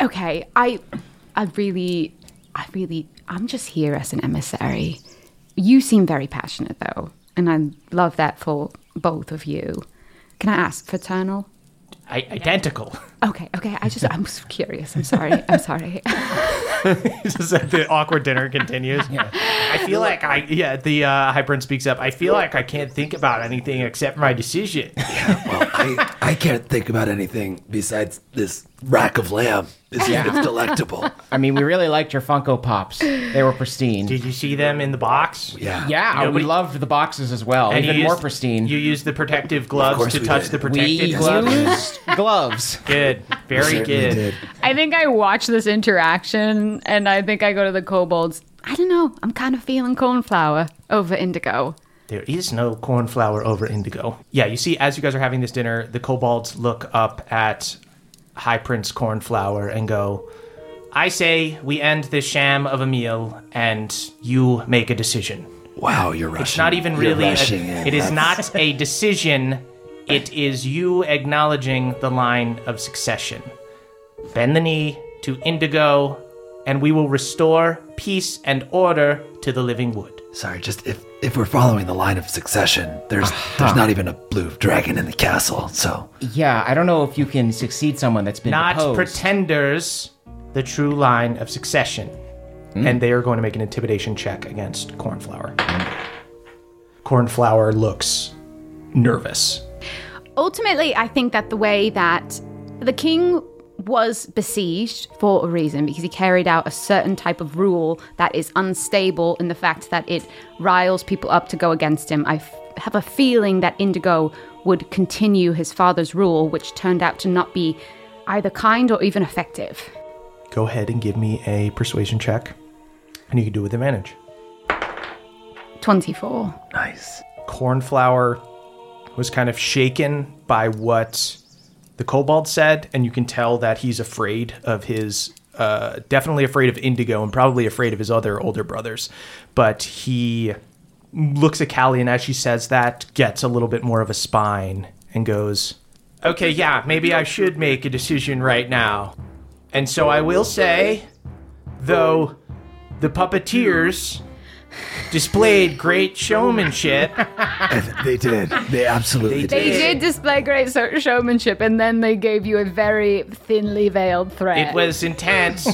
Speaker 4: Okay, I, I really, I really, I'm just here as an emissary. You seem very passionate though, and I love that for both of you. Can I ask fraternal?
Speaker 2: I- identical. [laughs]
Speaker 4: Okay, okay. I just, I'm so curious. I'm sorry. I'm sorry.
Speaker 2: This is like the awkward
Speaker 4: [laughs]
Speaker 2: dinner continues. I feel like I yeah the uh, High Prince speaks up. I feel like I can't think about anything except my decision.
Speaker 7: I, I can't think about anything besides this rack of lamb. It's,
Speaker 2: [laughs]
Speaker 7: it's delectable.
Speaker 14: I mean, we really liked your Funko Pops. They were pristine. Did
Speaker 2: you see them in the box?
Speaker 7: Yeah.
Speaker 14: Yeah,
Speaker 2: Nobody-
Speaker 14: we loved the boxes as well.
Speaker 2: And you
Speaker 14: Even more
Speaker 2: used-
Speaker 14: pristine.
Speaker 2: You used the protective gloves
Speaker 14: course
Speaker 2: to
Speaker 14: we
Speaker 2: touch
Speaker 14: did.
Speaker 2: the protected
Speaker 14: We
Speaker 2: gloves.
Speaker 14: used gloves.
Speaker 2: Good, very good.
Speaker 11: I think I watch this interaction and I think I go to the kobolds.
Speaker 4: I don't know. I'm kind of feeling cornflower over indigo.
Speaker 2: There is no cornflower over indigo. Yeah, you see, as you guys are having this dinner, the kobolds look up at High Prince Cornflower and go, I say we end this sham of a meal and you make a decision.
Speaker 7: Wow, you're rushing.
Speaker 2: It's not even
Speaker 7: You're
Speaker 2: really. A,
Speaker 7: rushing in.
Speaker 2: it is
Speaker 7: That's-
Speaker 2: not a decision. It is you acknowledging the line of succession. Bend the knee to Indigo, and we will restore peace and order to the living wood.
Speaker 7: Sorry, just if if we're following the line of succession, there's there's not even a blue dragon in the castle. So
Speaker 14: Yeah, I don't know if you can succeed someone that's been
Speaker 2: Not
Speaker 14: deposed.
Speaker 2: pretenders, the true line of succession. And they are going to make an intimidation check against Cornflower. Cornflower looks nervous.
Speaker 4: Ultimately, I think that the way that the king was besieged for a reason because he carried out a certain type of rule that is unstable in the fact that it riles people up to go against him. I f- have a feeling that Indigo would continue his father's rule, which turned out to not be either kind or even effective.
Speaker 2: Go ahead and give me a persuasion check, and you can do it with advantage.
Speaker 4: 24.
Speaker 2: Nice. Cornflower was kind of shaken by what the kobold said, and you can tell that he's afraid of his, uh, definitely afraid of Indigo and probably afraid of his other older brothers. But he looks at Callie, and as she says that, gets a little bit more of a spine and goes, Okay, yeah, maybe I should make a decision right now. And so I will say, though the puppeteers displayed great showmanship.
Speaker 7: [laughs] they did. They absolutely
Speaker 11: They did display great so- showmanship, and then they gave you a very thinly veiled threat.
Speaker 2: It
Speaker 7: [laughs]
Speaker 2: was intense.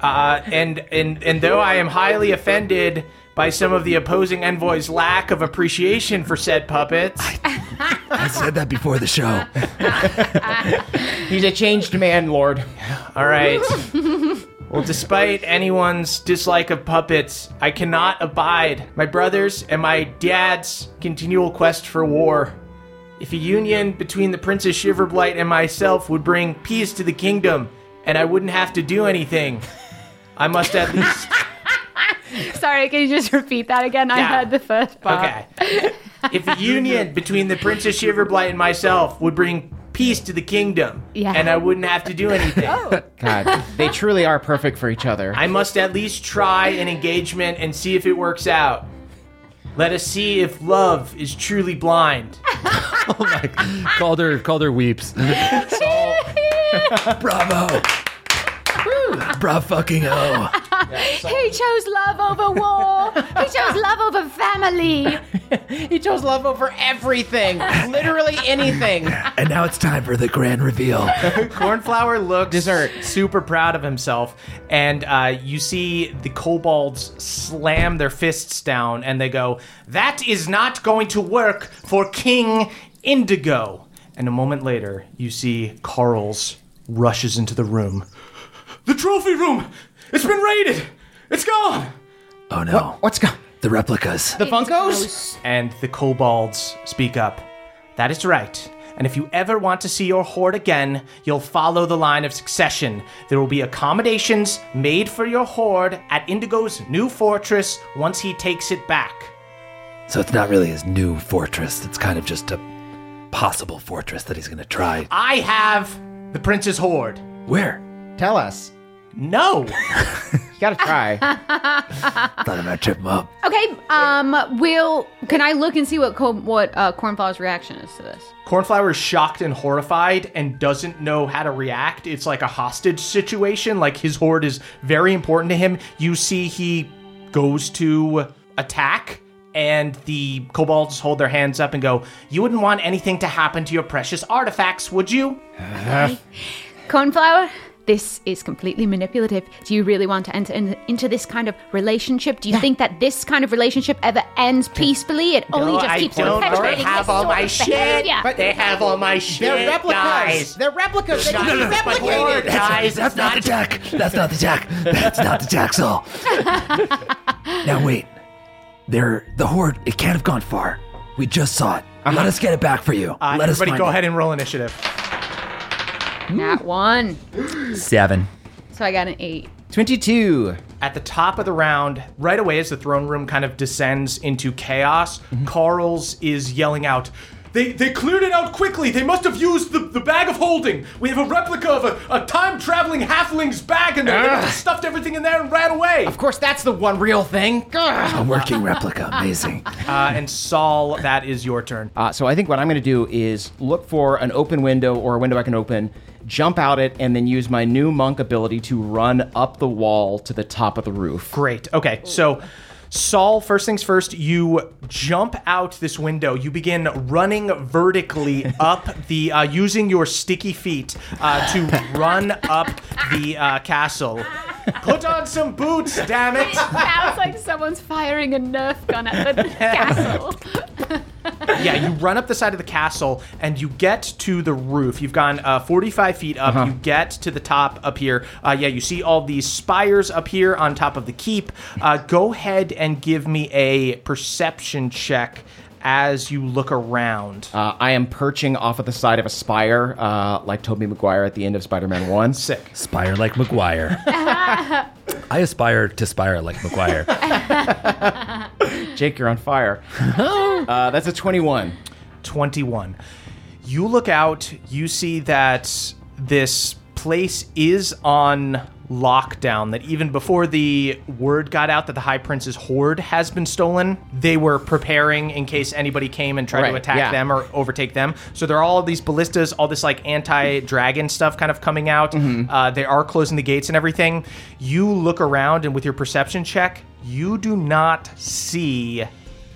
Speaker 2: uh, and, and, and though I am highly offended by some of the opposing envoys' lack of appreciation for said puppets,
Speaker 7: I said that before the [laughs] show.
Speaker 2: he's a changed man, Lord. [laughs] All right. Well, despite anyone's dislike of puppets, I cannot abide my brother's and my dad's continual quest for war. If a union between the Princess Shiverblight and myself would bring peace to the kingdom, and I wouldn't have to do anything, I must at least.
Speaker 11: [laughs] Sorry, can you just repeat that again? I
Speaker 2: Yeah.
Speaker 11: heard the first part.
Speaker 2: [laughs] Okay. if a union between the Princess Shiverblight and myself would bring peace to the kingdom,
Speaker 11: Yeah.
Speaker 2: and I wouldn't have to do anything.
Speaker 14: God, they truly are perfect for each other.
Speaker 2: I must at least try an engagement and see if it works out. Let us see if love is truly blind.
Speaker 13: Calder, Calder
Speaker 6: [laughs]
Speaker 13: weeps.
Speaker 7: Bravo. Oh. Bruh fucking oh.
Speaker 11: He chose love over war. he chose love over family.
Speaker 14: [laughs] he chose love over everything. Literally anything.
Speaker 7: And now it's time for the grand reveal.
Speaker 2: Cornflower looks super proud of himself, and uh, you see the kobolds slam their fists down and they go, That is not going to work for King Indigo. And a moment later, you see Carl's rushes into the room. The trophy room! It's been raided! It's gone!
Speaker 7: Oh no.
Speaker 2: what's gone?
Speaker 7: The replicas.
Speaker 14: The Funkos?
Speaker 2: And the kobolds speak up. That is right. And if you ever want to see your horde again, you'll follow the line of succession. There will be accommodations made for your horde at Indigo's new fortress once he takes it back.
Speaker 7: So it's not really his new fortress. It's kind of just a possible fortress that he's going to try.
Speaker 2: I have the prince's horde.
Speaker 7: Where?
Speaker 2: Tell us. No. [laughs] you
Speaker 14: gotta
Speaker 7: [laughs]
Speaker 14: try.
Speaker 7: Thought I might trip him up.
Speaker 4: Okay, um, will can I look and see what co- what uh, Cornflower's reaction is to this?
Speaker 2: Cornflower is shocked and horrified and doesn't know how to react. It's like a hostage situation. Like his horde is very important to him. You see, he goes to attack, and the kobolds hold their hands up and go, You wouldn't want anything to happen to your precious artifacts, would you? Uh.
Speaker 4: Cornflower, this is completely manipulative. Do you really want to enter in, into this kind of relationship? Do you think that this kind of relationship ever ends peacefully? It only
Speaker 2: No,
Speaker 4: just
Speaker 2: I
Speaker 4: keeps
Speaker 2: don't
Speaker 4: perpetuating
Speaker 2: have
Speaker 4: this
Speaker 2: all
Speaker 4: sort
Speaker 2: my
Speaker 4: of
Speaker 2: shit,
Speaker 4: behavior.
Speaker 2: but they have all my shit,
Speaker 8: They're replicas.
Speaker 2: guys.
Speaker 8: They're replicas. They
Speaker 2: Not
Speaker 8: can be
Speaker 2: just my
Speaker 8: replicated.
Speaker 2: horde, guys.
Speaker 7: That's not the jack. That's not the jack. That's not the jacksaw.
Speaker 2: [laughs]
Speaker 7: now wait. There, the horde. It can't have gone far. We just saw it. Let us get it back for you.
Speaker 2: Uh-huh. Uh,
Speaker 7: Let us
Speaker 2: everybody
Speaker 7: find
Speaker 2: go
Speaker 7: it.
Speaker 2: ahead and roll initiative.
Speaker 4: Not one.
Speaker 6: Seven.
Speaker 4: So I got an
Speaker 2: [laughs]
Speaker 4: eight.
Speaker 14: 22.
Speaker 2: At the top of the round, right away as the throne room kind of descends into chaos,
Speaker 7: Mm-hmm.
Speaker 2: Carl's is yelling out, they, they cleared it out quickly. They must have used the, the bag of holding. We have a replica of a, a time traveling halfling's bag in there. They must
Speaker 7: Ah.
Speaker 2: have stuffed everything in there and ran away. Of
Speaker 14: course, that's the one real thing.
Speaker 7: [laughs] A working replica. Amazing.
Speaker 2: [laughs] Uh, and Saul, that is your turn.
Speaker 14: Uh, so I think what I'm going to do is look for an open window or a window I can open, jump out it, and then use my new monk ability to run up the wall to the top of the roof.
Speaker 2: Great. Okay, so Saul, first things first, you jump out this window. You begin running vertically up the, uh, using your sticky feet uh, to run up the uh, castle. Put on some boots, damn
Speaker 11: [laughs]
Speaker 2: it!
Speaker 11: Sounds like someone's firing a Nerf gun at
Speaker 2: [laughs]
Speaker 11: the castle.
Speaker 2: yeah, you run up the side of the castle and you get to the roof. You've gone uh, 45 feet up.
Speaker 14: Uh-huh.
Speaker 2: You get to the top up here. Uh, yeah, you see all these spires up here on top of the keep. Uh, go ahead and give me a perception check as you look around?
Speaker 14: Uh, I am perching off of the side of a spire, uh, like Toby Maguire at the end of Spider-Man
Speaker 2: [laughs]
Speaker 14: One. Sick
Speaker 13: spire like Maguire. I aspire to spire like Maguire.
Speaker 14: Jake, you're on fire. uh, that's a 21.
Speaker 2: 21. You look out, you see that this place is on lockdown. That even before the word got out that the High Prince's hoard has been stolen, they were preparing in case anybody came and tried to
Speaker 14: Right,
Speaker 2: attack
Speaker 14: yeah.
Speaker 2: them or overtake them. So there are all these ballistas, all this like anti dragon stuff kind of coming out.
Speaker 14: Mm-hmm.
Speaker 2: Uh, they are closing the gates and everything. You look around, and with your perception check, you do not see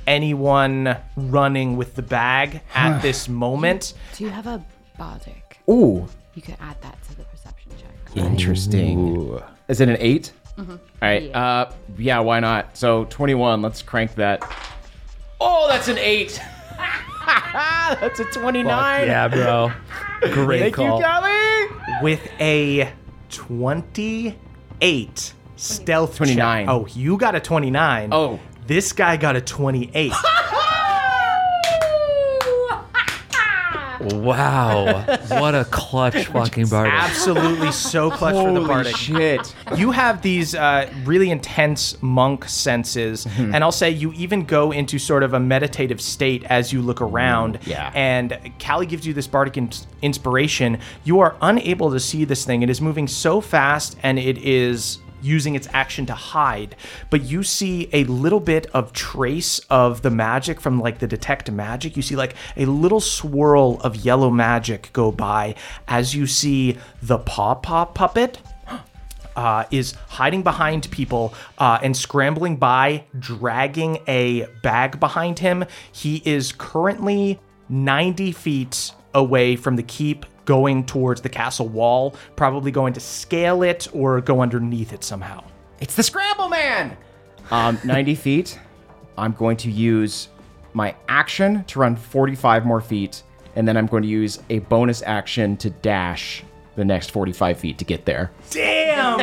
Speaker 2: anyone running with the bag at this moment.
Speaker 4: Do you have a bardic?
Speaker 14: [laughs] Ooh,
Speaker 4: You could add that to the perception check.
Speaker 14: interesting. Is it an 8?
Speaker 4: Mhm.
Speaker 14: All right. Yeah. Uh, yeah, why not? So 21, let's crank that. [laughs] Oh, that's an 8. [laughs] that's a 29.
Speaker 13: yeah, bro. Great
Speaker 2: Thank you,
Speaker 13: call.
Speaker 2: With a 28 stealth check.
Speaker 14: 29.
Speaker 2: Oh, you got a 29. Oh. This guy got a 28.
Speaker 6: Wow. what a
Speaker 2: [laughs]
Speaker 6: clutch fucking bar.
Speaker 2: Absolutely so clutch for the
Speaker 6: Holy
Speaker 2: bardic.
Speaker 14: shit.
Speaker 2: You have these uh, really intense monk senses, and I'll say you even go into sort of a meditative state as you look around. Yeah. And Callie gives you this bardic in- inspiration. You are unable to see this thing. It is moving so fast, and it is using its action to hide but you see a little bit of trace of the magic from like the detect magic you see like a little swirl of yellow magic go by as you see the paw paw puppet uh, is hiding behind people uh, and scrambling by, dragging a bag behind him. He is currently 90 feet away from the keep, going towards the castle wall, probably going to scale it or go underneath it somehow.
Speaker 14: It's the Scramble Man! Um, 90 feet. I'm going to use my action to run 45 more feet, and then I'm going to use a bonus action to dash the next 45 feet to get there.
Speaker 2: Damn,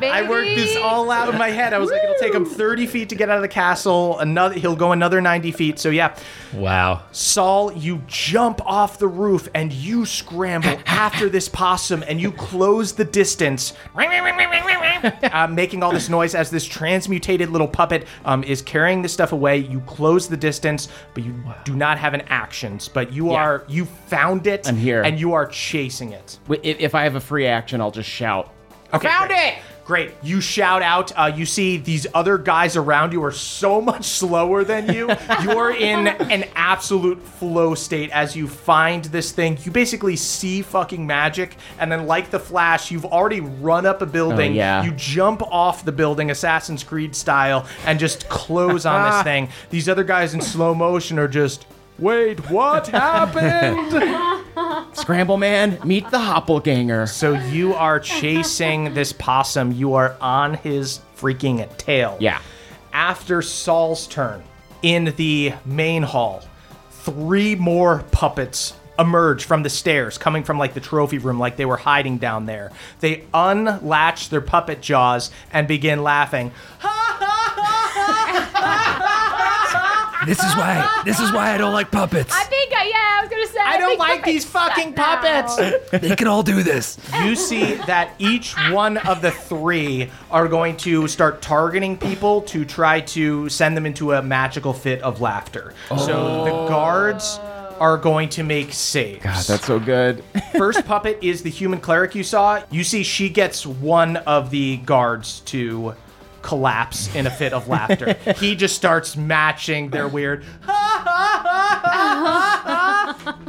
Speaker 8: [laughs]
Speaker 2: dude! I worked this all out of my head. I was [laughs] like, it'll take him 30 feet to get out of the castle. Another, he'll go another 90 feet. So yeah.
Speaker 13: Wow.
Speaker 2: Saul, you jump off the roof and
Speaker 14: [laughs]
Speaker 2: you scramble after this possum and you close the distance, uh, making all this noise as this transmutated little puppet um, is carrying this stuff away. You close the distance, but you do not have an actions. But you
Speaker 14: Yeah.
Speaker 2: are you found it.
Speaker 14: I'm here.
Speaker 2: and you are chasing it.
Speaker 14: Wi- If, if I have a free action, I'll just shout.
Speaker 2: Found it! Great. You shout out. Uh, you see these other guys around you are so [laughs] much slower than you. You're in an absolute flow state as you find this thing. You basically see fucking magic, and then, like the Flash, you've already run up a building.
Speaker 14: Oh, yeah.
Speaker 2: You jump off the building, Assassin's Creed style, and just close on [laughs] this thing. These other guys in slow motion are just, wait, [laughs] what [laughs] happened?
Speaker 14: Scramble Man, meet the Hoppleganger.
Speaker 2: So you are chasing this possum. You are on his freaking tail.
Speaker 14: Yeah.
Speaker 2: After Saul's turn in the main hall, three more puppets emerge from the stairs, coming from like the trophy room, like they were hiding down there. They unlatch their puppet jaws and begin laughing.
Speaker 7: This is why. This is why I don't like puppets.
Speaker 11: I think I yeah, I was gonna say. I,
Speaker 2: don't
Speaker 11: think
Speaker 2: like
Speaker 11: puppets
Speaker 2: these fucking
Speaker 11: suck now.
Speaker 2: puppets.
Speaker 7: They can all do this.
Speaker 2: You see that each one of the three are going to start targeting people to try to send them into a magical fit of laughter. So
Speaker 7: Oh.
Speaker 2: the guards are going to make saves.
Speaker 14: God, "Ah, that's so good.
Speaker 2: First puppet is the human cleric you saw. You see, she gets one of the guards to collapse in a fit of laughter. he just starts matching their weird. Quiet.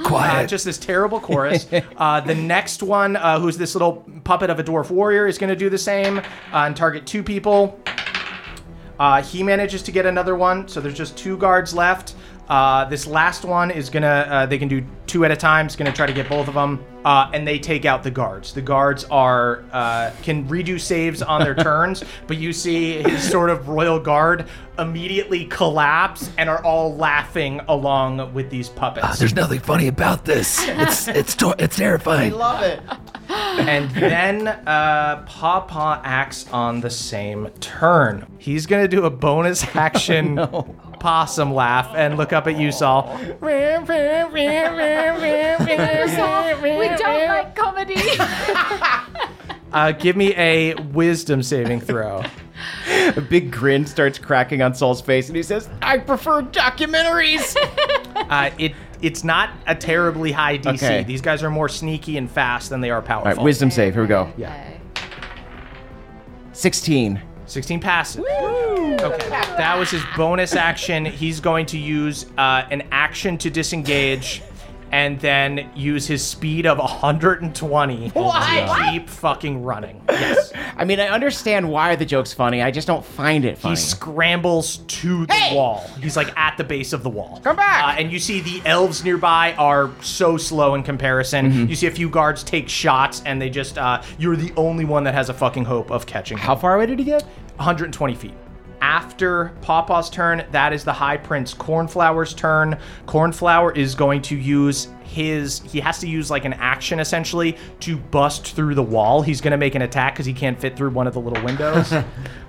Speaker 2: Uh, just this terrible chorus. Uh, the next one, uh, who's this little puppet of a dwarf warrior, is going to do the same uh, and target two people. Uh, he manages to get another one, so there's just two guards left. Uh, this last one is gonna, uh, they can do two at a time. It's gonna try to get both of them, uh, and they take out the guards. The guards are, uh, can redo saves on
Speaker 7: [laughs]
Speaker 2: their turns, but you see his sort of royal guard immediately collapse and are all laughing along with these puppets.
Speaker 7: Ah, There's nothing funny about this.
Speaker 2: [laughs]
Speaker 7: It's it's tor- it's terrifying.
Speaker 2: love it. and then uh,
Speaker 14: [laughs] Oh,
Speaker 2: Pawpaw acts on the same turn. He's gonna do a bonus action. Pawpaw possum laugh and look up at
Speaker 14: [laughs]
Speaker 2: you, Saul.
Speaker 11: we don't like comedy.
Speaker 2: Uh, give me a wisdom saving throw.
Speaker 14: A big grin starts cracking on Saul's face, and he says,
Speaker 8: I prefer documentaries.
Speaker 2: Uh, it it's not a terribly high DC.
Speaker 14: Okay.
Speaker 2: These guys are more sneaky and fast than they are
Speaker 14: All
Speaker 2: powerful.
Speaker 14: right, wisdom save. Here we go.
Speaker 2: Yeah.
Speaker 14: 16.
Speaker 2: 16 passes. Okay. That was his bonus action. He's going to use uh, an action to disengage and then use his speed of 120 to
Speaker 14: What?
Speaker 2: keep fucking running.
Speaker 14: I mean, I understand why the joke's funny. I just don't find it funny.
Speaker 2: He scrambles to the wall. He's like at the base of the wall. Come back! Uh, and you see the elves nearby are so slow in comparison.
Speaker 14: Mhm.
Speaker 2: You see a few guards take shots, and they just, uh, you're the only one that has a fucking hope of catching him. How
Speaker 14: far away did he get?
Speaker 2: 120 feet. After Pawpaw's turn, that is the High Prince Cornflower's turn. Cornflower is going to use his, he has to use like an action essentially to bust through the wall. He's going to make an attack because he can't fit through one of the
Speaker 14: [laughs]
Speaker 2: little windows.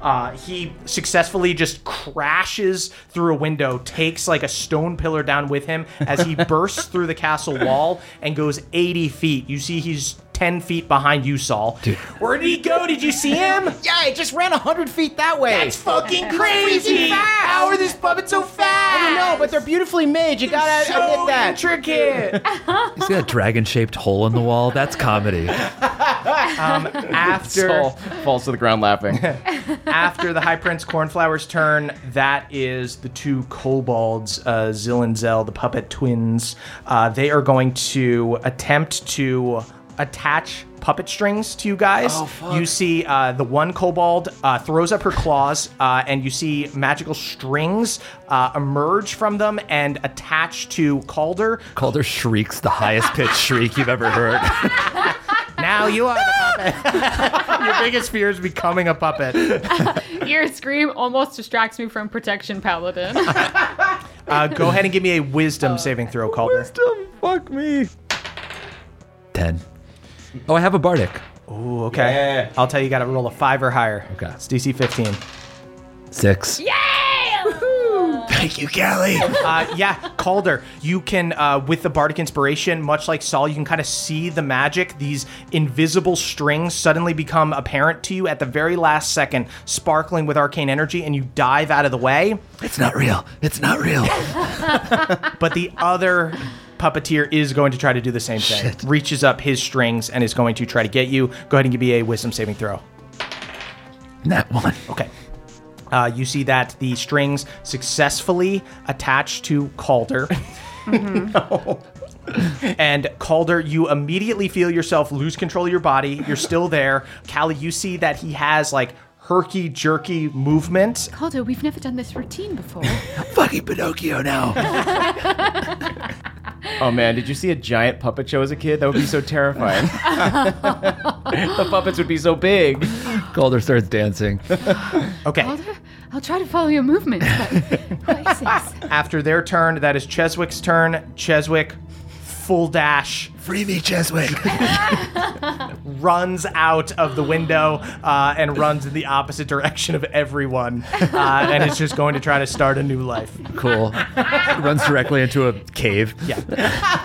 Speaker 2: Uh, he successfully just crashes through a window, takes like a stone pillar down with him as he bursts through the castle wall and goes 80 feet. You see, he's 10 feet behind you, Saul. Where did he go? Did you
Speaker 14: [laughs]
Speaker 2: see him?
Speaker 8: yeah, it just ran 100 feet that way. That's
Speaker 2: fucking
Speaker 8: crazy.
Speaker 2: crazy.
Speaker 8: How are these puppets so fast? I don't know, but they're beautifully made. You gotta
Speaker 2: [laughs] so
Speaker 8: admit that.
Speaker 2: intricate.
Speaker 13: You see that dragon shaped hole in the wall? That's comedy.
Speaker 14: [laughs]
Speaker 5: [laughs]
Speaker 2: Um, after
Speaker 14: Saul falls to the ground
Speaker 6: [laughs]
Speaker 14: laughing.
Speaker 2: after the High Prince Cornflower's turn, that is the two kobolds, uh, Zill and Zell, the puppet twins. Uh, they are going to attempt to attach puppet strings to you guys.
Speaker 8: Oh, fuck.
Speaker 2: You see uh, the one kobold uh, throws up her claws, uh, and you see magical strings uh, emerge from them and attach to Calder.
Speaker 13: Calder shrieks the highest pitched shriek you've ever
Speaker 14: [laughs]
Speaker 13: heard.
Speaker 2: Now you are the puppet. [laughs] Your biggest fear is becoming a puppet.
Speaker 11: [laughs] Your scream almost distracts me from protection, paladin.
Speaker 2: Uh, go ahead and give me a wisdom saving throw, Calder. Wisdom,
Speaker 13: fuck me. 10. Oh, I have a bardic.
Speaker 2: Ooh, okay. I'll tell you, you got to roll a five or higher. Okay. It's DC 15.
Speaker 13: Six.
Speaker 2: Thank you, Kelly. uh, yeah, Calder, you can, uh, with the Bardic Inspiration, much like Saul, you can kind of see the magic. These invisible strings suddenly become apparent to you at the very last second, sparkling with arcane energy, and you dive out of the way. It's not real. It's not real. but the other puppeteer is going to try to do the same thing. Reaches up his strings and is going to try to get you. Go ahead and give me a wisdom saving throw.
Speaker 13: That one.
Speaker 2: Okay. Uh, you see that the strings successfully attach to Calder. Mm-hmm. and Calder, you immediately feel yourself lose control of your body. You're still there. Callie, you see that he has like herky jerky movement.
Speaker 4: Calder, we've never done this routine
Speaker 2: [laughs]
Speaker 4: before.
Speaker 2: Fucking Pinocchio now.
Speaker 14: Oh man, did you see a giant puppet show as a kid? That would be so terrifying. [laughs] the puppets would be so big.
Speaker 13: Calder starts
Speaker 2: [laughs]
Speaker 13: dancing.
Speaker 2: Okay.
Speaker 4: Calder, I'll try to follow your movements,
Speaker 2: [laughs]
Speaker 4: but [laughs] what is this?
Speaker 2: After their turn, that is Cheswick's turn. Cheswick, full dash. Free me, Cheswick. runs out of the window uh, and runs in the opposite direction of everyone. Uh, and is just going to try to start a new life.
Speaker 13: Cool. Runs directly into a cave.
Speaker 2: Yeah.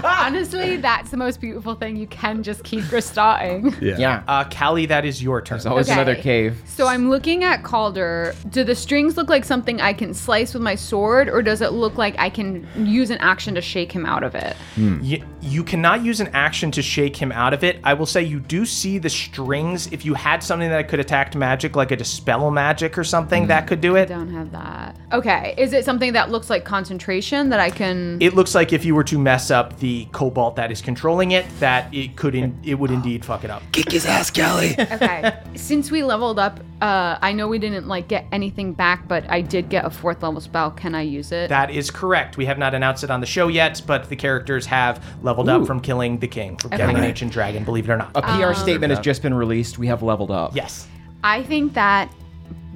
Speaker 11: Honestly, that's the most beautiful thing. You can just
Speaker 4: [laughs]
Speaker 11: keep restarting.
Speaker 13: [laughs] Yeah.
Speaker 2: Uh, Callie, that is your turn. There's
Speaker 11: always Okay. another
Speaker 14: cave.
Speaker 11: So I'm looking at Calder. Do the strings look like something I can slice with my sword, or does it look like I can use an action to shake him out of it?
Speaker 2: You, you cannot use an action to shake him out of it. I will say you do see the strings. If you had something that could attack magic, like a dispel magic or something, that could do
Speaker 11: I
Speaker 2: it.
Speaker 11: don't have that. Okay. Is it something that looks like concentration that I can?
Speaker 2: It looks like if you were to mess up the cobalt that is controlling it, that it could in, it would indeed fuck it up. Kick his ass, Callie.
Speaker 11: [laughs] okay. Since we leveled up, uh, I know we didn't like get anything back, but I did get a fourth level spell. Can I use it?
Speaker 2: That is correct. We have not announced it on the show yet, but the characters have leveled
Speaker 14: Ooh.
Speaker 2: up from killing the king, from
Speaker 11: Okay.
Speaker 2: killing an ancient dragon. Believe it or not,
Speaker 14: A PR
Speaker 11: Um,
Speaker 14: statement has just been released. We have leveled up.
Speaker 2: Yes.
Speaker 4: I think that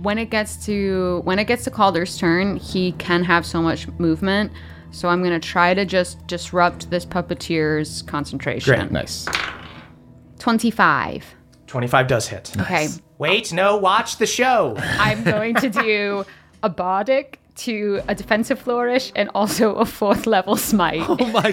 Speaker 11: when it gets to when it gets to Calder's turn, he can have so much movement. So I'm gonna try to just disrupt this puppeteer's concentration.
Speaker 2: Great.
Speaker 14: Nice.
Speaker 11: Twenty-five.
Speaker 2: twenty-five does hit.
Speaker 11: Okay.
Speaker 2: Wait, no, watch the show.
Speaker 11: I'm going to do a bardic
Speaker 4: to a defensive flourish and also a fourth level smite. Oh
Speaker 6: my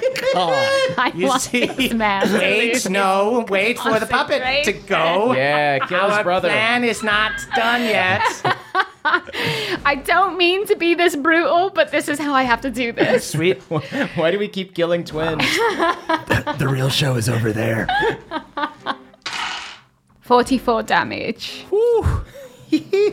Speaker 4: [laughs]
Speaker 6: god!
Speaker 4: I
Speaker 2: You
Speaker 4: want
Speaker 2: see?
Speaker 4: this man.
Speaker 2: Wait, no, wait for the puppet to go.
Speaker 14: Uh,
Speaker 5: Yeah, kill his
Speaker 2: Our
Speaker 5: brother.
Speaker 2: plan is not done yet.
Speaker 4: [laughs] I don't mean to be this brutal, but this is how I have to do this.
Speaker 2: [laughs] Sweet.
Speaker 5: Why do we keep
Speaker 3: [laughs]
Speaker 5: killing twins?
Speaker 7: The real show is over
Speaker 2: [laughs]
Speaker 7: there.
Speaker 4: 44 damage.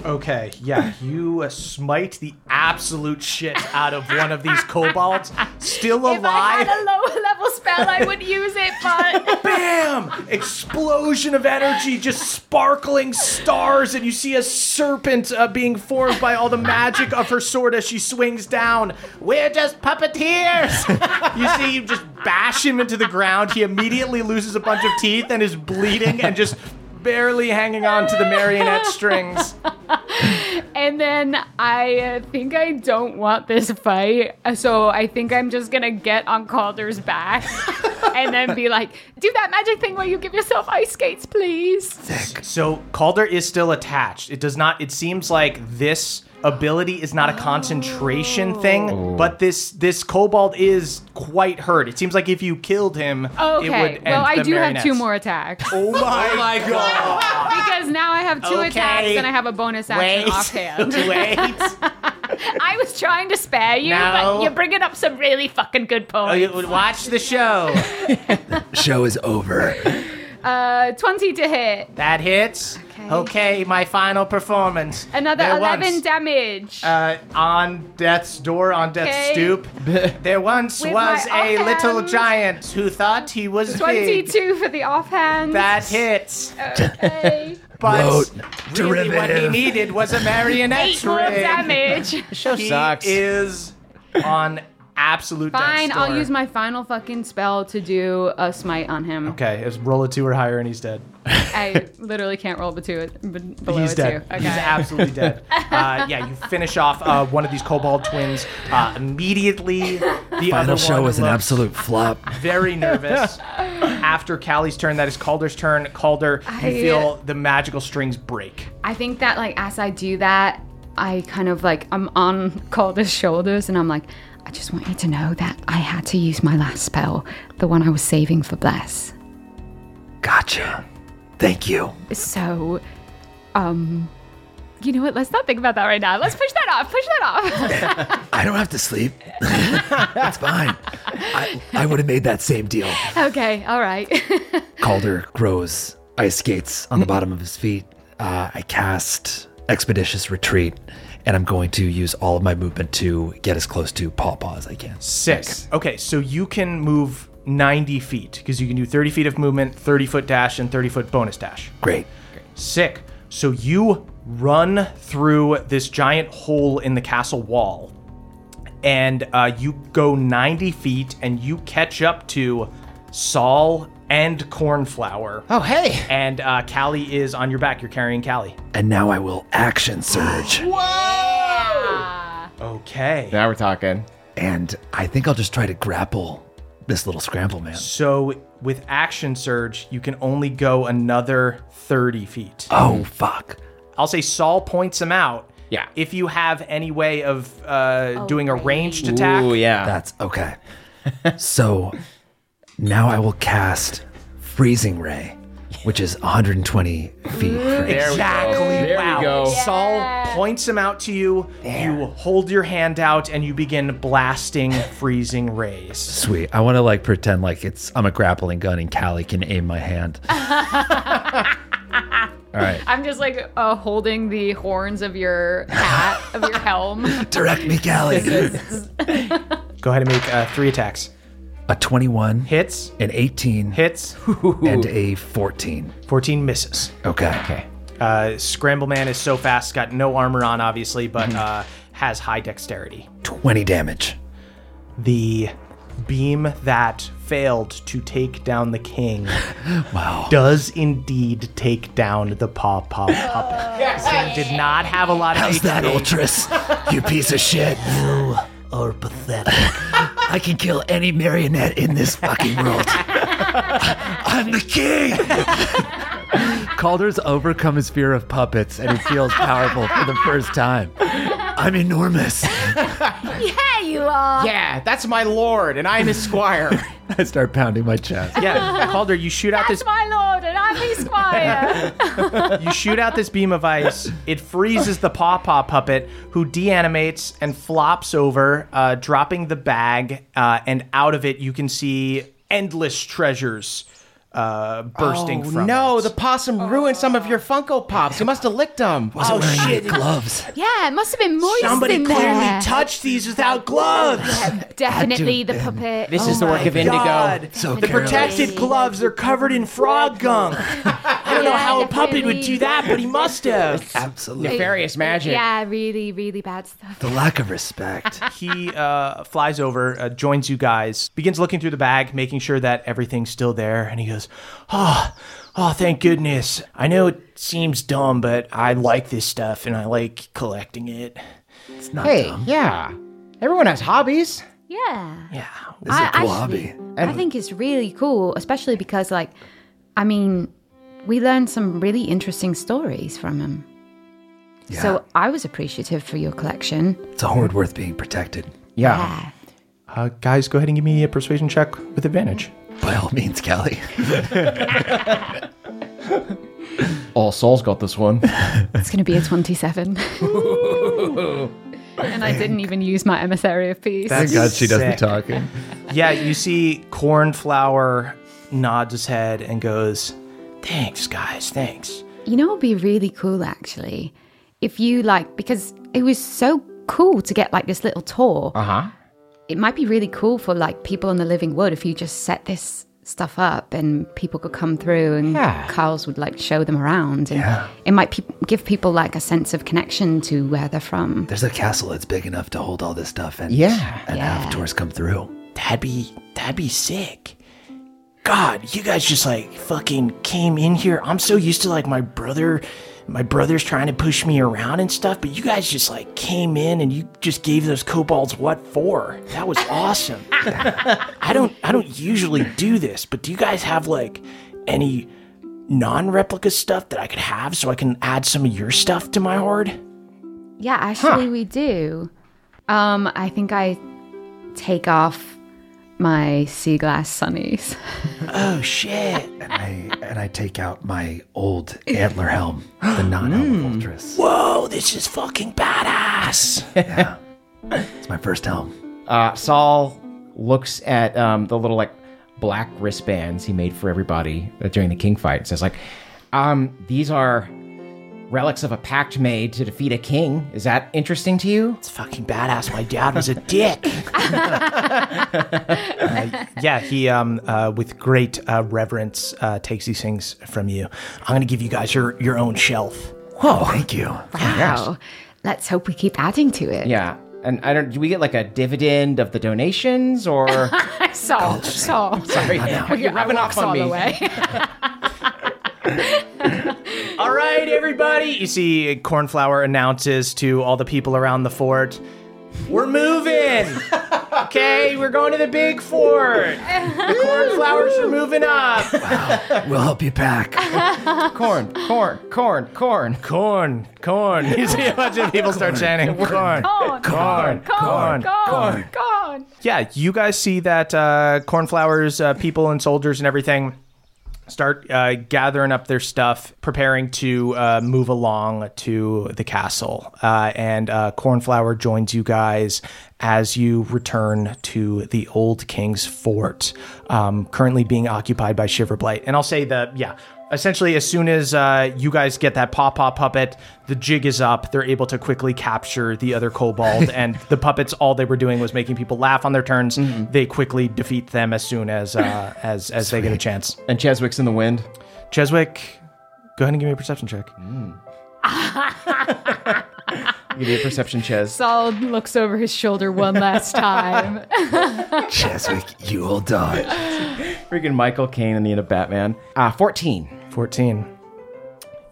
Speaker 2: okay, yeah, you [laughs] uh, smite the absolute shit out of one of these kobolds, still
Speaker 11: If I had
Speaker 2: alive. [laughs]
Speaker 11: a lower level spell, I would use it, but
Speaker 2: Bam! Explosion of energy, just sparkling stars, and you see a serpent uh, being formed by all the magic of her sword as she swings down. We're just puppeteers! [laughs] you see, you just bash him into the ground. He immediately loses a bunch of teeth and is bleeding and just barely hanging on to the marionette strings.
Speaker 4: And then I uh, think I don't want this fight, so I think I'm just gonna get on Calder's
Speaker 2: [laughs]
Speaker 4: back and then be like, do that magic thing where you give yourself ice skates, please.
Speaker 2: So Calder is still attached. It does not. It seems like this ability is not a concentration
Speaker 4: Oh.
Speaker 2: thing, but this this kobold is quite hurt. It seems like if you killed him, it would
Speaker 4: Okay,
Speaker 2: end
Speaker 4: well, I
Speaker 2: the
Speaker 4: do have
Speaker 2: marionettes.
Speaker 4: two more attacks.
Speaker 2: Oh my, god!
Speaker 4: Because now I have two
Speaker 2: Okay.
Speaker 4: attacks and I have a bonus action offhand.
Speaker 2: [laughs] Wait.
Speaker 4: [laughs] I was trying to spare you,
Speaker 2: No.
Speaker 4: but you're bringing up some really fucking good
Speaker 2: Oh,
Speaker 4: points.
Speaker 2: you- watch
Speaker 7: [laughs]
Speaker 2: the show.
Speaker 7: Show is over.
Speaker 4: Uh, 20 to hit.
Speaker 2: That hits. Okay. my final performance.
Speaker 4: Another
Speaker 2: There
Speaker 4: 11
Speaker 2: once-
Speaker 4: damage.
Speaker 2: Uh, on death's door, on death's
Speaker 4: Okay.
Speaker 2: stoop, there once
Speaker 4: With
Speaker 2: was
Speaker 4: my
Speaker 2: a little
Speaker 4: offhand.
Speaker 2: giant who thought he was big.
Speaker 4: 22 for the offhand.
Speaker 2: That hits.
Speaker 4: Okay.
Speaker 2: [laughs] But
Speaker 7: Rote
Speaker 2: really what he
Speaker 7: derivative.
Speaker 2: needed was a marionette
Speaker 4: Eight more
Speaker 2: rig. [laughs]
Speaker 4: damage.
Speaker 5: show
Speaker 2: He
Speaker 5: sucks.
Speaker 2: is on absolute
Speaker 4: Fine,
Speaker 2: death's
Speaker 4: I'll
Speaker 2: door.
Speaker 4: use my final fucking spell to do a smite on him.
Speaker 2: Okay, it's roll a two or higher and he's dead.
Speaker 4: I literally can't roll between it below
Speaker 2: he's
Speaker 4: a
Speaker 2: dead.
Speaker 4: two. Okay.
Speaker 2: He's absolutely dead. [laughs] Uh, yeah, you finish off uh, one of these kobold twins uh, immediately.
Speaker 4: [laughs]
Speaker 2: The
Speaker 7: Final
Speaker 2: other
Speaker 7: show
Speaker 2: one
Speaker 7: was an
Speaker 2: looks-
Speaker 7: absolute flop.
Speaker 4: [laughs]
Speaker 2: very nervous. After Callie's turn, that is Calder's turn. Calder,
Speaker 4: I-
Speaker 2: you feel the magical strings break.
Speaker 4: I think that like as I do that, I kind of like I'm on Calder's shoulders and I'm like, I just want you to know that I had to use my last spell, the one I was saving for Bless.
Speaker 7: Gotcha. Thank you.
Speaker 4: [laughs] So, um, you know what? Let's not think about that right now. Let's push that off. Push that off.
Speaker 7: I don't have to sleep. [laughs] That's fine. I, I would have made that same deal.
Speaker 4: okay. All right. [laughs]
Speaker 7: Calder grows ice skates on the bottom of his feet. Uh, I cast Expeditious Retreat, and I'm going to use all of my movement to get as close to Paw Paw as I can.
Speaker 2: Six. Okay, so you can move 90 feet because you can do 30 feet of movement, 30 foot dash, and 30 foot bonus dash.
Speaker 7: Great.
Speaker 2: Sick. So you run through this giant hole in the castle wall, and uh, you go 90 feet and you catch up to Saul and Cornflower.
Speaker 8: Oh, hey.
Speaker 2: And uh, Callie is on your back. You're carrying Callie.
Speaker 7: And now I will action surge.
Speaker 2: Okay.
Speaker 5: Now we're talking.
Speaker 7: And I think I'll just try to grapple this little scramble man.
Speaker 2: So with action surge, you can only go another 30 feet.
Speaker 7: Oh, fuck.
Speaker 2: I'll say Saul points him out.
Speaker 5: Yeah.
Speaker 2: If you have any way of uh, doing a ranged attack,
Speaker 5: Ooh, yeah.
Speaker 7: That's okay. so now I will cast Freezing Ray, which is 120 feet. There
Speaker 2: Exactly. wow.
Speaker 5: go.
Speaker 2: Saul points him out to you. You hold your hand out and you begin blasting freezing rays.
Speaker 6: Sweet. I want to like pretend like it's I'm a grappling gun and Callie can aim
Speaker 14: [laughs]
Speaker 6: my hand. All right.
Speaker 4: [laughs] I'm just like uh, holding the horns of your hat of your
Speaker 2: [laughs]
Speaker 4: helm.
Speaker 7: Direct me, Callie.
Speaker 2: Go ahead and make uh, three attacks.
Speaker 7: a 21,
Speaker 2: Hits,
Speaker 7: an 18,
Speaker 2: hits,
Speaker 7: and
Speaker 2: [laughs]
Speaker 7: a 14.
Speaker 2: 14 misses.
Speaker 7: Okay. Okay.
Speaker 2: Uh, Scramble Man is so fast, got no armor on, obviously, but uh, has high dexterity.
Speaker 7: 20 Mm-hmm. damage.
Speaker 2: The beam that failed to take down
Speaker 7: [laughs]
Speaker 2: the king does indeed take down the paw paw puppet. So it did not have a lot of
Speaker 7: How's that,
Speaker 2: HP.
Speaker 7: Ultras? You piece of shit.
Speaker 12: You are pathetic.
Speaker 7: I can kill any marionette in this fucking
Speaker 2: [laughs]
Speaker 7: world. I'm the king.
Speaker 6: Calder's overcome his fear of puppets and he feels powerful for the first time.
Speaker 15: I'm enormous.
Speaker 11: [laughs] yeah, you are.
Speaker 3: [laughs] Yeah, that's my lord, and I'm his squire.
Speaker 15: I start pounding my chest.
Speaker 2: Yeah, Calder, you shoot out this
Speaker 11: That's my lord, and I'm
Speaker 2: [laughs]
Speaker 11: his squire.
Speaker 2: you shoot out this beam of ice. It freezes the Paw Paw puppet, who deanimates and flops over, uh, dropping the bag. Uh, and out of it, you can see endless treasures uh, [laughs] bursting
Speaker 3: oh,
Speaker 2: from.
Speaker 3: no, the possum ruined some of your Funko Pops. You must have licked them.
Speaker 15: oh shit!
Speaker 4: [laughs]
Speaker 15: Gloves.
Speaker 11: yeah, it must have been moist
Speaker 15: Somebody
Speaker 11: in
Speaker 15: clearly
Speaker 11: there.
Speaker 15: touched these without gloves.
Speaker 11: Yeah, definitely the puppet.
Speaker 14: This
Speaker 4: Oh
Speaker 14: is the work of Indigo.
Speaker 11: So
Speaker 15: the
Speaker 11: careless.
Speaker 15: protected gloves are covered in frog gunk. I don't know
Speaker 11: Yeah,
Speaker 15: how a puppet would
Speaker 11: definitely.
Speaker 15: do that, but he must have. Absolutely.
Speaker 14: Nefarious magic.
Speaker 11: Yeah, really, really bad stuff.
Speaker 15: The lack of respect.
Speaker 2: [laughs] he uh, flies over, uh, joins you guys, begins looking through the bag, making sure that everything's still there, and he goes, "Oh, oh, thank goodness! I know it seems dumb, but I like this stuff and I like collecting it." It's not
Speaker 3: Hey, yeah. Everyone has hobbies.
Speaker 4: Yeah. Yeah.
Speaker 15: It's a cool hobby.
Speaker 4: I think it's really cool, especially because, like, I mean, we learned some really interesting stories from him. So I was appreciative for your collection.
Speaker 15: It's a hoard worth being protected.
Speaker 14: Yeah.
Speaker 2: Uh, guys, go ahead and give me a persuasion check with advantage.
Speaker 15: By all means,
Speaker 2: [laughs]
Speaker 15: Kelly.
Speaker 14: Oh, Saul's got this
Speaker 2: [laughs]
Speaker 14: one.
Speaker 4: It's going to be a
Speaker 14: [laughs]
Speaker 4: 27. and I didn't even use my emissary of peace.
Speaker 15: Thank God she doesn't talk.
Speaker 2: Sick. yeah, you see Cornflower nods his head and goes, Thanks, guys, thanks.
Speaker 4: You know, it would be really cool actually if you like, because it was so cool to get like this little tour.
Speaker 14: Uh huh.
Speaker 4: It might be really cool for like people in the living wood if you just set this stuff up and people could come through and
Speaker 14: Yeah.
Speaker 4: Carl's would like show them around. And it might pe- give people like a sense of connection to where they're from.
Speaker 15: There's a castle that's big enough to hold all this stuff and
Speaker 14: Yeah.
Speaker 15: and have tours come through.
Speaker 2: That'd be that'd be sick. God, you guys just like fucking came in here. I'm so used to like my brother my brother's trying to push me around and stuff, but you guys just like came in and you just gave those kobolds what for. That was awesome. I don't I don't usually do this, but do you guys have like any non-replica stuff that I could have so I can add some of your stuff to my hoard?
Speaker 4: Yeah, actually, we do. Um, I think I take off my sea glass sunnies. [laughs]
Speaker 2: Oh shit.
Speaker 15: And I and I take out my old antler helm, the non-helm of
Speaker 2: Hmm.
Speaker 15: Ultras.
Speaker 2: Whoa, this is fucking [laughs] badass.
Speaker 15: It's my first helm.
Speaker 14: Uh, Saul looks at um, the little like black wristbands he made for everybody uh, during the king fight. and Says like, um, these are relics of a pact made to defeat a king. Is that interesting to you?
Speaker 2: It's fucking badass. My dad was a [laughs] dick. [laughs] yeah, he, um, uh, with great uh, reverence, uh, takes these things from you. I'm gonna give you guys your your own shelf.
Speaker 15: Whoa, thank you.
Speaker 4: Wow. Let's hope we keep adding to it.
Speaker 14: Yeah. And I don't. Do we get like a dividend of the donations or?
Speaker 11: [laughs]
Speaker 2: [laughs]
Speaker 11: I saw, saw.
Speaker 14: Sorry, you're rubbing off on me.
Speaker 2: [laughs] All right, everybody. You see, Cornflower announces to all the people around the fort, "We're moving. okay, we're going to the big fort. The cornflowers
Speaker 11: [laughs]
Speaker 2: are moving up.
Speaker 15: We'll help you pack.
Speaker 14: [laughs] Corn, corn, corn, corn.
Speaker 2: Corn, corn. You see a bunch of people start chanting, corn,
Speaker 11: Corn,
Speaker 2: corn, corn, corn.
Speaker 11: Gone.
Speaker 2: yeah, you guys see that uh, cornflowers, uh, people and soldiers and everything start uh, gathering up their stuff, preparing to uh, move along to the castle. Uh, and uh, cornflower joins you guys as you return to the old king's fort, um, currently being occupied by Shiverblight. And I'll say that, yeah. Essentially, as soon as uh, you guys get that paw paw puppet, the jig is up. They're able to quickly capture the other kobold, and the puppets. All they were doing was making people laugh on their turns.
Speaker 14: Mm-hmm.
Speaker 2: They quickly defeat them as soon
Speaker 14: [laughs]
Speaker 2: as uh, as as they get a chance.
Speaker 14: And Cheswick's in the wind.
Speaker 2: Cheswick, go ahead and give me a perception check.
Speaker 14: Mm. Give me a perception, Ches.
Speaker 11: Saul looks over his shoulder one last time. [laughs]
Speaker 15: Cheswick, you old
Speaker 5: [laughs]
Speaker 15: dog.
Speaker 14: Freaking Michael Caine in the end of Batman. Ah, fourteen.
Speaker 2: 14.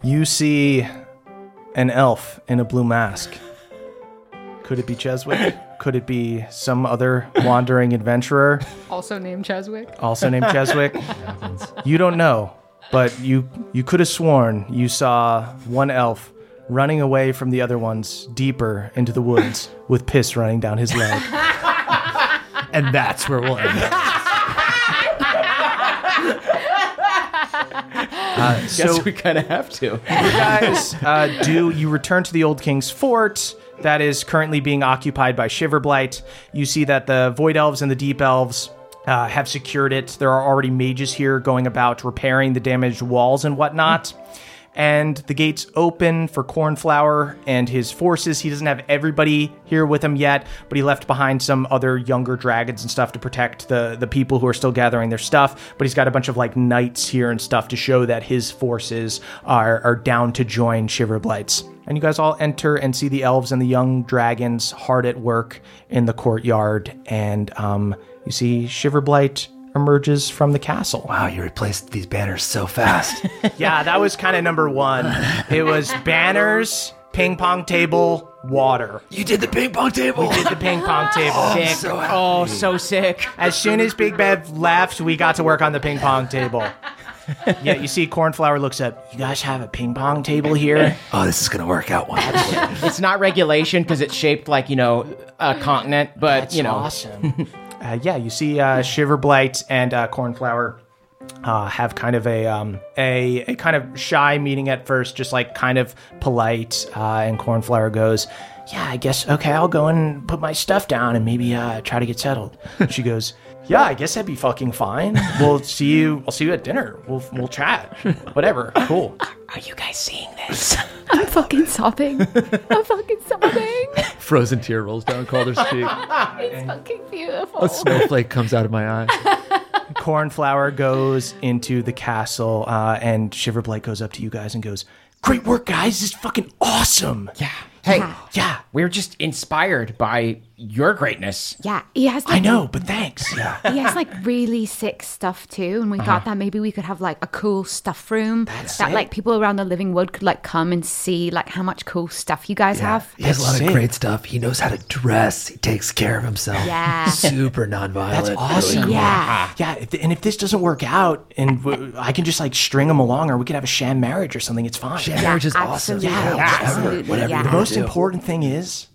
Speaker 2: You see an elf in a blue mask. Could it
Speaker 14: [laughs]
Speaker 2: be Cheswick? Could it be some other wandering adventurer,
Speaker 11: also named Cheswick.
Speaker 2: also named [laughs] Cheswick?
Speaker 11: [laughs]
Speaker 2: You don't know, but you you could have sworn you saw one elf running away from the other ones deeper into the [laughs] woods with piss running down his leg. [laughs] and that's where we'll end. Uh,
Speaker 5: Guess
Speaker 2: so-
Speaker 5: we kind of have to.
Speaker 2: you guys uh, do you return to the old king's fort that is currently being occupied by shiverblight you see that the void elves and the deep elves uh, have secured it there are already mages here going about repairing the damaged walls and whatnot and the gates open for cornflower and his forces he doesn't have everybody here with him yet but he left behind some other younger dragons and stuff to protect the the people who are still gathering their stuff but he's got a bunch of like knights here and stuff to show that his forces are are down to join shiverblights and you guys all enter and see the elves and the young dragons hard at work in the courtyard and um you see shiverblight emerges from the castle wow you replaced these banners so fast yeah, that was kind of number one. It was banners, ping pong table, water. You did the ping pong table. We did the ping [laughs] pong table.
Speaker 16: Oh, I'm
Speaker 2: sick.
Speaker 16: so
Speaker 2: oh, so sick. As soon as Big Bev left, we got to work on the ping pong [laughs] table. yeah, you see, Cornflower looks up. You guys have a ping pong table [laughs] here?
Speaker 14: Oh, this is gonna work out well.
Speaker 5: [laughs] it's not regulation because it's shaped like you know a continent, but
Speaker 2: That's
Speaker 5: you know, [laughs]
Speaker 2: awesome. uh, yeah, you see uh, Shiverblight and uh, Cornflower uh, have kind of a, um, a a kind of shy meeting at first, just like kind of polite. Uh, and Cornflower goes, "Yeah, I guess okay, I'll go and put my stuff down and maybe uh, try to get settled." she goes, "Yeah, I guess that'd be fucking fine. We'll see you. I'll see you at dinner. We'll we'll chat. Whatever. Cool."
Speaker 16: Are you guys seeing this?
Speaker 4: I'm fucking sobbing. I'm fucking sobbing.
Speaker 13: [laughs] Frozen tear rolls down Calder's cheek.
Speaker 4: it's fucking beautiful.
Speaker 13: A snowflake comes out of my eye.
Speaker 2: [laughs] Cornflower goes into the castle, uh, and Shiverblight goes up to you guys and goes, "Great work, guys! This is fucking [laughs] awesome!" Yeah.
Speaker 5: hey,
Speaker 2: yeah,
Speaker 5: we're just inspired by your greatness.
Speaker 4: Yeah, he has.
Speaker 5: I
Speaker 4: Like,
Speaker 5: know,
Speaker 2: but thanks. Yeah.
Speaker 4: He has like really sick stuff too, and we
Speaker 5: Uh-huh.
Speaker 4: thought that maybe we could have like a cool stuff room that
Speaker 2: it.
Speaker 4: like people around the living world could like come and see like how much cool stuff you guys have.
Speaker 15: He has a lot
Speaker 2: That's
Speaker 15: of
Speaker 2: it.
Speaker 15: great stuff. He knows how to dress. He takes care of himself.
Speaker 2: [laughs]
Speaker 4: Yeah.
Speaker 15: Super nonviolent.
Speaker 2: That's awesome.
Speaker 15: Really cool.
Speaker 2: Yeah. If and if this doesn't work out, and w- I can just like string them along, or we could have a sham marriage or something, it's fine.
Speaker 15: Sham Yeah, marriage is awesome. absolutely,
Speaker 2: Yeah.
Speaker 15: absolutely, Whatever- whatever yeah. you
Speaker 2: The
Speaker 15: wanna
Speaker 2: most
Speaker 15: do.
Speaker 2: important thing is,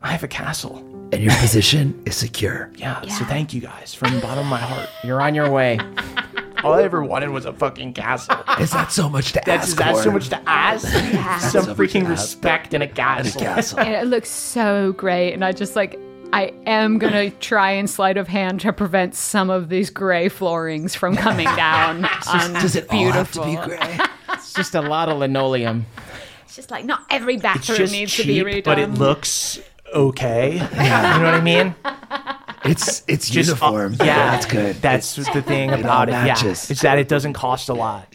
Speaker 2: I have a castle.
Speaker 15: And your position is secure.
Speaker 2: Yeah, So thank you guys from the bottom of my heart.
Speaker 5: You're on your way.
Speaker 2: All I ever wanted was a fucking castle.
Speaker 15: Is that so much to
Speaker 2: That's,
Speaker 15: ask?
Speaker 2: is that so
Speaker 15: for?
Speaker 2: much to
Speaker 4: [laughs]
Speaker 2: ask? Some freaking respect in a
Speaker 11: [laughs]
Speaker 2: castle. [laughs]
Speaker 11: And it looks so great, and I just like I am gonna try and sleight of hand to prevent some of these gray floorings from coming down. on beautiful.
Speaker 5: it's just a lot of linoleum.
Speaker 4: It's just like not every
Speaker 2: It's
Speaker 4: bathroom
Speaker 2: just
Speaker 4: needs to
Speaker 2: cheap,
Speaker 4: be redone.
Speaker 2: but it
Speaker 4: [laughs]
Speaker 2: looks okay. You know what I
Speaker 11: [laughs]
Speaker 2: mean?
Speaker 15: It's it's
Speaker 2: Just, uh,
Speaker 15: uniform.
Speaker 2: yeah,
Speaker 15: that's good.
Speaker 2: That's the thing about it. Yeah,
Speaker 15: matches.
Speaker 2: it's that it doesn't cost a lot.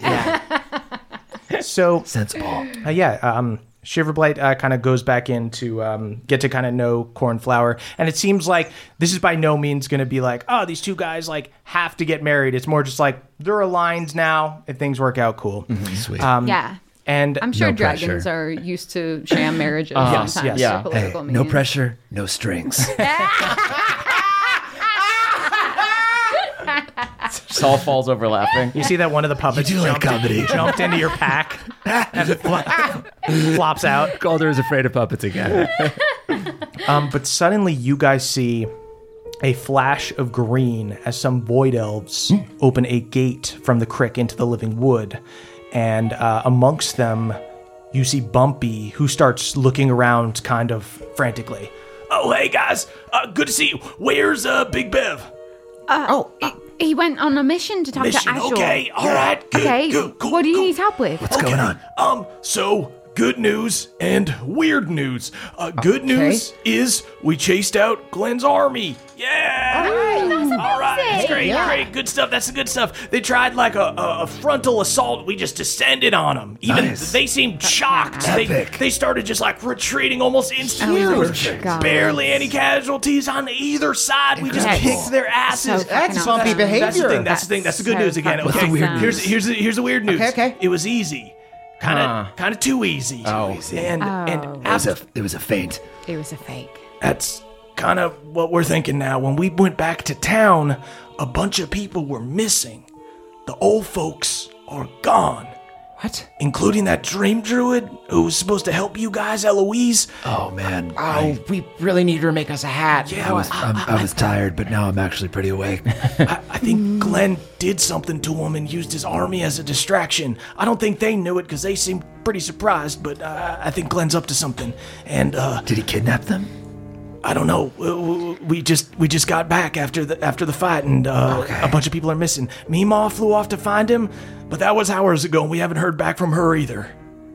Speaker 2: So
Speaker 15: sense ball.
Speaker 2: Uh, yeah, um, Shiverblight uh, kind of goes back in to um, get to kind of know Cornflower, and it seems like this is by no means going to be like, oh, these two guys like have to get married. It's more just like they're aligned now. If things work out, cool.
Speaker 15: Mm-hmm.
Speaker 2: Sweet.
Speaker 11: [laughs]
Speaker 2: Um,
Speaker 11: Yeah.
Speaker 2: and
Speaker 11: I'm sure dragons are used to sham marriages
Speaker 2: Uh,
Speaker 11: sometimes.
Speaker 2: yes,
Speaker 11: for
Speaker 2: yeah.
Speaker 15: Hey,
Speaker 11: political
Speaker 15: no
Speaker 11: means.
Speaker 15: pressure, no
Speaker 4: [laughs]
Speaker 15: strings.
Speaker 2: [laughs]
Speaker 5: Saul falls over laughing.
Speaker 2: You see that one of the puppets jumped, jumped into your [laughs] pack and fl- flops out.
Speaker 13: Calder is afraid of puppets again.
Speaker 2: [laughs] um, but suddenly you guys see a flash of green as some void elves open a gate from the crick into the living wood. And uh, amongst them, you see Bumpy, who starts looking around kind of frantically. Oh, hey guys, uh, good to see you. Where's uh, Big Bev?
Speaker 4: oh, he went on a mission to talk
Speaker 2: Mission,
Speaker 4: to Azure.
Speaker 2: okay, all right, good,
Speaker 4: okay,
Speaker 2: good,
Speaker 4: what do you need help with?
Speaker 2: Okay. Um, so good news and weird news. Uh, good news is we chased out Glenn's army. Yeah. All
Speaker 16: right,
Speaker 2: All right, that's
Speaker 16: amazing.
Speaker 2: great,
Speaker 16: Yeah.
Speaker 2: great, good stuff. That's the good stuff. They tried like a, a, a frontal assault. We just descended on them. Even
Speaker 16: Nice.
Speaker 2: they seemed shocked. They,
Speaker 16: Epic.
Speaker 2: they started just like retreating
Speaker 16: Oh
Speaker 2: almost instantly.
Speaker 16: Huge.
Speaker 2: There was
Speaker 16: Guys.
Speaker 2: barely any casualties on either side. We just
Speaker 8: Incredible.
Speaker 2: kicked their asses.
Speaker 8: So That's fucking bumpy
Speaker 2: That's- That's the
Speaker 8: behavior.
Speaker 2: thing. That's the thing. That's the good
Speaker 8: So
Speaker 2: news again.
Speaker 8: fucking
Speaker 2: Okay,
Speaker 8: What's the weird
Speaker 2: here's
Speaker 8: news?
Speaker 2: here's the, here's the weird news.
Speaker 8: Okay, okay.
Speaker 2: It was easy kind of
Speaker 8: Huh.
Speaker 2: kind of too easy. Oh, and
Speaker 8: Oh.
Speaker 2: and
Speaker 8: It was
Speaker 2: after,
Speaker 8: a- it was a feint.
Speaker 4: It was a fake.
Speaker 2: That's kind of what we're thinking now. When we went back to town, a bunch of people were missing. The old folks are gone,
Speaker 12: What? Including that dream druid who was supposed to help you guys, Eloise.
Speaker 7: Oh man.
Speaker 8: Oh, we really need her to make us a hat.
Speaker 12: Yeah,
Speaker 7: I
Speaker 2: [laughs]
Speaker 7: was, I'm, I was tired, but now I'm actually pretty awake.
Speaker 12: I think Glenn did something to him and used his army as a distraction. I don't think they knew it because they seemed pretty surprised, but uh, I think Glenn's up to something. And uh,
Speaker 7: did he kidnap them?
Speaker 12: I don't know. W- w- We just we just got back after the after the fight, and uh, a bunch of people are missing. Meemaw flew off to find him, but that was hours ago, and we haven't heard back from her either.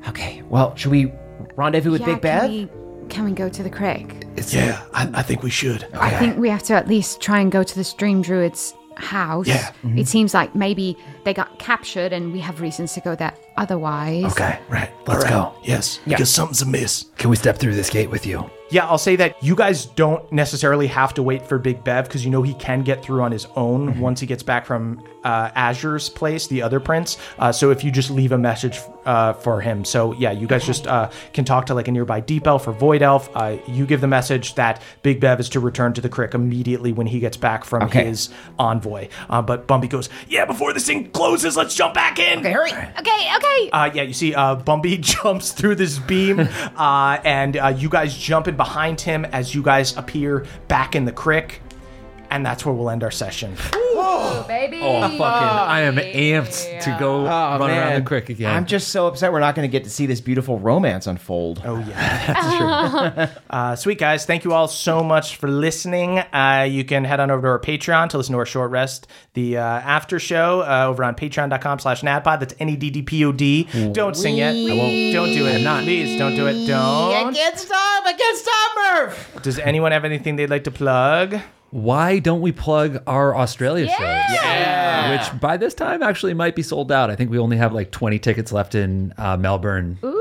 Speaker 5: Okay, well, should we rendezvous with
Speaker 4: Yeah,
Speaker 5: Big Bad?
Speaker 4: Can we, can we go to the crag?
Speaker 12: yeah, I, I think we should.
Speaker 4: I think we have to at least try and go to the Stream Druid's house.
Speaker 12: Yeah. Mhm.
Speaker 4: It seems like maybe they got captured and we have reasons to go there otherwise.
Speaker 7: Okay, right. Let's go.
Speaker 12: Yes, because something's amiss.
Speaker 7: Can we step through this gate with you?
Speaker 2: Yeah, I'll say that you guys don't necessarily have to wait for Big Bev because you know he can get through on his own once he gets back from uh, Azure's place, the other prince. Uh, so if you just leave a message uh, for him, so yeah, you guys just uh, can talk to like a nearby Deep Elf or Void Elf. Uh, you give the message that Big Bev is to return to the crick immediately when he gets back from
Speaker 12: Okay.
Speaker 2: his envoy. Uh, but Bumpy goes,
Speaker 12: Yeah, before this thing closes, let's jump back in. Okay, hurry.
Speaker 4: Okay, okay.
Speaker 2: Uh, yeah, you see, uh, Bumby [laughs] jumps through this beam, uh, and uh, you guys jump in behind him as you guys appear back in the crick, and that's where we'll end our session.
Speaker 4: Oh, baby.
Speaker 6: Oh, fucking. I am amped to go
Speaker 5: Oh,
Speaker 6: run around
Speaker 5: man.
Speaker 6: the crick again.
Speaker 5: I'm just so upset we're not going to get to see this beautiful romance unfold.
Speaker 2: Oh, yeah. uh, sweet guys, thank you all so much for listening. Uh, you can head on over to our Patreon to listen to our short rest, the uh, after show uh, over on patreon.com slash nadpod. That's E N-E-D-D-P-O-D. Don't sing it. I won't. Don't do it. Not. Please don't do it.
Speaker 8: I
Speaker 2: Don't.
Speaker 8: can't stop. I can't stop, Murph.
Speaker 2: Does anyone have anything they'd like to plug?
Speaker 6: Why don't we plug our Australia shows?
Speaker 2: Yeah.
Speaker 6: Which by this time actually might be sold out. I think we only have like 20 tickets left in uh, Melbourne.
Speaker 11: Ooh.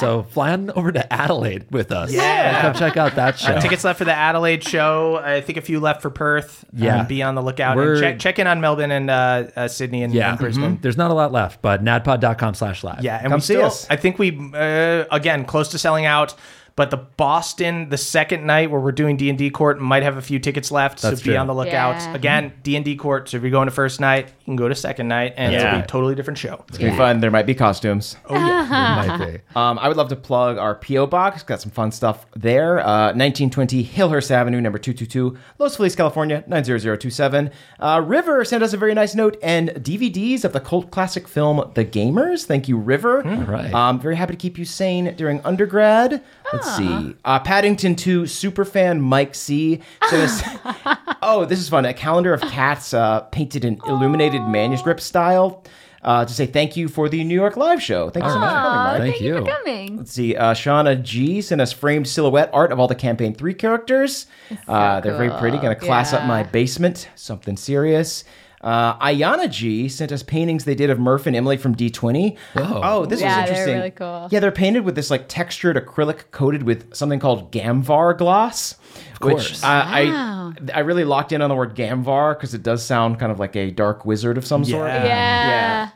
Speaker 6: So fly on over to Adelaide with us.
Speaker 2: Yeah.
Speaker 6: Come check out that show.
Speaker 2: Uh, tickets left for the Adelaide show. I think a few left for Perth.
Speaker 6: Yeah.
Speaker 2: Um, be on the lookout. And
Speaker 6: We're-
Speaker 2: check, check in on Melbourne and uh, uh, Sydney and,
Speaker 6: Yeah.
Speaker 2: and Brisbane.
Speaker 6: Mhm. There's not a lot left, but nadpod.com slash live.
Speaker 2: Yeah, and we still, I think we uh, again close to selling out. But the Boston, the second night where we're doing D and D court, might have a few tickets left,
Speaker 6: That's
Speaker 2: so be
Speaker 6: true.
Speaker 2: on the lookout.
Speaker 6: Yeah.
Speaker 2: Again, D and D court. So if you're going to first night, you can go to second night, and
Speaker 5: Yeah.
Speaker 2: it'll be a totally different show.
Speaker 5: It's gonna be fun. There might be costumes.
Speaker 2: Oh, yeah.
Speaker 11: [laughs]
Speaker 2: There might
Speaker 5: be. Um, I would love to plug our PO box. Got some fun stuff there. Uh, 1920 Hillhurst Avenue, number 222, Los Feliz, California 90027. Uh, River sent us a very nice note and DVDs of the cult classic film The Gamers. Thank you, River.
Speaker 6: right.
Speaker 5: Um, very happy to keep you sane during undergrad.
Speaker 11: Ah.
Speaker 5: Let's see. Uh, Paddington 2 superfan Mike C. sent
Speaker 11: [laughs]
Speaker 5: us Oh, this is fun. A calendar of cats uh, painted in illuminated manuscript style uh, to say thank you for the New York live show. Thank you so much for coming,
Speaker 11: Aw,
Speaker 5: Mike.
Speaker 11: thank, you. for coming.
Speaker 5: Let's see. Uh, Shauna G sent us framed silhouette art of all the campaign three characters. uh, they're very pretty. Going to class up my basement. Something serious. Uh, Ayana G sent us paintings they did of Murph and Emily from D20. Oh, this
Speaker 11: Yeah,
Speaker 5: was
Speaker 11: they're
Speaker 5: interesting.
Speaker 11: really cool.
Speaker 5: Yeah, they're painted with this like textured acrylic coated with something called Gamvar gloss. Of
Speaker 6: course.
Speaker 5: Which, uh,
Speaker 11: Wow.
Speaker 5: I I really locked in on the word Gamvar because it does sound kind of like a dark wizard of some sort.
Speaker 11: Yeah. yeah.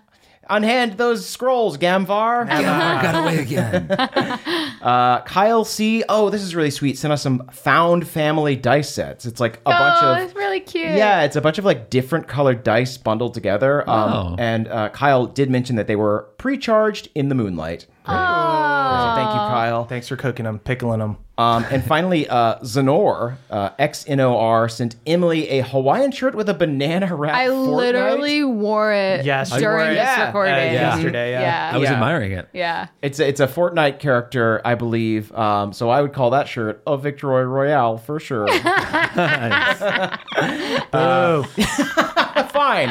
Speaker 5: Unhand those scrolls, Gamvar.
Speaker 11: Gamvar
Speaker 5: got away again. [laughs] uh, Kyle C. Oh, this is really sweet. Sent us some found family dice sets. It's like a bunch
Speaker 11: oh,
Speaker 5: of
Speaker 11: it's really cute.
Speaker 5: yeah, it's a bunch of like different colored dice bundled together.
Speaker 6: Wow.
Speaker 5: Um, and uh, Kyle did mention that they were pre-charged in the moonlight. So thank you, Kyle.
Speaker 2: Thanks for cooking them, pickling them.
Speaker 5: Um, and finally, uh, Zanor, uh, X N O R, sent Emily a Hawaiian shirt with a banana wrap.
Speaker 11: I
Speaker 5: Fortnite.
Speaker 11: literally wore it
Speaker 5: Yes, I
Speaker 11: during
Speaker 5: wore it.
Speaker 11: this
Speaker 5: Yeah.
Speaker 11: recording.
Speaker 5: Uh, yesterday, yeah. I was admiring it.
Speaker 11: Yeah.
Speaker 5: It's a, it's a Fortnite character, I believe. Um, so I would call that shirt a Victoroi Royale for sure. [laughs] Oh, [laughs] fine.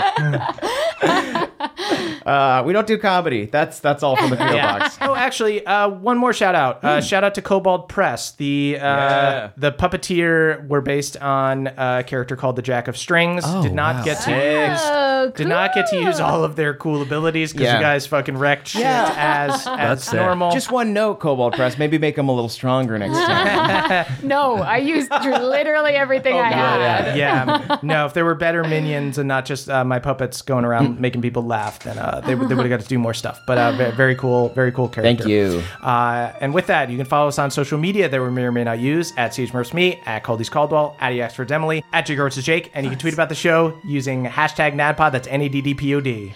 Speaker 5: uh, we don't do comedy. That's that's all from the PO
Speaker 2: Yeah.
Speaker 5: box.
Speaker 2: oh, actually, uh, one more shout out. Uh, Shout out to Cobalt Press. The uh,
Speaker 5: Hmm. Yeah.
Speaker 2: the puppeteer were based on a character called the Jack of Strings.
Speaker 5: Oh,
Speaker 2: did not
Speaker 5: wow.
Speaker 2: get to
Speaker 5: Sick.
Speaker 2: use. Did not get to use all of their cool abilities because
Speaker 5: Yeah.
Speaker 2: you guys fucking wrecked shit
Speaker 5: [laughs]
Speaker 2: as as
Speaker 5: it.
Speaker 2: normal.
Speaker 5: Just one note, Cobalt Press. Maybe make them a little stronger next time.
Speaker 4: [laughs]
Speaker 11: No, I used literally everything I had.
Speaker 2: yeah. um, No, if there were better minions and not just uh, my puppets going around
Speaker 5: Hmm.
Speaker 2: making people laugh, then uh, they, would- they would have got to do more stuff. But uh, ve- very cool, very cool character.
Speaker 5: Thank you.
Speaker 2: Uh, and with that, you can follow us on social media that we may or may not use at CHMurfsMe, at Caldy's Caldwell, at E EXFord's Emily, at Jigger Jake, and you can tweet about the show using hashtag NADPOD. That's N A D D P O D.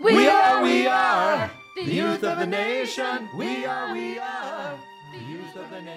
Speaker 11: We, are,
Speaker 2: we
Speaker 11: are.
Speaker 7: are
Speaker 3: the youth of the nation.
Speaker 7: We are,
Speaker 3: we
Speaker 7: are the youth of the nation.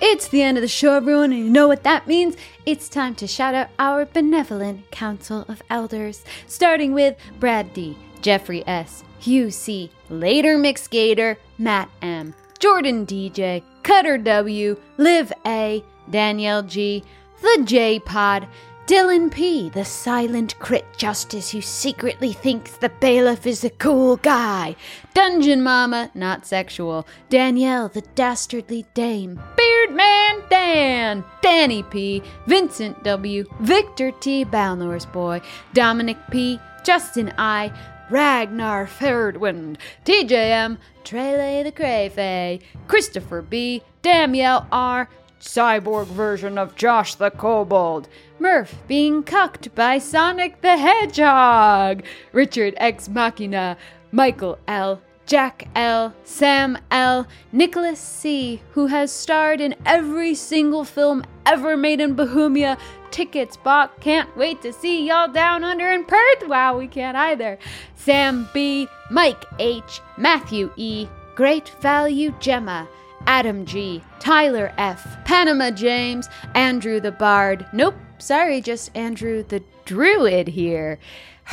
Speaker 4: It's the end of the show, everyone, and you know what that means. It's time to shout out our benevolent Council of Elders, starting with Brad D, Jeffrey S, Hugh C, Later Mix Gator, Matt M, Jordan DJ, Cutter W, Liv A, Danielle G, The J Pod, Dylan P, the silent crit justice who secretly thinks the bailiff is a cool guy. Dungeon Mama, not sexual. Danielle, the dastardly dame. Beardman Dan. Danny P. Vincent W. Victor T. Balnor's boy. Dominic P. Justin I. Ragnar Ferdwind. TJM. Trele the Crayfay. Christopher B. Danielle R cyborg version of Josh the Kobold, Murph being cucked by Sonic the Hedgehog, Richard Ex Machina, Michael L. Jack L., Sam L., Nicholas C., who has starred in every single film ever made in Bohemia. Tickets bought. Can't wait to see y'all down under in Perth. Wow, we can't either. Sam B., Mike H., Matthew E., Great Value Gemma, Adam G., Tyler F., Panama James, Andrew the Bard. Nope, sorry, just Andrew the Druid here.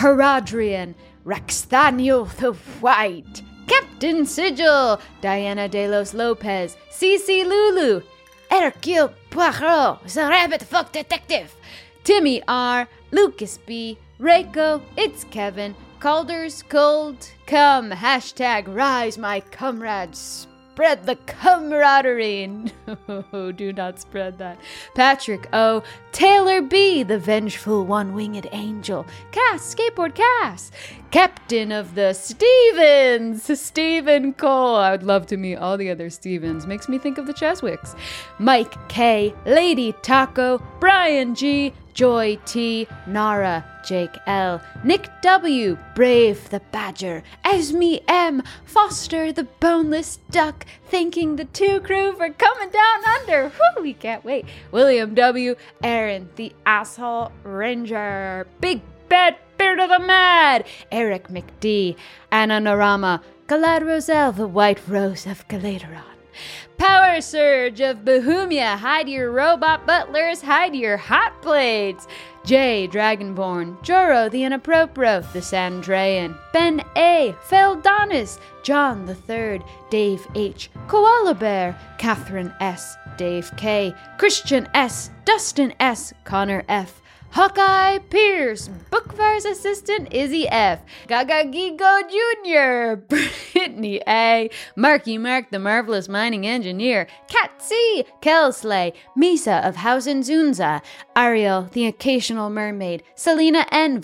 Speaker 4: Herodrian, Raxthaniel the White, Captain Sigil, Diana de los Lopez, Cece Lulu, Hercule Poirot, the Rabbit Fuck Detective, Timmy R., Lucas B., Reiko, it's Kevin, Calder's Cold, come, hashtag rise my comrades, spread the camaraderie. [laughs] No, Oh, do not spread that. Patrick O. Taylor B. The vengeful one winged angel. Cass, skateboard Cass. Captain of the Stevens. Stephen Cole. I would love to meet all the other Stevens. Makes me think of the Cheswicks. Mike K. Lady Taco. Brian G. Joy T, Nara, Jake L, Nick W, Brave the Badger, Esme M, Foster the Boneless Duck, thanking the two crew for coming down under. Whew, we can't wait. William W, Aaron the Asshole Ranger, Big Bad Beard of the Mad, Eric McD, Anna Narama, Galad Roselle, the White Rose of Galateron. Power Surge of Bohemia, hide your robot butlers, hide your hot blades. Jay, Dragonborn, Joro the Inappropriate, the Sandrayan, Ben A, Feldonis, John the Third, Dave H, Koala Bear, Catherine S, Dave K, Christian S, Dustin S, Connor F, Hawkeye Pierce, Bookfire's assistant Izzy F, Gaga Gigo Jr., [laughs] Brittany A, Marky Mark, the marvelous mining engineer, Cat C, Kelsley, Misa of Hausen Zunza, Ariel, the occasional mermaid, Selena N,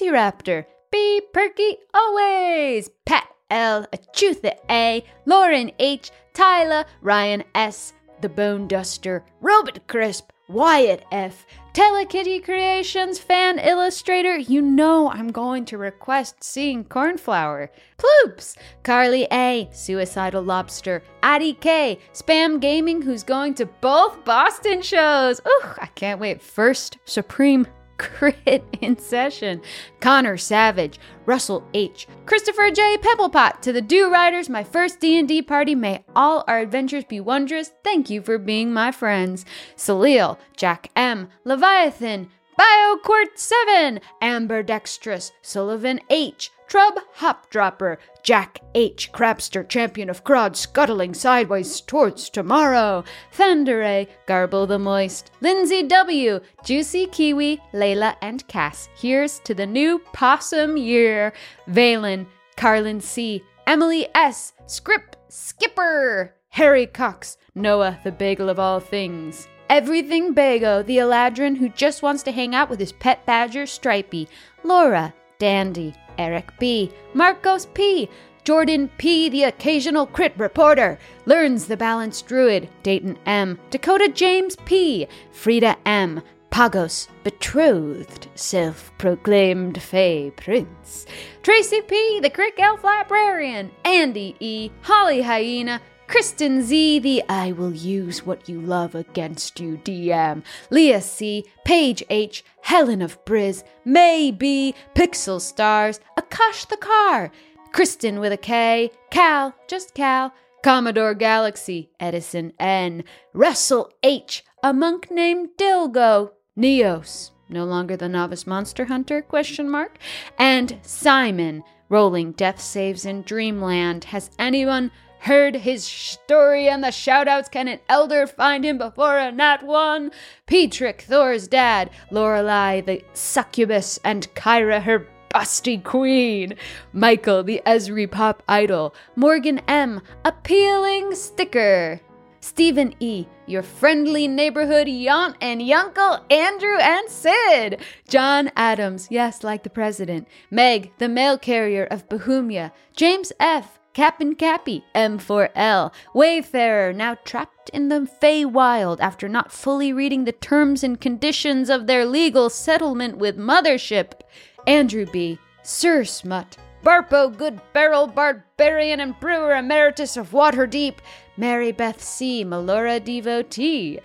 Speaker 4: Velociraptor, B, Perky always, Pat L, Achutha A, Lauren H, Tyler, Ryan S, the Bone Duster, Robot Crisp, Wyatt F, Telekitty Creations fan illustrator, you know I'm going to request seeing Cornflower. Ploops! Carly A, Suicidal Lobster, Addie K, Spam Gaming, who's going to both Boston shows. Ooh, I can't wait. First Supreme [laughs] Crit in session. Connor Savage, Russell H, Christopher J Pebblepot to the Do Riders, my first D&D party. May all our adventures be wondrous. Thank you for being my friends. Salil, Jack M, Leviathan, BioQuart 7, Amber Dextrous, Sullivan H, Trub Hopdropper, Jack H, Crabster Champion of Crod, scuttling sideways towards tomorrow, Thunderay, Garble the Moist, Lindsay W, Juicy Kiwi, Layla and Cass. Here's to the new possum year. Valen, Carlin C, Emily S, Scrip Skipper, Harry Cox, Noah, the bagel of all things. Everything Bago, the Eladrin who just wants to hang out with his pet badger Stripey, Laura, Dandy, Eric B., Marcos P., Jordan P., the occasional crit reporter, Learns the Balanced Druid, Dayton M., Dakota James P., Frida M., Pagos, betrothed, self proclaimed Fey Prince, Tracy P., the Crick Elf Librarian, Andy E., Holly Hyena, Kristen Z, the I will use what you love against you DM, Leah C, Paige H, Helen of Briz, May B, Pixel Stars, Akash the Car, Kristen with a K, Cal, just Cal, Commodore Galaxy, Edison N, Russell H, a monk named Dilgo, Neos, no longer the novice monster hunter question mark, and Simon, rolling death saves in dreamland. Has anyone heard his story and the shoutouts? Can an elder find him before a nat one? Petrick, Thor's dad, Lorelei the succubus, and Kyra her busty queen. Michael, the Esri pop idol. Morgan M, appealing sticker. Stephen E., your friendly neighborhood yaunt and yunkle, Andrew and Sid. John Adams, yes, like the president. Meg, the mail carrier of Bohemia. James F., Cap and Cappy, M4L. Wayfarer, now trapped in the Feywild after not fully reading the terms and conditions of their legal settlement with Mothership. Andrew B., Sir Smut, Barpo Good Barrel Barbarian and Brewer Emeritus of Waterdeep, Mary Beth C., Melora Devotee,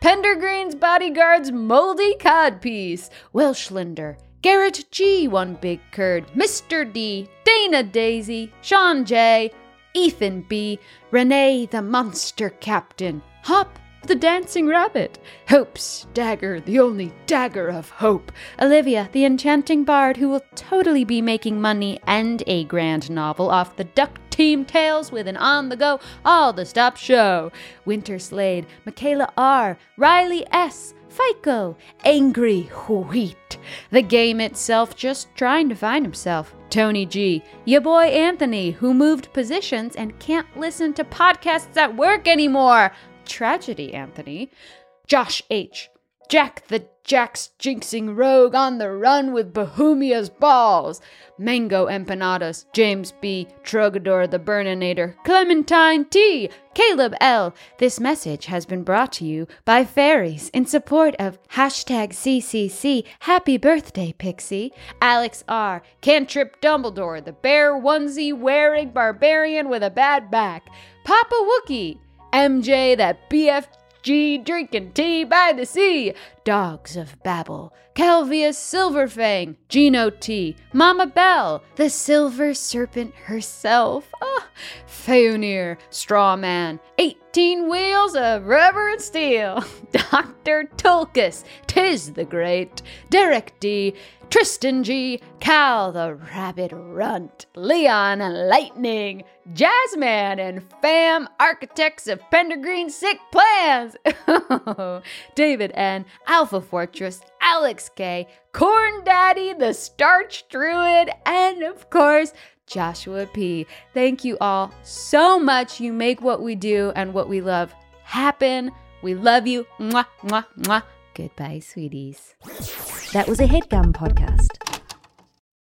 Speaker 4: Pendergreen's Bodyguards Moldy Codpiece, Welshlinder, Garrett G., One Big Curd, Mr. D., Dana Daisy, Sean J., Ethan B., Renee the Monster Captain, Hop the Dancing Rabbit, Hope's Dagger, the only dagger of hope, Olivia, the enchanting bard who will totally be making money and a grand novel off the Duck Team Tales with an on the go, all the stop show, Winter Slade, Michaela R., Riley S., FICO, Angry Wheat, the game itself just trying to find himself. Tony G, your boy Anthony, who moved positions and can't listen to podcasts at work anymore tragedy, Anthony. Josh H. Jack the Jack's jinxing rogue on the run with Bohemia's balls. Mango Empanadas, James B. Trogador the Burninator, Clementine T. Caleb L. This message has been brought to you by Fairies in support of hashtag CCC Happy Birthday Pixie, Alex R. Cantrip Dumbledore, the bear onesie wearing barbarian with a bad back, Papa Wookie. MJ, that BFG drinking tea by the sea, Dogs of Babel, Calvius Silverfang, Gino T, Mama Bell, the Silver Serpent herself, ah, Feonir, Strawman, 18 Wheels of Rubber and Steel, [laughs] Dr. Tulkus, Tis the Great, Derek D, Tristan G, Cal the Rabbit Runt, Leon and Lightning, Jazzman and Fam, Architects of Pendergreen Sick Plans, [laughs] David N, Alpha Fortress, Alex K, Corn Daddy the Starch Druid, and of course, Joshua P. Thank you all so much. You make what we do and what we love happen. We love you. Mwah, mwah, mwah. Goodbye, sweeties.
Speaker 9: That was a headgum podcast.